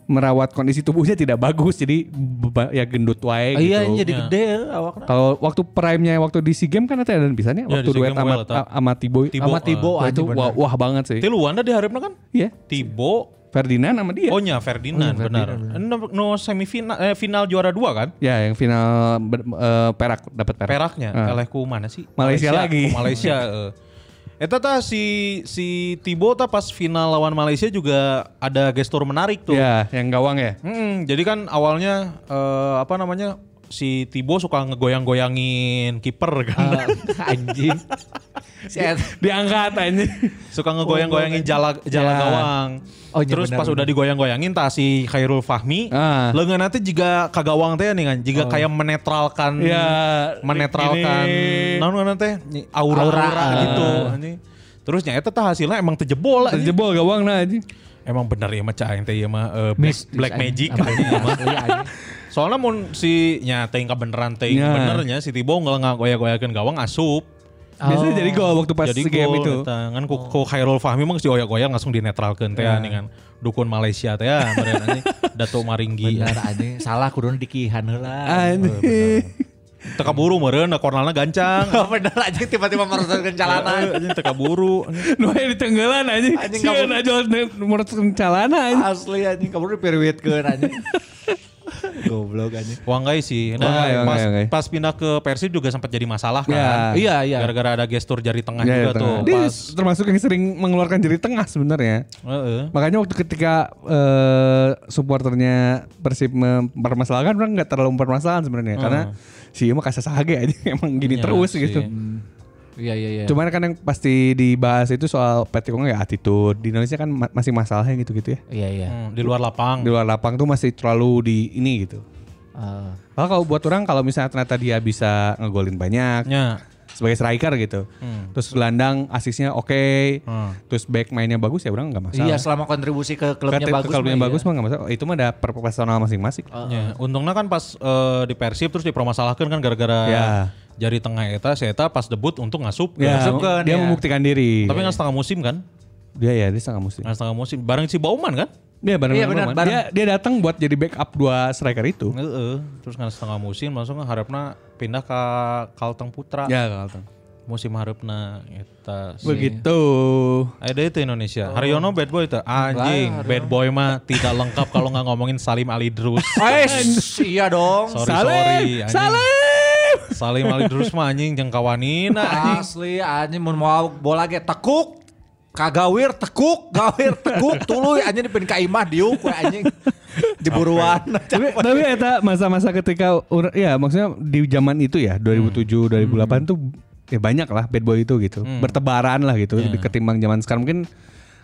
G: merawat kondisi tubuhnya tidak bagus jadi beba- ya gendut
E: Ah,
G: wae gitu.
E: Iya jadi gede eh, awakna.
G: Kalau waktu prime-nya waktu di SEA Games kan ada dan bisa nih
F: Ya, di
G: waktu
F: SEA
G: duet
F: Games
G: sama
F: well, tah.
G: sama Tibo.
F: Tibo,
E: Sama
F: eh.
E: Tibo
G: Wah, itu
E: anjing
G: wah,
E: bener.
G: wah banget sih.
F: Ti Luanda di hareup kan?
G: Iya.
F: Tibo
G: Ferdinand sama dia.
F: Oh nya Ferdinand, benar. No, no semifinal eh, final juara dua kan?
G: Ya, yang final ber- eh, perak dapat perak.
F: Peraknya,
G: Ah.
F: eleh ku mana sih?
G: Malaysia
F: ku
G: lagi.
F: Malaysia. eh. Eta tah si si Tibo tah pas final lawan Malaysia juga ada gestur menarik tuh.
G: Ya, yang gawang ya.
F: Mm-mm, jadi kan awalnya eh, apa namanya si Tibo suka ngegoyang-goyangin kiper kan,
E: anjing. Si Ed-
G: Diangkat aja.
F: suka ngegoyang-goyangin jala jala
G: Ya.
F: gawang.
E: Iya. Oh, iya
F: Terus
E: benar,
F: pas udah digoyang-goyangin tah si Khairul Fahmi,
G: Ah.
F: leungeun nanti jika kagawang teh nih kan,
E: Oh.
F: jika kayak menetralkan
G: ya,
E: Iya,
F: menetralkan
G: ini.
F: naon ngaran teh aura, aura,
E: Aura, ah.
F: gitu. anjing. Terus nyata tah hasilnya emang tejebol anjing.
G: Terjebol gawang nah aja.
F: Emang bener ya mah cah teh ieu mah eh, black, black magic anjing ieu mah.
E: Iya, anjing.
F: Soalnya mun si nya teuing beneran teuing
E: Iya.
G: Ya.
F: benernya si Tibo nggak goyah-goyakeun gawang asup.
G: Biasanya jadi gol waktu pas
F: Oh, jadi gol
G: game itu. Oh.
F: eta. kan ku, ku Khairul Fahmi mah geus dioyak-oyak langsung dinetralkeun teh
G: Iya.
F: yeah. dengan dukun Malaysia teh ya, meureun anjing Dato Maringgi.
E: Bener anjing, salah kudun dikihan heula.
F: Oh,
G: Aneh.
F: Teu kaburu meureun da kornalna gancang.
E: Bener anjing tiba-tiba merosotkan jalanan.
F: Anjing teu kaburu.
G: Nu aya di tenggelan anjing.
E: Anjing
G: Sieun
E: kamu-
G: aja nomor calana anjing.
F: Ah,
E: Asli anjing, kamu diperwit ke anjing. Goblok anjing.
F: Wanggai sih. Nah,
G: Wanggai, wanggai,
F: pas,
G: wanggai.
F: pas pindah ke Persib juga sempat jadi masalah kan.
G: Ya.
E: Iya, iya.
F: Gara-gara ada gestur jari tengah
G: Ya,
F: nah, juga
G: ya, tengah.
F: tuh.
G: Dia
F: Pas,
G: termasuk yang sering mengeluarkan jari tengah sebenarnya.
F: Heeh.
G: Makanya waktu ketika eh, supporternya Persib mempermasalahkan orang nggak terlalu mempermasalahkan sebenarnya karena si Ima kasih sahage aja emang gini
F: Hmm. Iya
G: terus
F: sih.
G: gitu.
E: Iya, iya, iya.
G: Cuman kan yang pasti dibahas itu soal Patrick Wong ya attitude. Di Indonesia kan ma- masih masalahnya gitu-gitu ya.
E: Iya, iya.
F: Hmm, di luar lapang.
G: Di luar lapang tuh masih terlalu di ini gitu.
E: Eh,
G: Kalau kalau buat orang kalau misalnya ternyata dia bisa ngegolin banyak
F: Ya.
G: sebagai striker gitu. Terus gelandang asisnya oke.
F: Hmm.
G: Terus back mainnya bagus ya orang nggak masalah.
E: Iya, selama kontribusi ke klubnya
G: Kreatif
E: bagus.
G: Kalau yang
E: mah
G: bagus
E: iya.
G: mah nggak masalah. Itu mah ada per personal masing-masing.
F: Ya, untungnya kan pas eh, di Persib terus dipermasalahkan kan gara-gara
G: Ya.
F: jari tengah eta si eta pas debut untung ngasup
G: Ya,
F: ngasupkeun, ya.
G: dia membuktikan diri.
F: Tapi nggak setengah musim kan?
G: dia ya dia setengah musim.
F: Nggak setengah musim bareng si Bauman kan?
G: Dia bareng
E: Iya,
G: sama
E: benar,
G: Roman.
E: bareng.
G: Dia dia datang buat jadi backup dua striker itu.
F: Heeh. Terus nggak setengah musim langsung harapna pindah ke Kalteng Putra.
G: Ya, Kalteng.
F: Musim gitu harapna eta si-
G: Begitu.
F: Ada itu Indonesia.
G: Oh.
F: Haryono bad boy itu. Anjing, bad boy mah tidak lengkap kalau nggak ngomongin Salim Ali Drus.
E: Wes, iya dong.
F: Sorry, sorry.
G: Ah, Salim,
F: anjing.
G: Salim.
F: Salim Ali Drus mah anjing jeung kawanina
G: Ah,
F: anjing.
E: Nah, Asli anjing mun mau bola ge tekuk. Kagawir tekuk, gawir tekuk tuluy anjing dipin ka imah diuk we anjing. Jeburuan.
G: tapi, tapi eta masa-masa ketika ur- ya maksudnya di zaman itu ya 2007 2008 tuh ya banyak lah bad boy itu gitu bertebaran lah gitu ketimbang zaman sekarang mungkin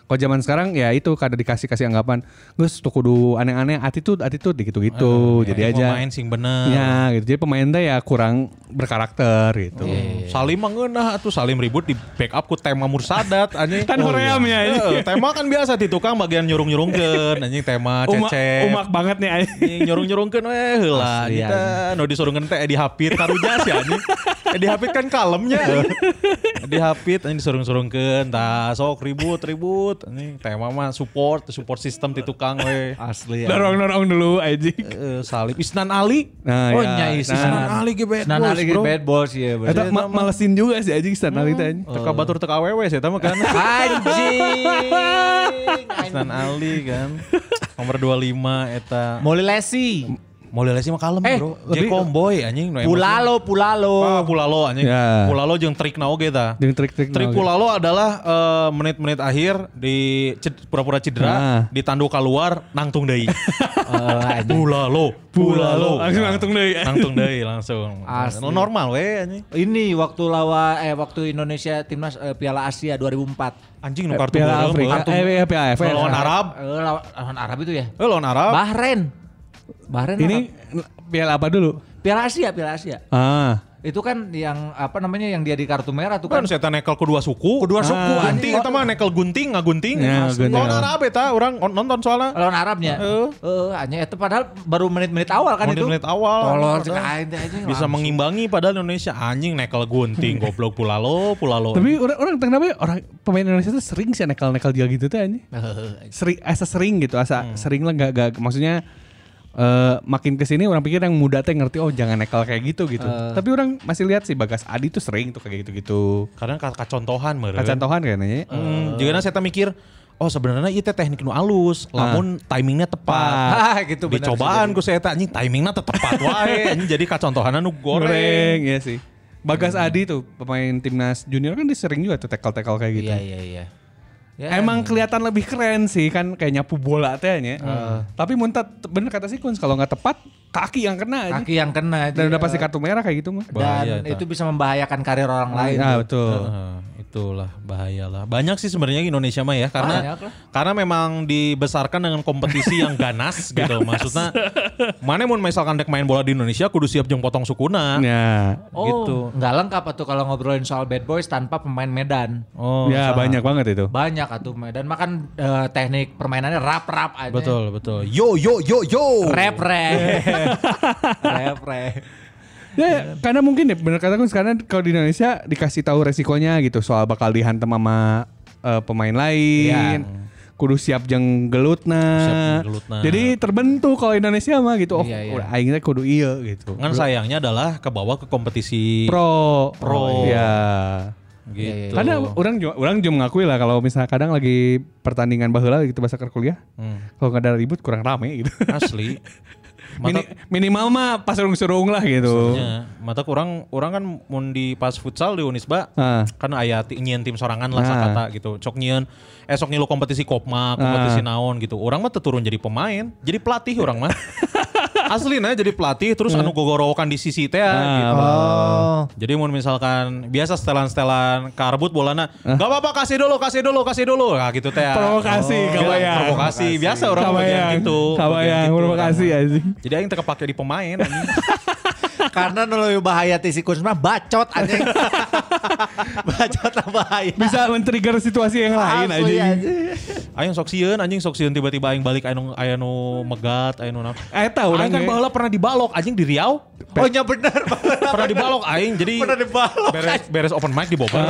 G: kalau zaman sekarang ya itu kada dikasih kasih anggapan Gus tuh kudu aneh-aneh attitude attitude gitu gitu jadi
F: iya.
G: aja
F: Pemain sing bener.
G: ya gitu jadi pemain teh ya kurang berkarakter gitu
F: Iya, Salim mah ngeunah atuh Salim ribut di backup ku Tema Mursadat anjing. Oh,
G: Kan hoream ya, anjing.
F: Heeh, Tema kan biasa di tukang bagian nyurung-nyurungkeun anjing Tema
G: Uma-
F: cecep.
G: umak banget nih anjing.
F: Anjing, nyurung-nyurungkeun we heula.
E: Asli,
F: Kita nu disurungkeun teh Edi Hapit karunya sih anjing. Edi Hapit kan kalemnya. Edi Hapit anjing disurung-surungkeun tah sok ribut-ribut anjing Tema mah support support system di tukang we.
E: Asli. anjing.
G: dorong-dorong dulu aja
F: Heeh, Salim Isnan Ali.
G: nah
E: Oh
G: ya
E: nyai Sinan
F: Sinan Ali ge bad
E: Sinan
F: boys,
E: Ali ge
F: bro.
E: Iya. bad boys ya. bro.
G: Eta ma- malesin juga sih anjing Stan Alita anjing.
F: Teka batur teka awewe sih tamu kan.
E: Anjing.
F: Isnan Ali kan. Nomor 25 eta.
E: Moli Lesi.
F: Mau lelesi mah kalem
E: Eh,
F: bro.
E: lebih-
F: Jadi komboy anjing. no emosi.
E: Pulalo, Pulalo.
F: Ah, Pulalo anjing.
G: Ya.
F: Pulalo jeung trik na oge ta.
G: Jeung trik-trik na
F: Trik
G: oge.
F: Pulalo adalah eh, menit-menit akhir di ced- pura-pura
G: Ah.
F: cedera, ditandu keluar, nangtung
E: Eh,
F: deui.
E: anjing.
F: Pulalo, Pulalo.
G: Langsung nangtung deui.
F: Nangtung deui langsung.
E: Asli.
F: Normal we anjing.
E: Ini waktu lawa eh waktu Indonesia timnas eh, Piala Asia 2004.
F: Anjing nu kartu
G: Piala
F: beureum,
G: Afrika.
F: we.
G: Eh, Piala Afrika.
F: Lawan Arab.
E: Eh, lawan, lawan Arab itu ya.
F: Eh lawan Arab.
E: Bahrain. Bahrain
G: Ini
E: apa?
G: piala apa dulu?
E: Piala Asia, Piala Asia.
G: Ah,
E: Itu kan yang apa namanya yang dia di kartu merah tuh
F: kan
E: kan.
F: saya nekel kedua suku
E: Kedua suku,
F: ah,
E: anjing.
F: gunting kita mah nekel gunting ngagunting
G: Ya,
F: gunting
G: gunting.
F: lawan Arab eta orang on- nonton soalnya
E: Lawan Arabnya.
F: Heeh.
E: Heeh, hanya itu padahal baru menit-menit awal kan itu.
F: menit awal
E: Tolol
F: padahal.
E: cek aing teh anjing.
F: bisa
E: langsung.
F: mengimbangi padahal Indonesia anjing nekel gunting goblok pula lo pula lo
G: tapi orang orang tengah apa ya, orang pemain Indonesia tuh sering sih nekal-nekal dia gitu tuh anjing.
F: Nah,
G: Sering asa sering gitu, asa sering lah gak, gak maksudnya eh makin kesini orang pikir yang muda teh ngerti oh jangan nekal kayak gitu gitu. Tapi orang masih lihat sih Bagas Adi tuh sering tuh kayak gitu-gitu.
F: karena ka- kacontohan meren
G: Kacantohan kayaknya. ya.
F: Hmm, jika saya mikir Oh sebenarnya itu teknik nu alus, lamun timingnya tepat.
E: Ah, gitu benar
F: Dicobaan ku saya anjing timingnya teu tepat wae. Anjing jadi kacontohanan nu goreng.
G: Goreng ya sih. Bagas Adi tuh pemain timnas junior kan dia sering juga tuh tekal-tekal kayak gitu.
E: Iya, iya, iya. Ya,
G: Emang kelihatan lebih keren sih kan kayak nyapu bola teh nya.
E: Ah.
G: Tapi muntah bener kata si Kunz kalau nggak tepat kaki yang kena aja.
E: kaki yang kena anjing.
G: Dan udah pasti kartu merah kayak gitu mah.
F: Bahaya, Iya,
E: dan itu bisa membahayakan karir orang lain. Gitu.
G: Nah, betul.
F: Heeh, itulah bahayalah. Banyak sih sebenarnya Indonesia mah ya karena
E: Banyak lah.
F: karena memang dibesarkan dengan kompetisi yang ganas gitu. Maksudnya mana mun misalkan dek main bola di Indonesia kudu siap jeung potong sukuna.
G: Ya.
E: Oh,
F: Gitu.
E: nggak lengkap atau kalau ngobrolin soal bad boys tanpa pemain Medan.
F: Oh,
G: ya
F: salah.
G: banyak banget itu.
E: Banyak atuh Medan makan eh, teknik permainannya rap-rap aja. Oh.
F: Betul, betul. Yo yo yo yo.
E: Rap rap. rap rap.
G: Ya, karena mungkin ya bener kataku sekarang kalau di Indonesia dikasih tahu resikonya gitu soal bakal dihantam sama eh, pemain lain.
E: Iya.
G: Kudu siap jeung gelutna.
F: Siap jeung gelutna.
G: Jadi terbentuk kalau Indonesia mah gitu. Oh,
E: Iya, iya.
G: udah aing teh kudu iya gitu.
F: Kan sayangnya adalah kebawa ke kompetisi
G: Pro,
F: Pro.
G: Ya.
F: gitu.
G: Karena orang juga, orang juga mengakui lah kalau misalnya kadang lagi pertandingan baheula gitu bahasa keur kuliah.
F: Hmm.
G: Kalau nggak ada ribut kurang rame gitu.
F: asli.
G: Mini-
F: Mata
G: minimal mah pas urung-surung lah gitu.
F: Ya, mata kurang orang kan mun di pas futsal di Unisba
G: Ah.
F: kan aya ti- nyieun tim sorangan lah
G: Ah.
F: sakata gitu. Cok nyieun esok ngilu kompetisi kopma, kompetisi naon gitu. Orang mah teu turun jadi pemain, jadi pelatih orang mah. Asli nah jadi pelatih terus anu gogorowokan di sisi teh gitu.
E: Oh.
F: Jadi mun misalkan biasa setelan-setelan karbut bolana, gak apa-apa kasih dulu, kasih dulu, kasih dulu. Nah gitu teh.
G: Provokasi, kabayang.
F: Provokasi, biasa orang bagian gitu. Nah,
G: Kabayang, terima kasih anjing.
F: Jadi aing teu kepake di pemain anjing.
E: Karena nu leuwih bahaya ti si Kusma bacot anjing. bacot lah bahaya.
G: Bisa men-trigger situasi yang lain
E: Nah. Asli,
G: anjing.
F: Aing sok sieun anjing sok sieun tiba-tiba aing balik aing nu aing nu megat aing nu naon.
G: Eh tahu
F: Aing
G: orang
F: kan
G: ge.
F: baheula pernah dibalok anjing di Riau.
E: Oh
G: iya,
E: nya bener.
F: Pernah dibalok aing jadi
E: Pernah dibalok,
F: Beres beres open mic di
G: Ah.
F: Bogor.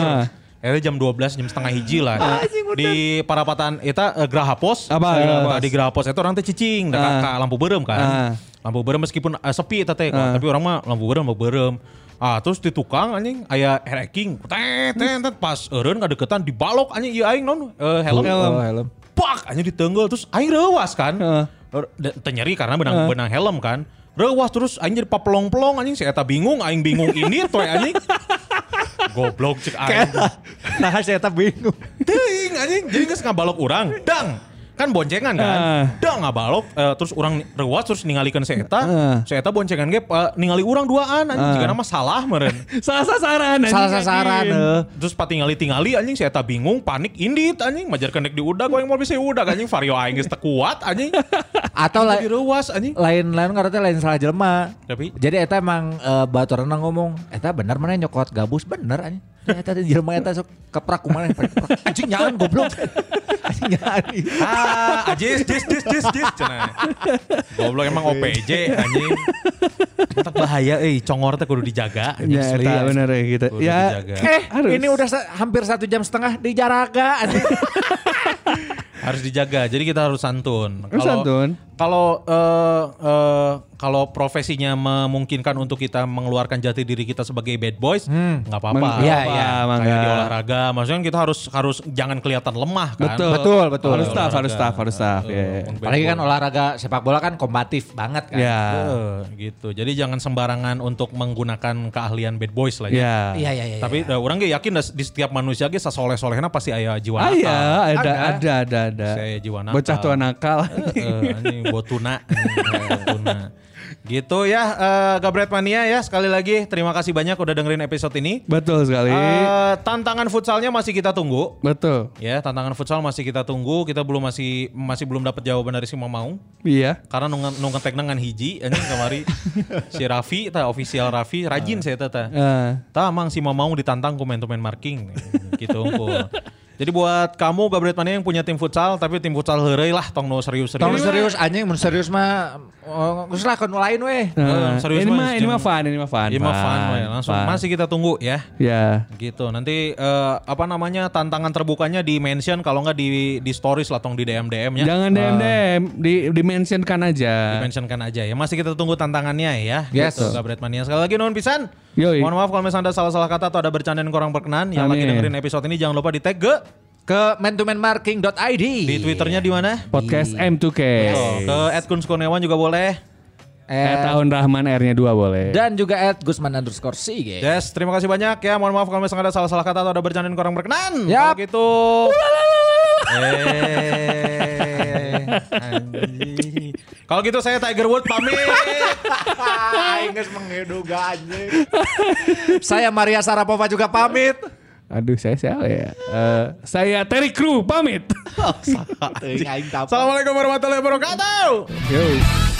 F: Akhirnya jam 12 jam setengah hiji lah. di parapatan eta eh, Graha Pos.
G: Apa,
F: Eh,
G: Graha Pos?
F: Di Graha Pos itu orang teh cicing da
G: Ah.
F: ka lampu beureum kan.
G: Ah.
F: Lampu beureum meskipun eh, sepi eta teh
G: Ah.
F: tapi orang mah lampu beureum lampu beureum. Ah terus di tukang anjing aya hacking. Tet tet tet pas eureun ngadeketan dibalok anjing ieu aing naon eh, helm.
G: Helm.
F: pak hanya ditenggel terus aing rewas kan
G: Heeh.
F: Er, da- tenyeri karena benang benang helm kan rewas terus aing jadi papelong pelong anjing si eta bingung aing bingung ini tuh anjing goblok cek aing
E: Nah, saya tak bingung.
F: Teuing anjing jadi geus ngabalok urang dang kan boncengan kan
G: Ah.
F: dang ngabalok eh, terus urang rewas terus ningalikeun si eta
G: Ah.
F: si eta boncengan ge eh, ningali urang duaan anjing
G: Ah.
F: jika nama salah meureun
G: Salah sasaran anjing.
E: Salah sasaran.
G: yakin.
E: eh.
F: Terus patingali tingali anjing si eta bingung panik indit anjing majar kendek di udag aing mau bisa udag anjing vario aing geus teu kuat anjing
E: Atau
F: Jadi
E: lain
F: rewas anjing.
E: lain-lain karena lain salah jelema.
F: Tapi
E: Jadi eta emang eh, batu renang ngomong, eta bener mana nyokot gabus bener anjing. Ya, Eta teh jelema eta sok keprak kumaha yang paling keprak. Anjing nyaan goblok. Anjing nyaan.
F: ah ajis jis jis jis jis cenah. Goblok emang OPJ anjing. Tak bahaya euy, congor teh kudu dijaga. anjing,
G: Ya,
F: asli.
G: eta bener ya gitu.
F: Kudu
G: Ya,
F: dijaga.
E: Eh,
G: harus.
E: ini udah sa- hampir satu jam setengah di jaraga. anjing.
F: Harus dijaga. Jadi kita harus santun.
G: Harus santun.
F: kan Kalau eh, eh, kalau profesinya memungkinkan untuk kita mengeluarkan jati diri kita sebagai bad boys, nggak apa-apa.
G: Meng-
F: Nggak
G: iya, iya,
F: apa-apa. Kayak
G: mangga.
F: di olahraga, maksudnya kita harus harus jangan kelihatan lemah kan.
G: Betul.
E: Betul, betul.
G: Harus staff, harus staff, harus staff. ya, ya.
E: Apalagi kan olahraga sepak bola kan kombatif banget kan.
G: Ya.
F: Eh, gitu. Jadi jangan sembarangan untuk menggunakan keahlian bad boys lah ya.
G: Ya.
E: Iya, iya, iya.
F: Tapi da, orang ge yakin das- di setiap manusia ge sasoleh-solehna pasti aya jiwa
G: Ah
F: nakal.
G: ya, ada ada ada ada.
F: Si aya jiwa nakal.
G: Bocah tua nakal.
F: Heeh, anjing botuna. Anjing, botuna. Gitu ya eh, Gabret Mania ya sekali lagi terima kasih banyak udah dengerin episode ini.
G: Betul sekali.
F: Eh, tantangan futsalnya masih kita tunggu.
G: Betul.
F: Ya, tantangan futsal masih kita tunggu. Kita belum masih masih belum dapat jawaban dari si Mamaung.
G: Iya.
F: Karena nungan nungan dengan hiji anjing kamari si Raffi ta official Raffi rajin saya ta. ta.
G: Eh,
F: Tah mang si mau ditantang ku main-main marking gitu unggul. Jadi buat kamu Gabret Mania yang punya tim futsal tapi tim futsal heureuy lah tong nu serius-serius.
E: Tolong serius anjing, mun serius mah oh, geus lah kon lain weh.
G: eh,
F: Ah, serius
G: ini
F: mah,
G: mah ini
F: jangan-
G: mah fun, ini mah fun.
F: Iya mah fun, we. langsung
G: fun.
F: masih kita tunggu ya.
G: Ya.
F: Gitu. Nanti eh, apa namanya tantangan terbukanya di mention kalau nggak di di stories lah tong di DM DM-nya.
G: Jangan DM DM di dimensionkan aja.
F: Dimensionkan aja ya. Masih kita tunggu tantangannya ya.
E: Yes.
F: Gitu, Gabret Mania. Sekali lagi nuhun pisan.
G: Yoi.
F: Mohon maaf kalau misalnya ada salah-salah kata atau ada bercandaan yang kurang berkenan. Yang lagi
G: Amin.
F: dengerin episode ini jangan lupa di tag ge
E: Ke Eh, man to manmarking.id.
F: di
G: Iya.
F: Twitternya di mana?
G: Podcast M2K.
F: Oh, ke @kunskurniawan juga boleh.
G: Eh, tahun Rahman R-nya dua boleh.
E: dan juga at Gusman underscore C geng.
F: Yes, terima kasih banyak ya. Mohon maaf kalau misalnya ada salah-salah kata atau ada bercandaan yang kurang berkenan.
E: Yap.
F: Kalau gitu. Eh, anjing. Kalau gitu saya Tiger Wood pamit.
E: Inggris mengeduga anjing. Saya Maria Sarapova juga pamit.
G: Aduh, saya siapa ya? Eh, saya Terry Crew pamit.
E: Teuing aing tapal.
F: Assalamualaikum warahmatullahi wabarakatuh.
G: Yo.